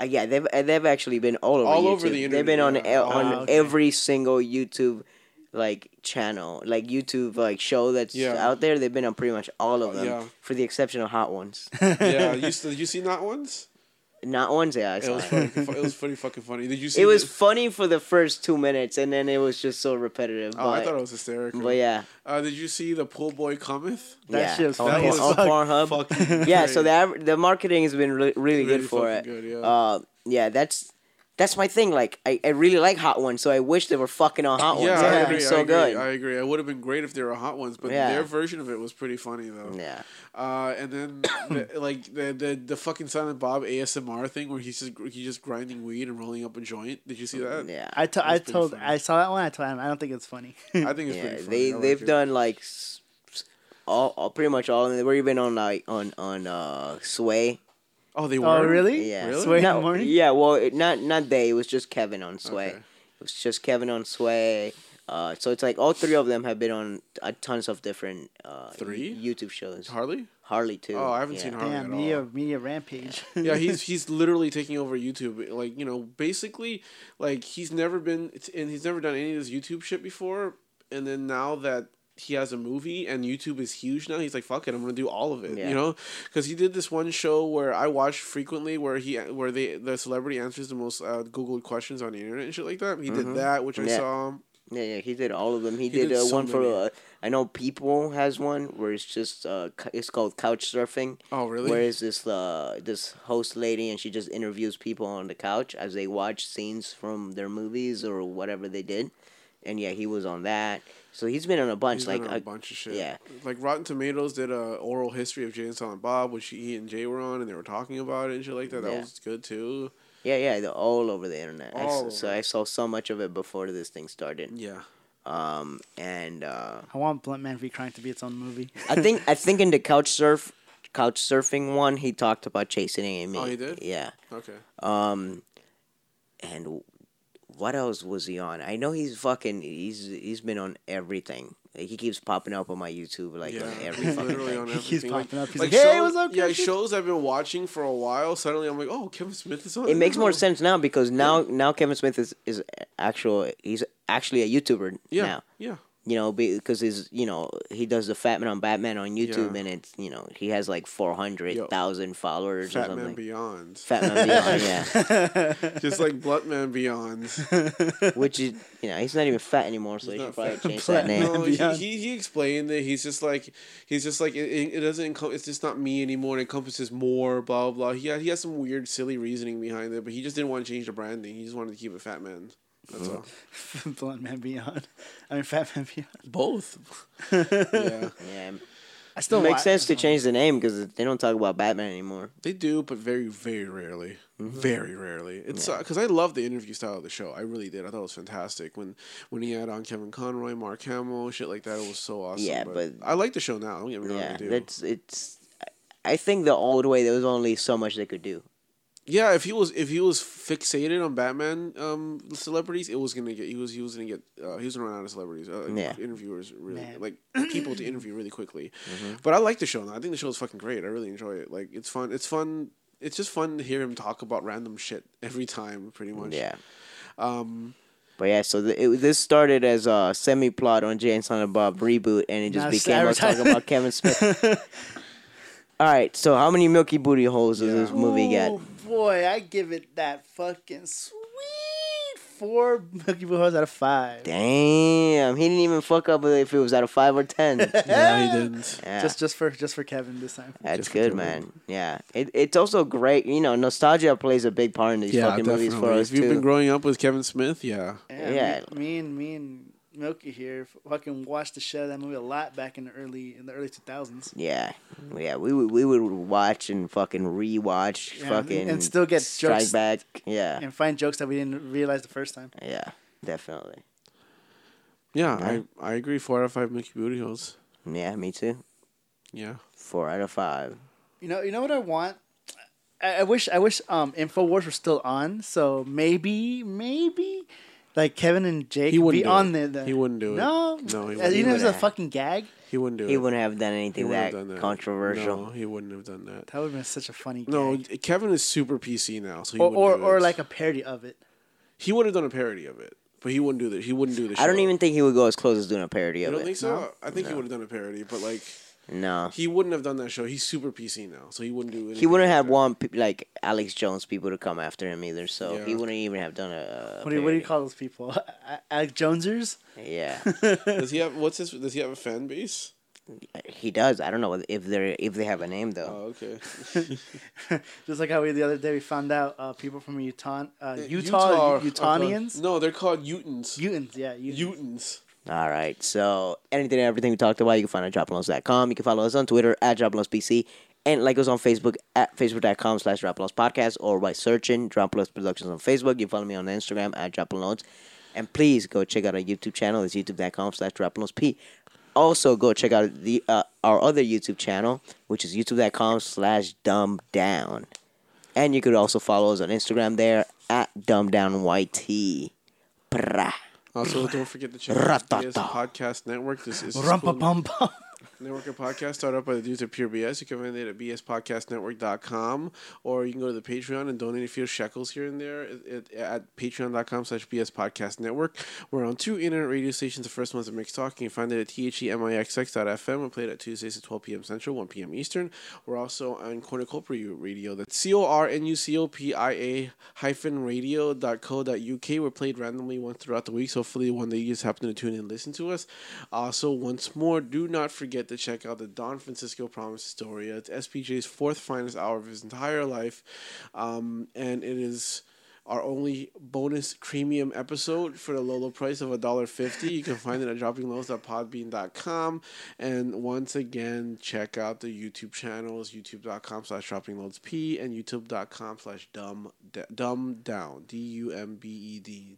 [SPEAKER 2] Uh, yeah, they've uh, they've actually been all over.
[SPEAKER 3] All
[SPEAKER 2] YouTube.
[SPEAKER 3] over the internet,
[SPEAKER 2] They've been on
[SPEAKER 3] yeah. Oh,
[SPEAKER 2] e- on
[SPEAKER 5] Wow, okay.
[SPEAKER 2] every single YouTube like channel, like YouTube like show that's
[SPEAKER 3] Yeah.
[SPEAKER 2] out there. They've been on pretty much all of them,
[SPEAKER 3] yeah.
[SPEAKER 2] for the exception of hot ones.
[SPEAKER 3] Yeah, you s- you seen that ones?
[SPEAKER 2] Not ones, yeah. I
[SPEAKER 3] It
[SPEAKER 2] saw
[SPEAKER 3] was
[SPEAKER 2] it.
[SPEAKER 3] funny. It was pretty fucking funny. Did you see?
[SPEAKER 2] It was
[SPEAKER 3] the-
[SPEAKER 2] funny for the first two minutes, and then it was just so repetitive.
[SPEAKER 3] Oh,
[SPEAKER 2] but,
[SPEAKER 3] I thought it was hysterical.
[SPEAKER 2] but yeah,
[SPEAKER 3] Uh, did you see the pool boy cometh?
[SPEAKER 5] That
[SPEAKER 2] yeah.
[SPEAKER 5] shit was
[SPEAKER 2] on,
[SPEAKER 5] funny
[SPEAKER 2] Por-
[SPEAKER 5] as
[SPEAKER 2] on
[SPEAKER 5] fuck.
[SPEAKER 2] Pornhub.
[SPEAKER 3] Fucking
[SPEAKER 2] yeah, so
[SPEAKER 3] great.
[SPEAKER 2] the aver- the marketing has been re- really,
[SPEAKER 3] Really
[SPEAKER 2] good for it.
[SPEAKER 3] fucking good, yeah.
[SPEAKER 2] Uh, yeah, that's that's my thing. Like, I, I really like Hot Ones, so I wish they were fucking on Hot
[SPEAKER 3] Yeah,
[SPEAKER 2] Ones. That
[SPEAKER 3] I
[SPEAKER 2] would've
[SPEAKER 3] agree.
[SPEAKER 2] been
[SPEAKER 3] I
[SPEAKER 2] so
[SPEAKER 3] agree.
[SPEAKER 2] good.
[SPEAKER 3] I agree. It would have been great if there were hot ones, but
[SPEAKER 2] Yeah.
[SPEAKER 3] their version of it was pretty funny though.
[SPEAKER 2] yeah,
[SPEAKER 3] Uh, and then the, like the, the the fucking Silent Bob ASMR thing where he's just he's just grinding weed and rolling up a joint. Did you see that?
[SPEAKER 2] yeah.
[SPEAKER 5] I to- I
[SPEAKER 3] That's pretty
[SPEAKER 5] told
[SPEAKER 3] funny.
[SPEAKER 5] I saw that one. I told him I don't think it's funny.
[SPEAKER 3] I think it's
[SPEAKER 2] yeah,
[SPEAKER 3] pretty funny.
[SPEAKER 2] they
[SPEAKER 3] I like
[SPEAKER 2] they've
[SPEAKER 3] it.
[SPEAKER 2] done like s- s- all, all pretty much all, and they were even on like on on uh Sway.
[SPEAKER 3] Oh, they were.
[SPEAKER 5] oh really?
[SPEAKER 2] Yeah,
[SPEAKER 3] Really?
[SPEAKER 5] Sway in
[SPEAKER 2] no,
[SPEAKER 5] the morning.
[SPEAKER 2] yeah. Well, it, not not they. It was just Kevin on Sway.
[SPEAKER 3] Okay.
[SPEAKER 2] It was just Kevin on Sway. Uh, so it's like all three of them have been on uh, tons of different uh,
[SPEAKER 3] Three?
[SPEAKER 2] YouTube shows.
[SPEAKER 3] Harley?
[SPEAKER 2] Harley too.
[SPEAKER 3] Oh, I haven't seen
[SPEAKER 2] yeah.
[SPEAKER 3] Harley
[SPEAKER 5] Damn
[SPEAKER 3] at all.
[SPEAKER 5] media media rampage.
[SPEAKER 3] yeah, he's he's literally taking over YouTube. Like you know, basically, like he's never been it's- and he's never done any of this YouTube shit before. And then now that he has a movie and YouTube is huge now, he's like, "Fuck it, I'm gonna do all of it."
[SPEAKER 2] Yeah.
[SPEAKER 3] You know, because he did this one show where I watched frequently, where he where they the celebrity answers the most uh, googled questions on the internet and shit like that. He did that, which I
[SPEAKER 2] Mm-hmm. Yeah.
[SPEAKER 3] saw.
[SPEAKER 2] Yeah, yeah, he did all of them. He,
[SPEAKER 3] He
[SPEAKER 2] did,
[SPEAKER 3] did
[SPEAKER 2] uh,
[SPEAKER 3] so
[SPEAKER 2] one for
[SPEAKER 3] many.
[SPEAKER 2] uh, I know people has one where it's just uh cou- it's called couch surfing.
[SPEAKER 3] Oh, really?
[SPEAKER 2] Where is this uh this host lady and she just interviews people on the couch as they watch scenes from their movies or whatever they did, and yeah, he was on that. So he's been on a bunch,
[SPEAKER 3] He's
[SPEAKER 2] like
[SPEAKER 3] like a
[SPEAKER 2] uh,
[SPEAKER 3] bunch of shit.
[SPEAKER 2] yeah.
[SPEAKER 3] Like Rotten Tomatoes did a oral history of Jay and Silent Bob, which he and Jay were on, and they were talking about it and shit like that. That
[SPEAKER 2] Yeah.
[SPEAKER 3] was good too.
[SPEAKER 2] yeah, yeah, they're all over the internet. I s-
[SPEAKER 3] All
[SPEAKER 2] so
[SPEAKER 3] over. Mm.
[SPEAKER 2] I saw so much of it before this thing started.
[SPEAKER 3] Yeah.
[SPEAKER 2] Um, and uh,
[SPEAKER 5] I want Blunt Man v Crime to be its own movie.
[SPEAKER 2] I think I think in the couch surf, couch surfing one, he talked about chasing Amy.
[SPEAKER 3] Oh, he did?
[SPEAKER 2] Yeah.
[SPEAKER 3] Okay.
[SPEAKER 2] Um, and what else was he on? I know he's fucking. He's he's been on everything. Like, he keeps popping up on my YouTube like on every
[SPEAKER 3] he's
[SPEAKER 2] fucking
[SPEAKER 3] literally
[SPEAKER 2] thing.
[SPEAKER 3] on
[SPEAKER 5] He keeps
[SPEAKER 3] everything.
[SPEAKER 5] popping up. He's like, "Hey, what's up,
[SPEAKER 3] Yeah,
[SPEAKER 5] Kevin?"
[SPEAKER 3] shows I've been watching for a while. Suddenly, I'm like, oh, Kevin Smith is on.
[SPEAKER 2] It makes more
[SPEAKER 3] now.
[SPEAKER 2] sense now because now now Kevin Smith is is actual. He's actually a YouTuber
[SPEAKER 3] Yeah,
[SPEAKER 2] now.
[SPEAKER 3] yeah.
[SPEAKER 2] You know, because his you know he does the Fat Man on Batman on YouTube,
[SPEAKER 3] Yeah.
[SPEAKER 2] and it's you know he has like four hundred thousand followers or
[SPEAKER 3] Fat
[SPEAKER 2] something.
[SPEAKER 3] Man Beyond,
[SPEAKER 2] Fat Man Beyond, yeah.
[SPEAKER 3] just like Blunt Man Beyond.
[SPEAKER 2] Which is you know he's not even fat anymore, so he should
[SPEAKER 3] not
[SPEAKER 2] probably
[SPEAKER 3] fat.
[SPEAKER 2] change that name.
[SPEAKER 3] No, he,
[SPEAKER 5] Beyond.
[SPEAKER 3] he he explained that he's just like he's just like it, it it doesn't encom- it's just not me anymore. It encompasses more, blah blah. He had, he has some weird, silly reasoning behind it, but he just didn't want to change the branding. He just wanted to keep it Fat Man. That's
[SPEAKER 2] Uh-huh.
[SPEAKER 3] all.
[SPEAKER 5] Blunt Man Beyond. I mean, Fat Man Beyond.
[SPEAKER 3] Both. yeah,
[SPEAKER 2] Yeah,
[SPEAKER 5] I still
[SPEAKER 2] it makes
[SPEAKER 5] wa-
[SPEAKER 2] sense to change the name because they don't talk about Batman anymore.
[SPEAKER 3] they do, but very very rarely.
[SPEAKER 2] Mm-hmm.
[SPEAKER 3] Very rarely. It's because I love the interview style of the show. I really did. I thought it was fantastic when when he had on Kevin Conroy, Mark Hamill, shit like that. It was so awesome.
[SPEAKER 2] Yeah, but-
[SPEAKER 3] I like the show now. Don't get me wrong. I
[SPEAKER 2] yeah,
[SPEAKER 3] do.
[SPEAKER 2] that's it's. I think the old way there was only so much they could do.
[SPEAKER 3] Yeah, if he was if he was fixated on Batman um celebrities, it was gonna get he was he was gonna get uh, he was gonna run out of celebrities. Uh, like,
[SPEAKER 2] Yeah.
[SPEAKER 3] interviewers really
[SPEAKER 5] Man.
[SPEAKER 3] like people to interview really quickly.
[SPEAKER 2] Mm-hmm.
[SPEAKER 3] But I like the show now. I think the show is fucking great. I really enjoy it. Like it's fun. It's fun. It's just fun to hear him talk about random shit every time, pretty much.
[SPEAKER 2] Yeah,
[SPEAKER 3] Um.
[SPEAKER 2] but yeah, so the, it, this started as a semi plot on Jay and Silent Bob reboot, and it just
[SPEAKER 5] Now it's
[SPEAKER 2] became us talking
[SPEAKER 5] advertising.
[SPEAKER 2] about Kevin Smith. All right, so how many Milky Booty holes does this movie get?
[SPEAKER 5] Oh boy, I give it that fucking sweet four Milky Blue Holes out of five.
[SPEAKER 2] Damn, he didn't even fuck up if it was out of five or ten.
[SPEAKER 3] Yeah, he didn't.
[SPEAKER 2] Yeah. Uh,
[SPEAKER 5] Just just for just for Kevin this time.
[SPEAKER 2] That's
[SPEAKER 3] Just
[SPEAKER 2] good,
[SPEAKER 3] enjoy
[SPEAKER 2] man. Yeah, it, it's also great. You know, nostalgia plays a big part in these
[SPEAKER 3] Yeah,
[SPEAKER 2] fucking
[SPEAKER 3] definitely.
[SPEAKER 2] movies for us
[SPEAKER 3] if you've
[SPEAKER 2] too.
[SPEAKER 3] been growing up with Kevin Smith, yeah.
[SPEAKER 2] Yeah.
[SPEAKER 5] Me, me and me and Milky here fucking watched the shit out of that movie a lot back in the early in the early two thousands.
[SPEAKER 2] yeah, yeah, we would we would watch and fucking rewatch,
[SPEAKER 5] Yeah,
[SPEAKER 2] fucking
[SPEAKER 5] and still get
[SPEAKER 2] strike
[SPEAKER 5] jokes.
[SPEAKER 2] back. Yeah,
[SPEAKER 5] And find jokes that we didn't realize the first time.
[SPEAKER 2] yeah, definitely.
[SPEAKER 3] Yeah,
[SPEAKER 2] Yeah.
[SPEAKER 3] I I agree. Four out of five Mickey Booty holes.
[SPEAKER 2] Yeah, me too.
[SPEAKER 3] Yeah.
[SPEAKER 2] Four out of five.
[SPEAKER 5] You know, you know what I want. I, I wish, I wish, um, Infowars were still on. So maybe, maybe, like Kevin and Jake
[SPEAKER 3] He
[SPEAKER 5] would
[SPEAKER 3] wouldn't
[SPEAKER 5] be
[SPEAKER 3] do
[SPEAKER 5] on
[SPEAKER 3] it.
[SPEAKER 5] there. Then.
[SPEAKER 3] He wouldn't do it.
[SPEAKER 5] No, Uh,
[SPEAKER 3] No, he
[SPEAKER 5] he
[SPEAKER 3] wouldn't.
[SPEAKER 5] even
[SPEAKER 2] He
[SPEAKER 5] if it's a
[SPEAKER 2] wouldn't.
[SPEAKER 5] fucking gag,
[SPEAKER 3] He wouldn't do it.
[SPEAKER 2] He wouldn't have done anything
[SPEAKER 3] wouldn't have
[SPEAKER 2] that,
[SPEAKER 3] done that.
[SPEAKER 2] controversial.
[SPEAKER 3] No, he wouldn't have done that.
[SPEAKER 5] that would have been such a funny.
[SPEAKER 3] No,
[SPEAKER 5] gag.
[SPEAKER 3] Kevin is super PC now, so he
[SPEAKER 5] or
[SPEAKER 3] wouldn't
[SPEAKER 5] or,
[SPEAKER 3] do
[SPEAKER 5] or
[SPEAKER 3] it.
[SPEAKER 5] like a parody of it.
[SPEAKER 3] he would have done a parody of it, but he wouldn't do this. He wouldn't do this.
[SPEAKER 2] I don't even think he would go as close as doing a parody
[SPEAKER 3] You
[SPEAKER 2] of
[SPEAKER 3] don't
[SPEAKER 2] it.
[SPEAKER 3] think so? I think he would have done a parody, but like
[SPEAKER 2] No,
[SPEAKER 3] he wouldn't have done that show. He's super PC now, so he wouldn't do it.
[SPEAKER 2] he wouldn't have want pe- like Alex Jones people to come after him either. So he
[SPEAKER 3] Yeah.
[SPEAKER 2] wouldn't even have done a. a
[SPEAKER 5] What do you, what do you
[SPEAKER 2] parody.
[SPEAKER 5] call those people? Alec Jonesers?
[SPEAKER 2] Yeah.
[SPEAKER 3] Does he have what's his? Does he have a fan base?
[SPEAKER 2] He does. I don't know if they're if they have a name though.
[SPEAKER 3] Oh, okay.
[SPEAKER 5] Just like how we the other day we found out uh, people from Utah, uh,
[SPEAKER 3] are
[SPEAKER 5] Utah,
[SPEAKER 3] called-
[SPEAKER 5] Utahnians,
[SPEAKER 3] No, they're called Utans.
[SPEAKER 5] Utahns, yeah, Utahns.
[SPEAKER 3] Utans.
[SPEAKER 2] All right. So anything and everything we talked about, you can find it at droploans.com. You can follow us on Twitter at droploanspc and like us on Facebook at facebook.com slash droploans podcast or by searching droploans productions on Facebook. You can follow me on Instagram at droploans. And please go check out our YouTube channel. It's youtube.com slash droploansp. Also, go check out the uh, our other YouTube channel, which is youtube.com slash dumb down. And you could also follow us on Instagram there at dumbdownYT. Brah.
[SPEAKER 3] Also, don't forget to check out the
[SPEAKER 2] Ratata.
[SPEAKER 3] podcast network. This is
[SPEAKER 5] Rumpa bum bum.
[SPEAKER 3] Network and podcast started up by the dudes at Pure BS. You can find it at bspodcastnetwork.com or you can go to the Patreon and donate a few shekels here and there at, at, at patreon.com slash bspodcastnetwork. We're on two internet radio stations. The first one's at Mix Talk. You can find it at E themixx.fm and play it at Tuesdays at 12 p.m. Central, 1 p.m. Eastern. We're also on Cornucopia Radio. That's C-O-R-N-U-C-O-P-I-A hyphen radio.co.uk. We're played randomly once throughout the week. So hopefully one day you just happen to tune in and listen to us. Also, Uh, once more, do not forget to check out the Don Francisco Promise Story. It's SPJ's fourth finest hour of his entire life. Um, and it is our only bonus premium episode for the low low price of $1.50. You can find it at droppingloads.podbean.com. And once again, check out the YouTube channels, youtube.com slash droppingloadsp and youtube.com slash dumb dumb down. E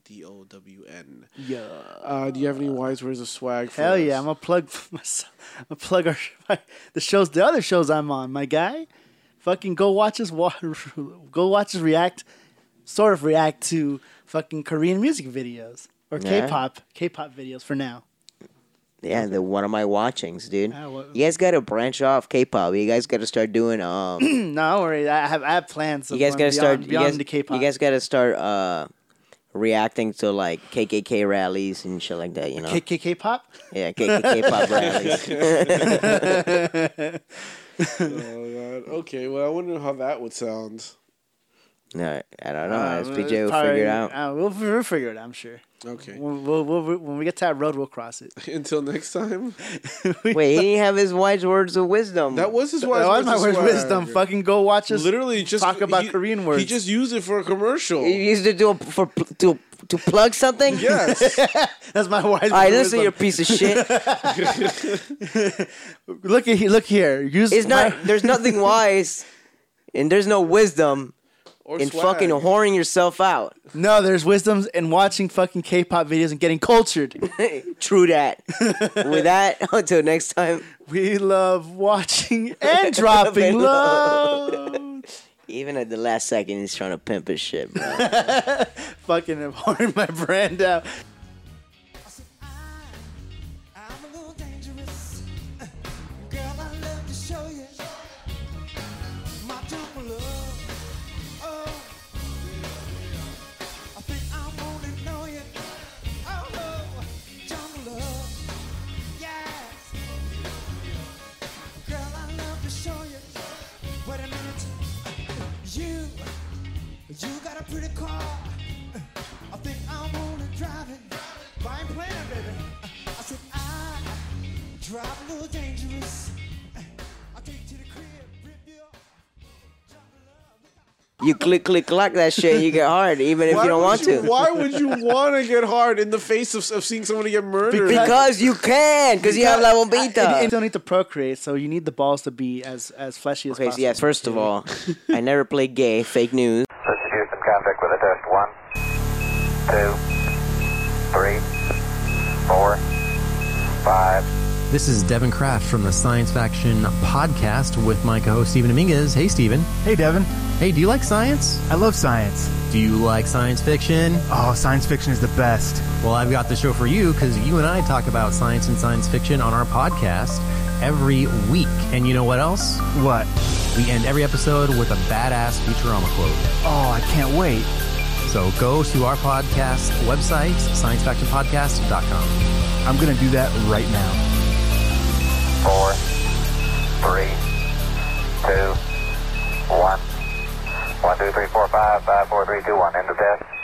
[SPEAKER 3] D-U-M-B-E-D-D-O-W-N.
[SPEAKER 5] Yeah.
[SPEAKER 3] Uh, do you have any wise words of swag for
[SPEAKER 5] Hell
[SPEAKER 3] us?
[SPEAKER 5] yeah! I'm gonna plug myself. I'm gonna plug our my, the shows, the other shows I'm on. My guy, fucking go watch us. Wa- go watch us react, sort of react to fucking Korean music videos or
[SPEAKER 2] Yeah.
[SPEAKER 5] K-pop, K-pop videos for now.
[SPEAKER 2] Yeah, the one of my watchings, dude.
[SPEAKER 5] Ah, what-
[SPEAKER 2] You guys gotta branch off K-pop. You guys gotta start doing um. you
[SPEAKER 5] Hmm, no, don't worry. I have I have plans. of
[SPEAKER 2] guys
[SPEAKER 5] going
[SPEAKER 2] gotta start.
[SPEAKER 5] beyond,
[SPEAKER 2] You
[SPEAKER 5] beyond
[SPEAKER 2] guys,
[SPEAKER 5] the
[SPEAKER 2] you
[SPEAKER 5] K-pop.
[SPEAKER 2] guys gotta start uh, reacting to like KKK rallies and shit like that. You know.
[SPEAKER 5] KKK pop.
[SPEAKER 2] yeah, KKK pop rallies.
[SPEAKER 3] Oh, God. Okay, well, I wonder how that would sound.
[SPEAKER 2] No, I don't know.
[SPEAKER 5] Uh,
[SPEAKER 2] SPJ will
[SPEAKER 5] probably-
[SPEAKER 2] figure it out.
[SPEAKER 5] uh, we'll, we'll figure it out. I'm sure.
[SPEAKER 3] Okay.
[SPEAKER 5] We'll, we'll, we'll, when we get to that road, we'll cross it.
[SPEAKER 3] Until next time.
[SPEAKER 2] Wait, he didn't have his wise words of wisdom.
[SPEAKER 3] That was his wise
[SPEAKER 5] That was
[SPEAKER 3] words.
[SPEAKER 5] my
[SPEAKER 3] of
[SPEAKER 5] word
[SPEAKER 3] swag.
[SPEAKER 5] wisdom. Fucking go watch us.
[SPEAKER 3] Literally, just
[SPEAKER 5] talk about
[SPEAKER 3] he-
[SPEAKER 5] Korean words.
[SPEAKER 3] He just used it for a commercial.
[SPEAKER 2] you used to do it for to to plug something.
[SPEAKER 3] Yes.
[SPEAKER 5] That's my wise.
[SPEAKER 2] All right, listen, you
[SPEAKER 5] wisdom.
[SPEAKER 2] piece of shit.
[SPEAKER 5] Look at look here. Use
[SPEAKER 2] It's not.
[SPEAKER 5] my-
[SPEAKER 2] There's nothing wise, and there's no wisdom
[SPEAKER 3] Or
[SPEAKER 2] in
[SPEAKER 3] swag.
[SPEAKER 2] fucking whoring yourself out.
[SPEAKER 5] no. There's wisdoms in watching fucking K-pop videos and getting cultured.
[SPEAKER 2] True that. With that, until next time.
[SPEAKER 5] we love watching and dropping love.
[SPEAKER 2] Even at the last second, he's trying to pimp his shit, bro.
[SPEAKER 5] fucking pouring my brand out.
[SPEAKER 6] I'm a little dangerous. Girl, I love to show you my true love. Oh, I think I wanna know you. Oh, jungle love. Yes. Girl, I love to show you. Wait a minute. You, you got a pretty car. I think I'm only driving, but I ain't playing it, baby. I said I drive a little dangerous. eh, I take you to the crib, rip you off, drop love.
[SPEAKER 2] You click, click, clack that shit, you get hard, even if
[SPEAKER 3] Why
[SPEAKER 2] you don't
[SPEAKER 3] would
[SPEAKER 2] want to.
[SPEAKER 3] Why would you want to get hard in the face of, of seeing somebody get murdered?
[SPEAKER 2] Because you can, because you have la
[SPEAKER 5] And, you
[SPEAKER 2] bombita.
[SPEAKER 5] don't need to procreate, so you need the balls to be as as fleshy as
[SPEAKER 2] Okay, so
[SPEAKER 5] possible.
[SPEAKER 2] yeah, first of all, I never played gay, fake news.
[SPEAKER 7] This is Houston contact with a test. One, two, three, four, five.
[SPEAKER 8] This is Devin Kraft from the Science Faction podcast with my co host, Stephen Dominguez. Hey, Stephen.
[SPEAKER 9] Hey, Devin.
[SPEAKER 8] Hey, do you like science?
[SPEAKER 9] I love science.
[SPEAKER 8] Do you like science fiction?
[SPEAKER 9] Oh, science fiction is the best.
[SPEAKER 8] Well, I've got the show for you because you and I talk about science and science fiction on our podcast every week. And you know what else?
[SPEAKER 9] What?
[SPEAKER 8] We end every episode with a badass Futurama quote.
[SPEAKER 9] Oh, I can't wait.
[SPEAKER 8] So go to our podcast website, sciencefactionpodcast.com.
[SPEAKER 9] I'm going to do that right now.
[SPEAKER 7] Four, three, two, one. One, two, three, four, five, five, four, three, two, one. End of test.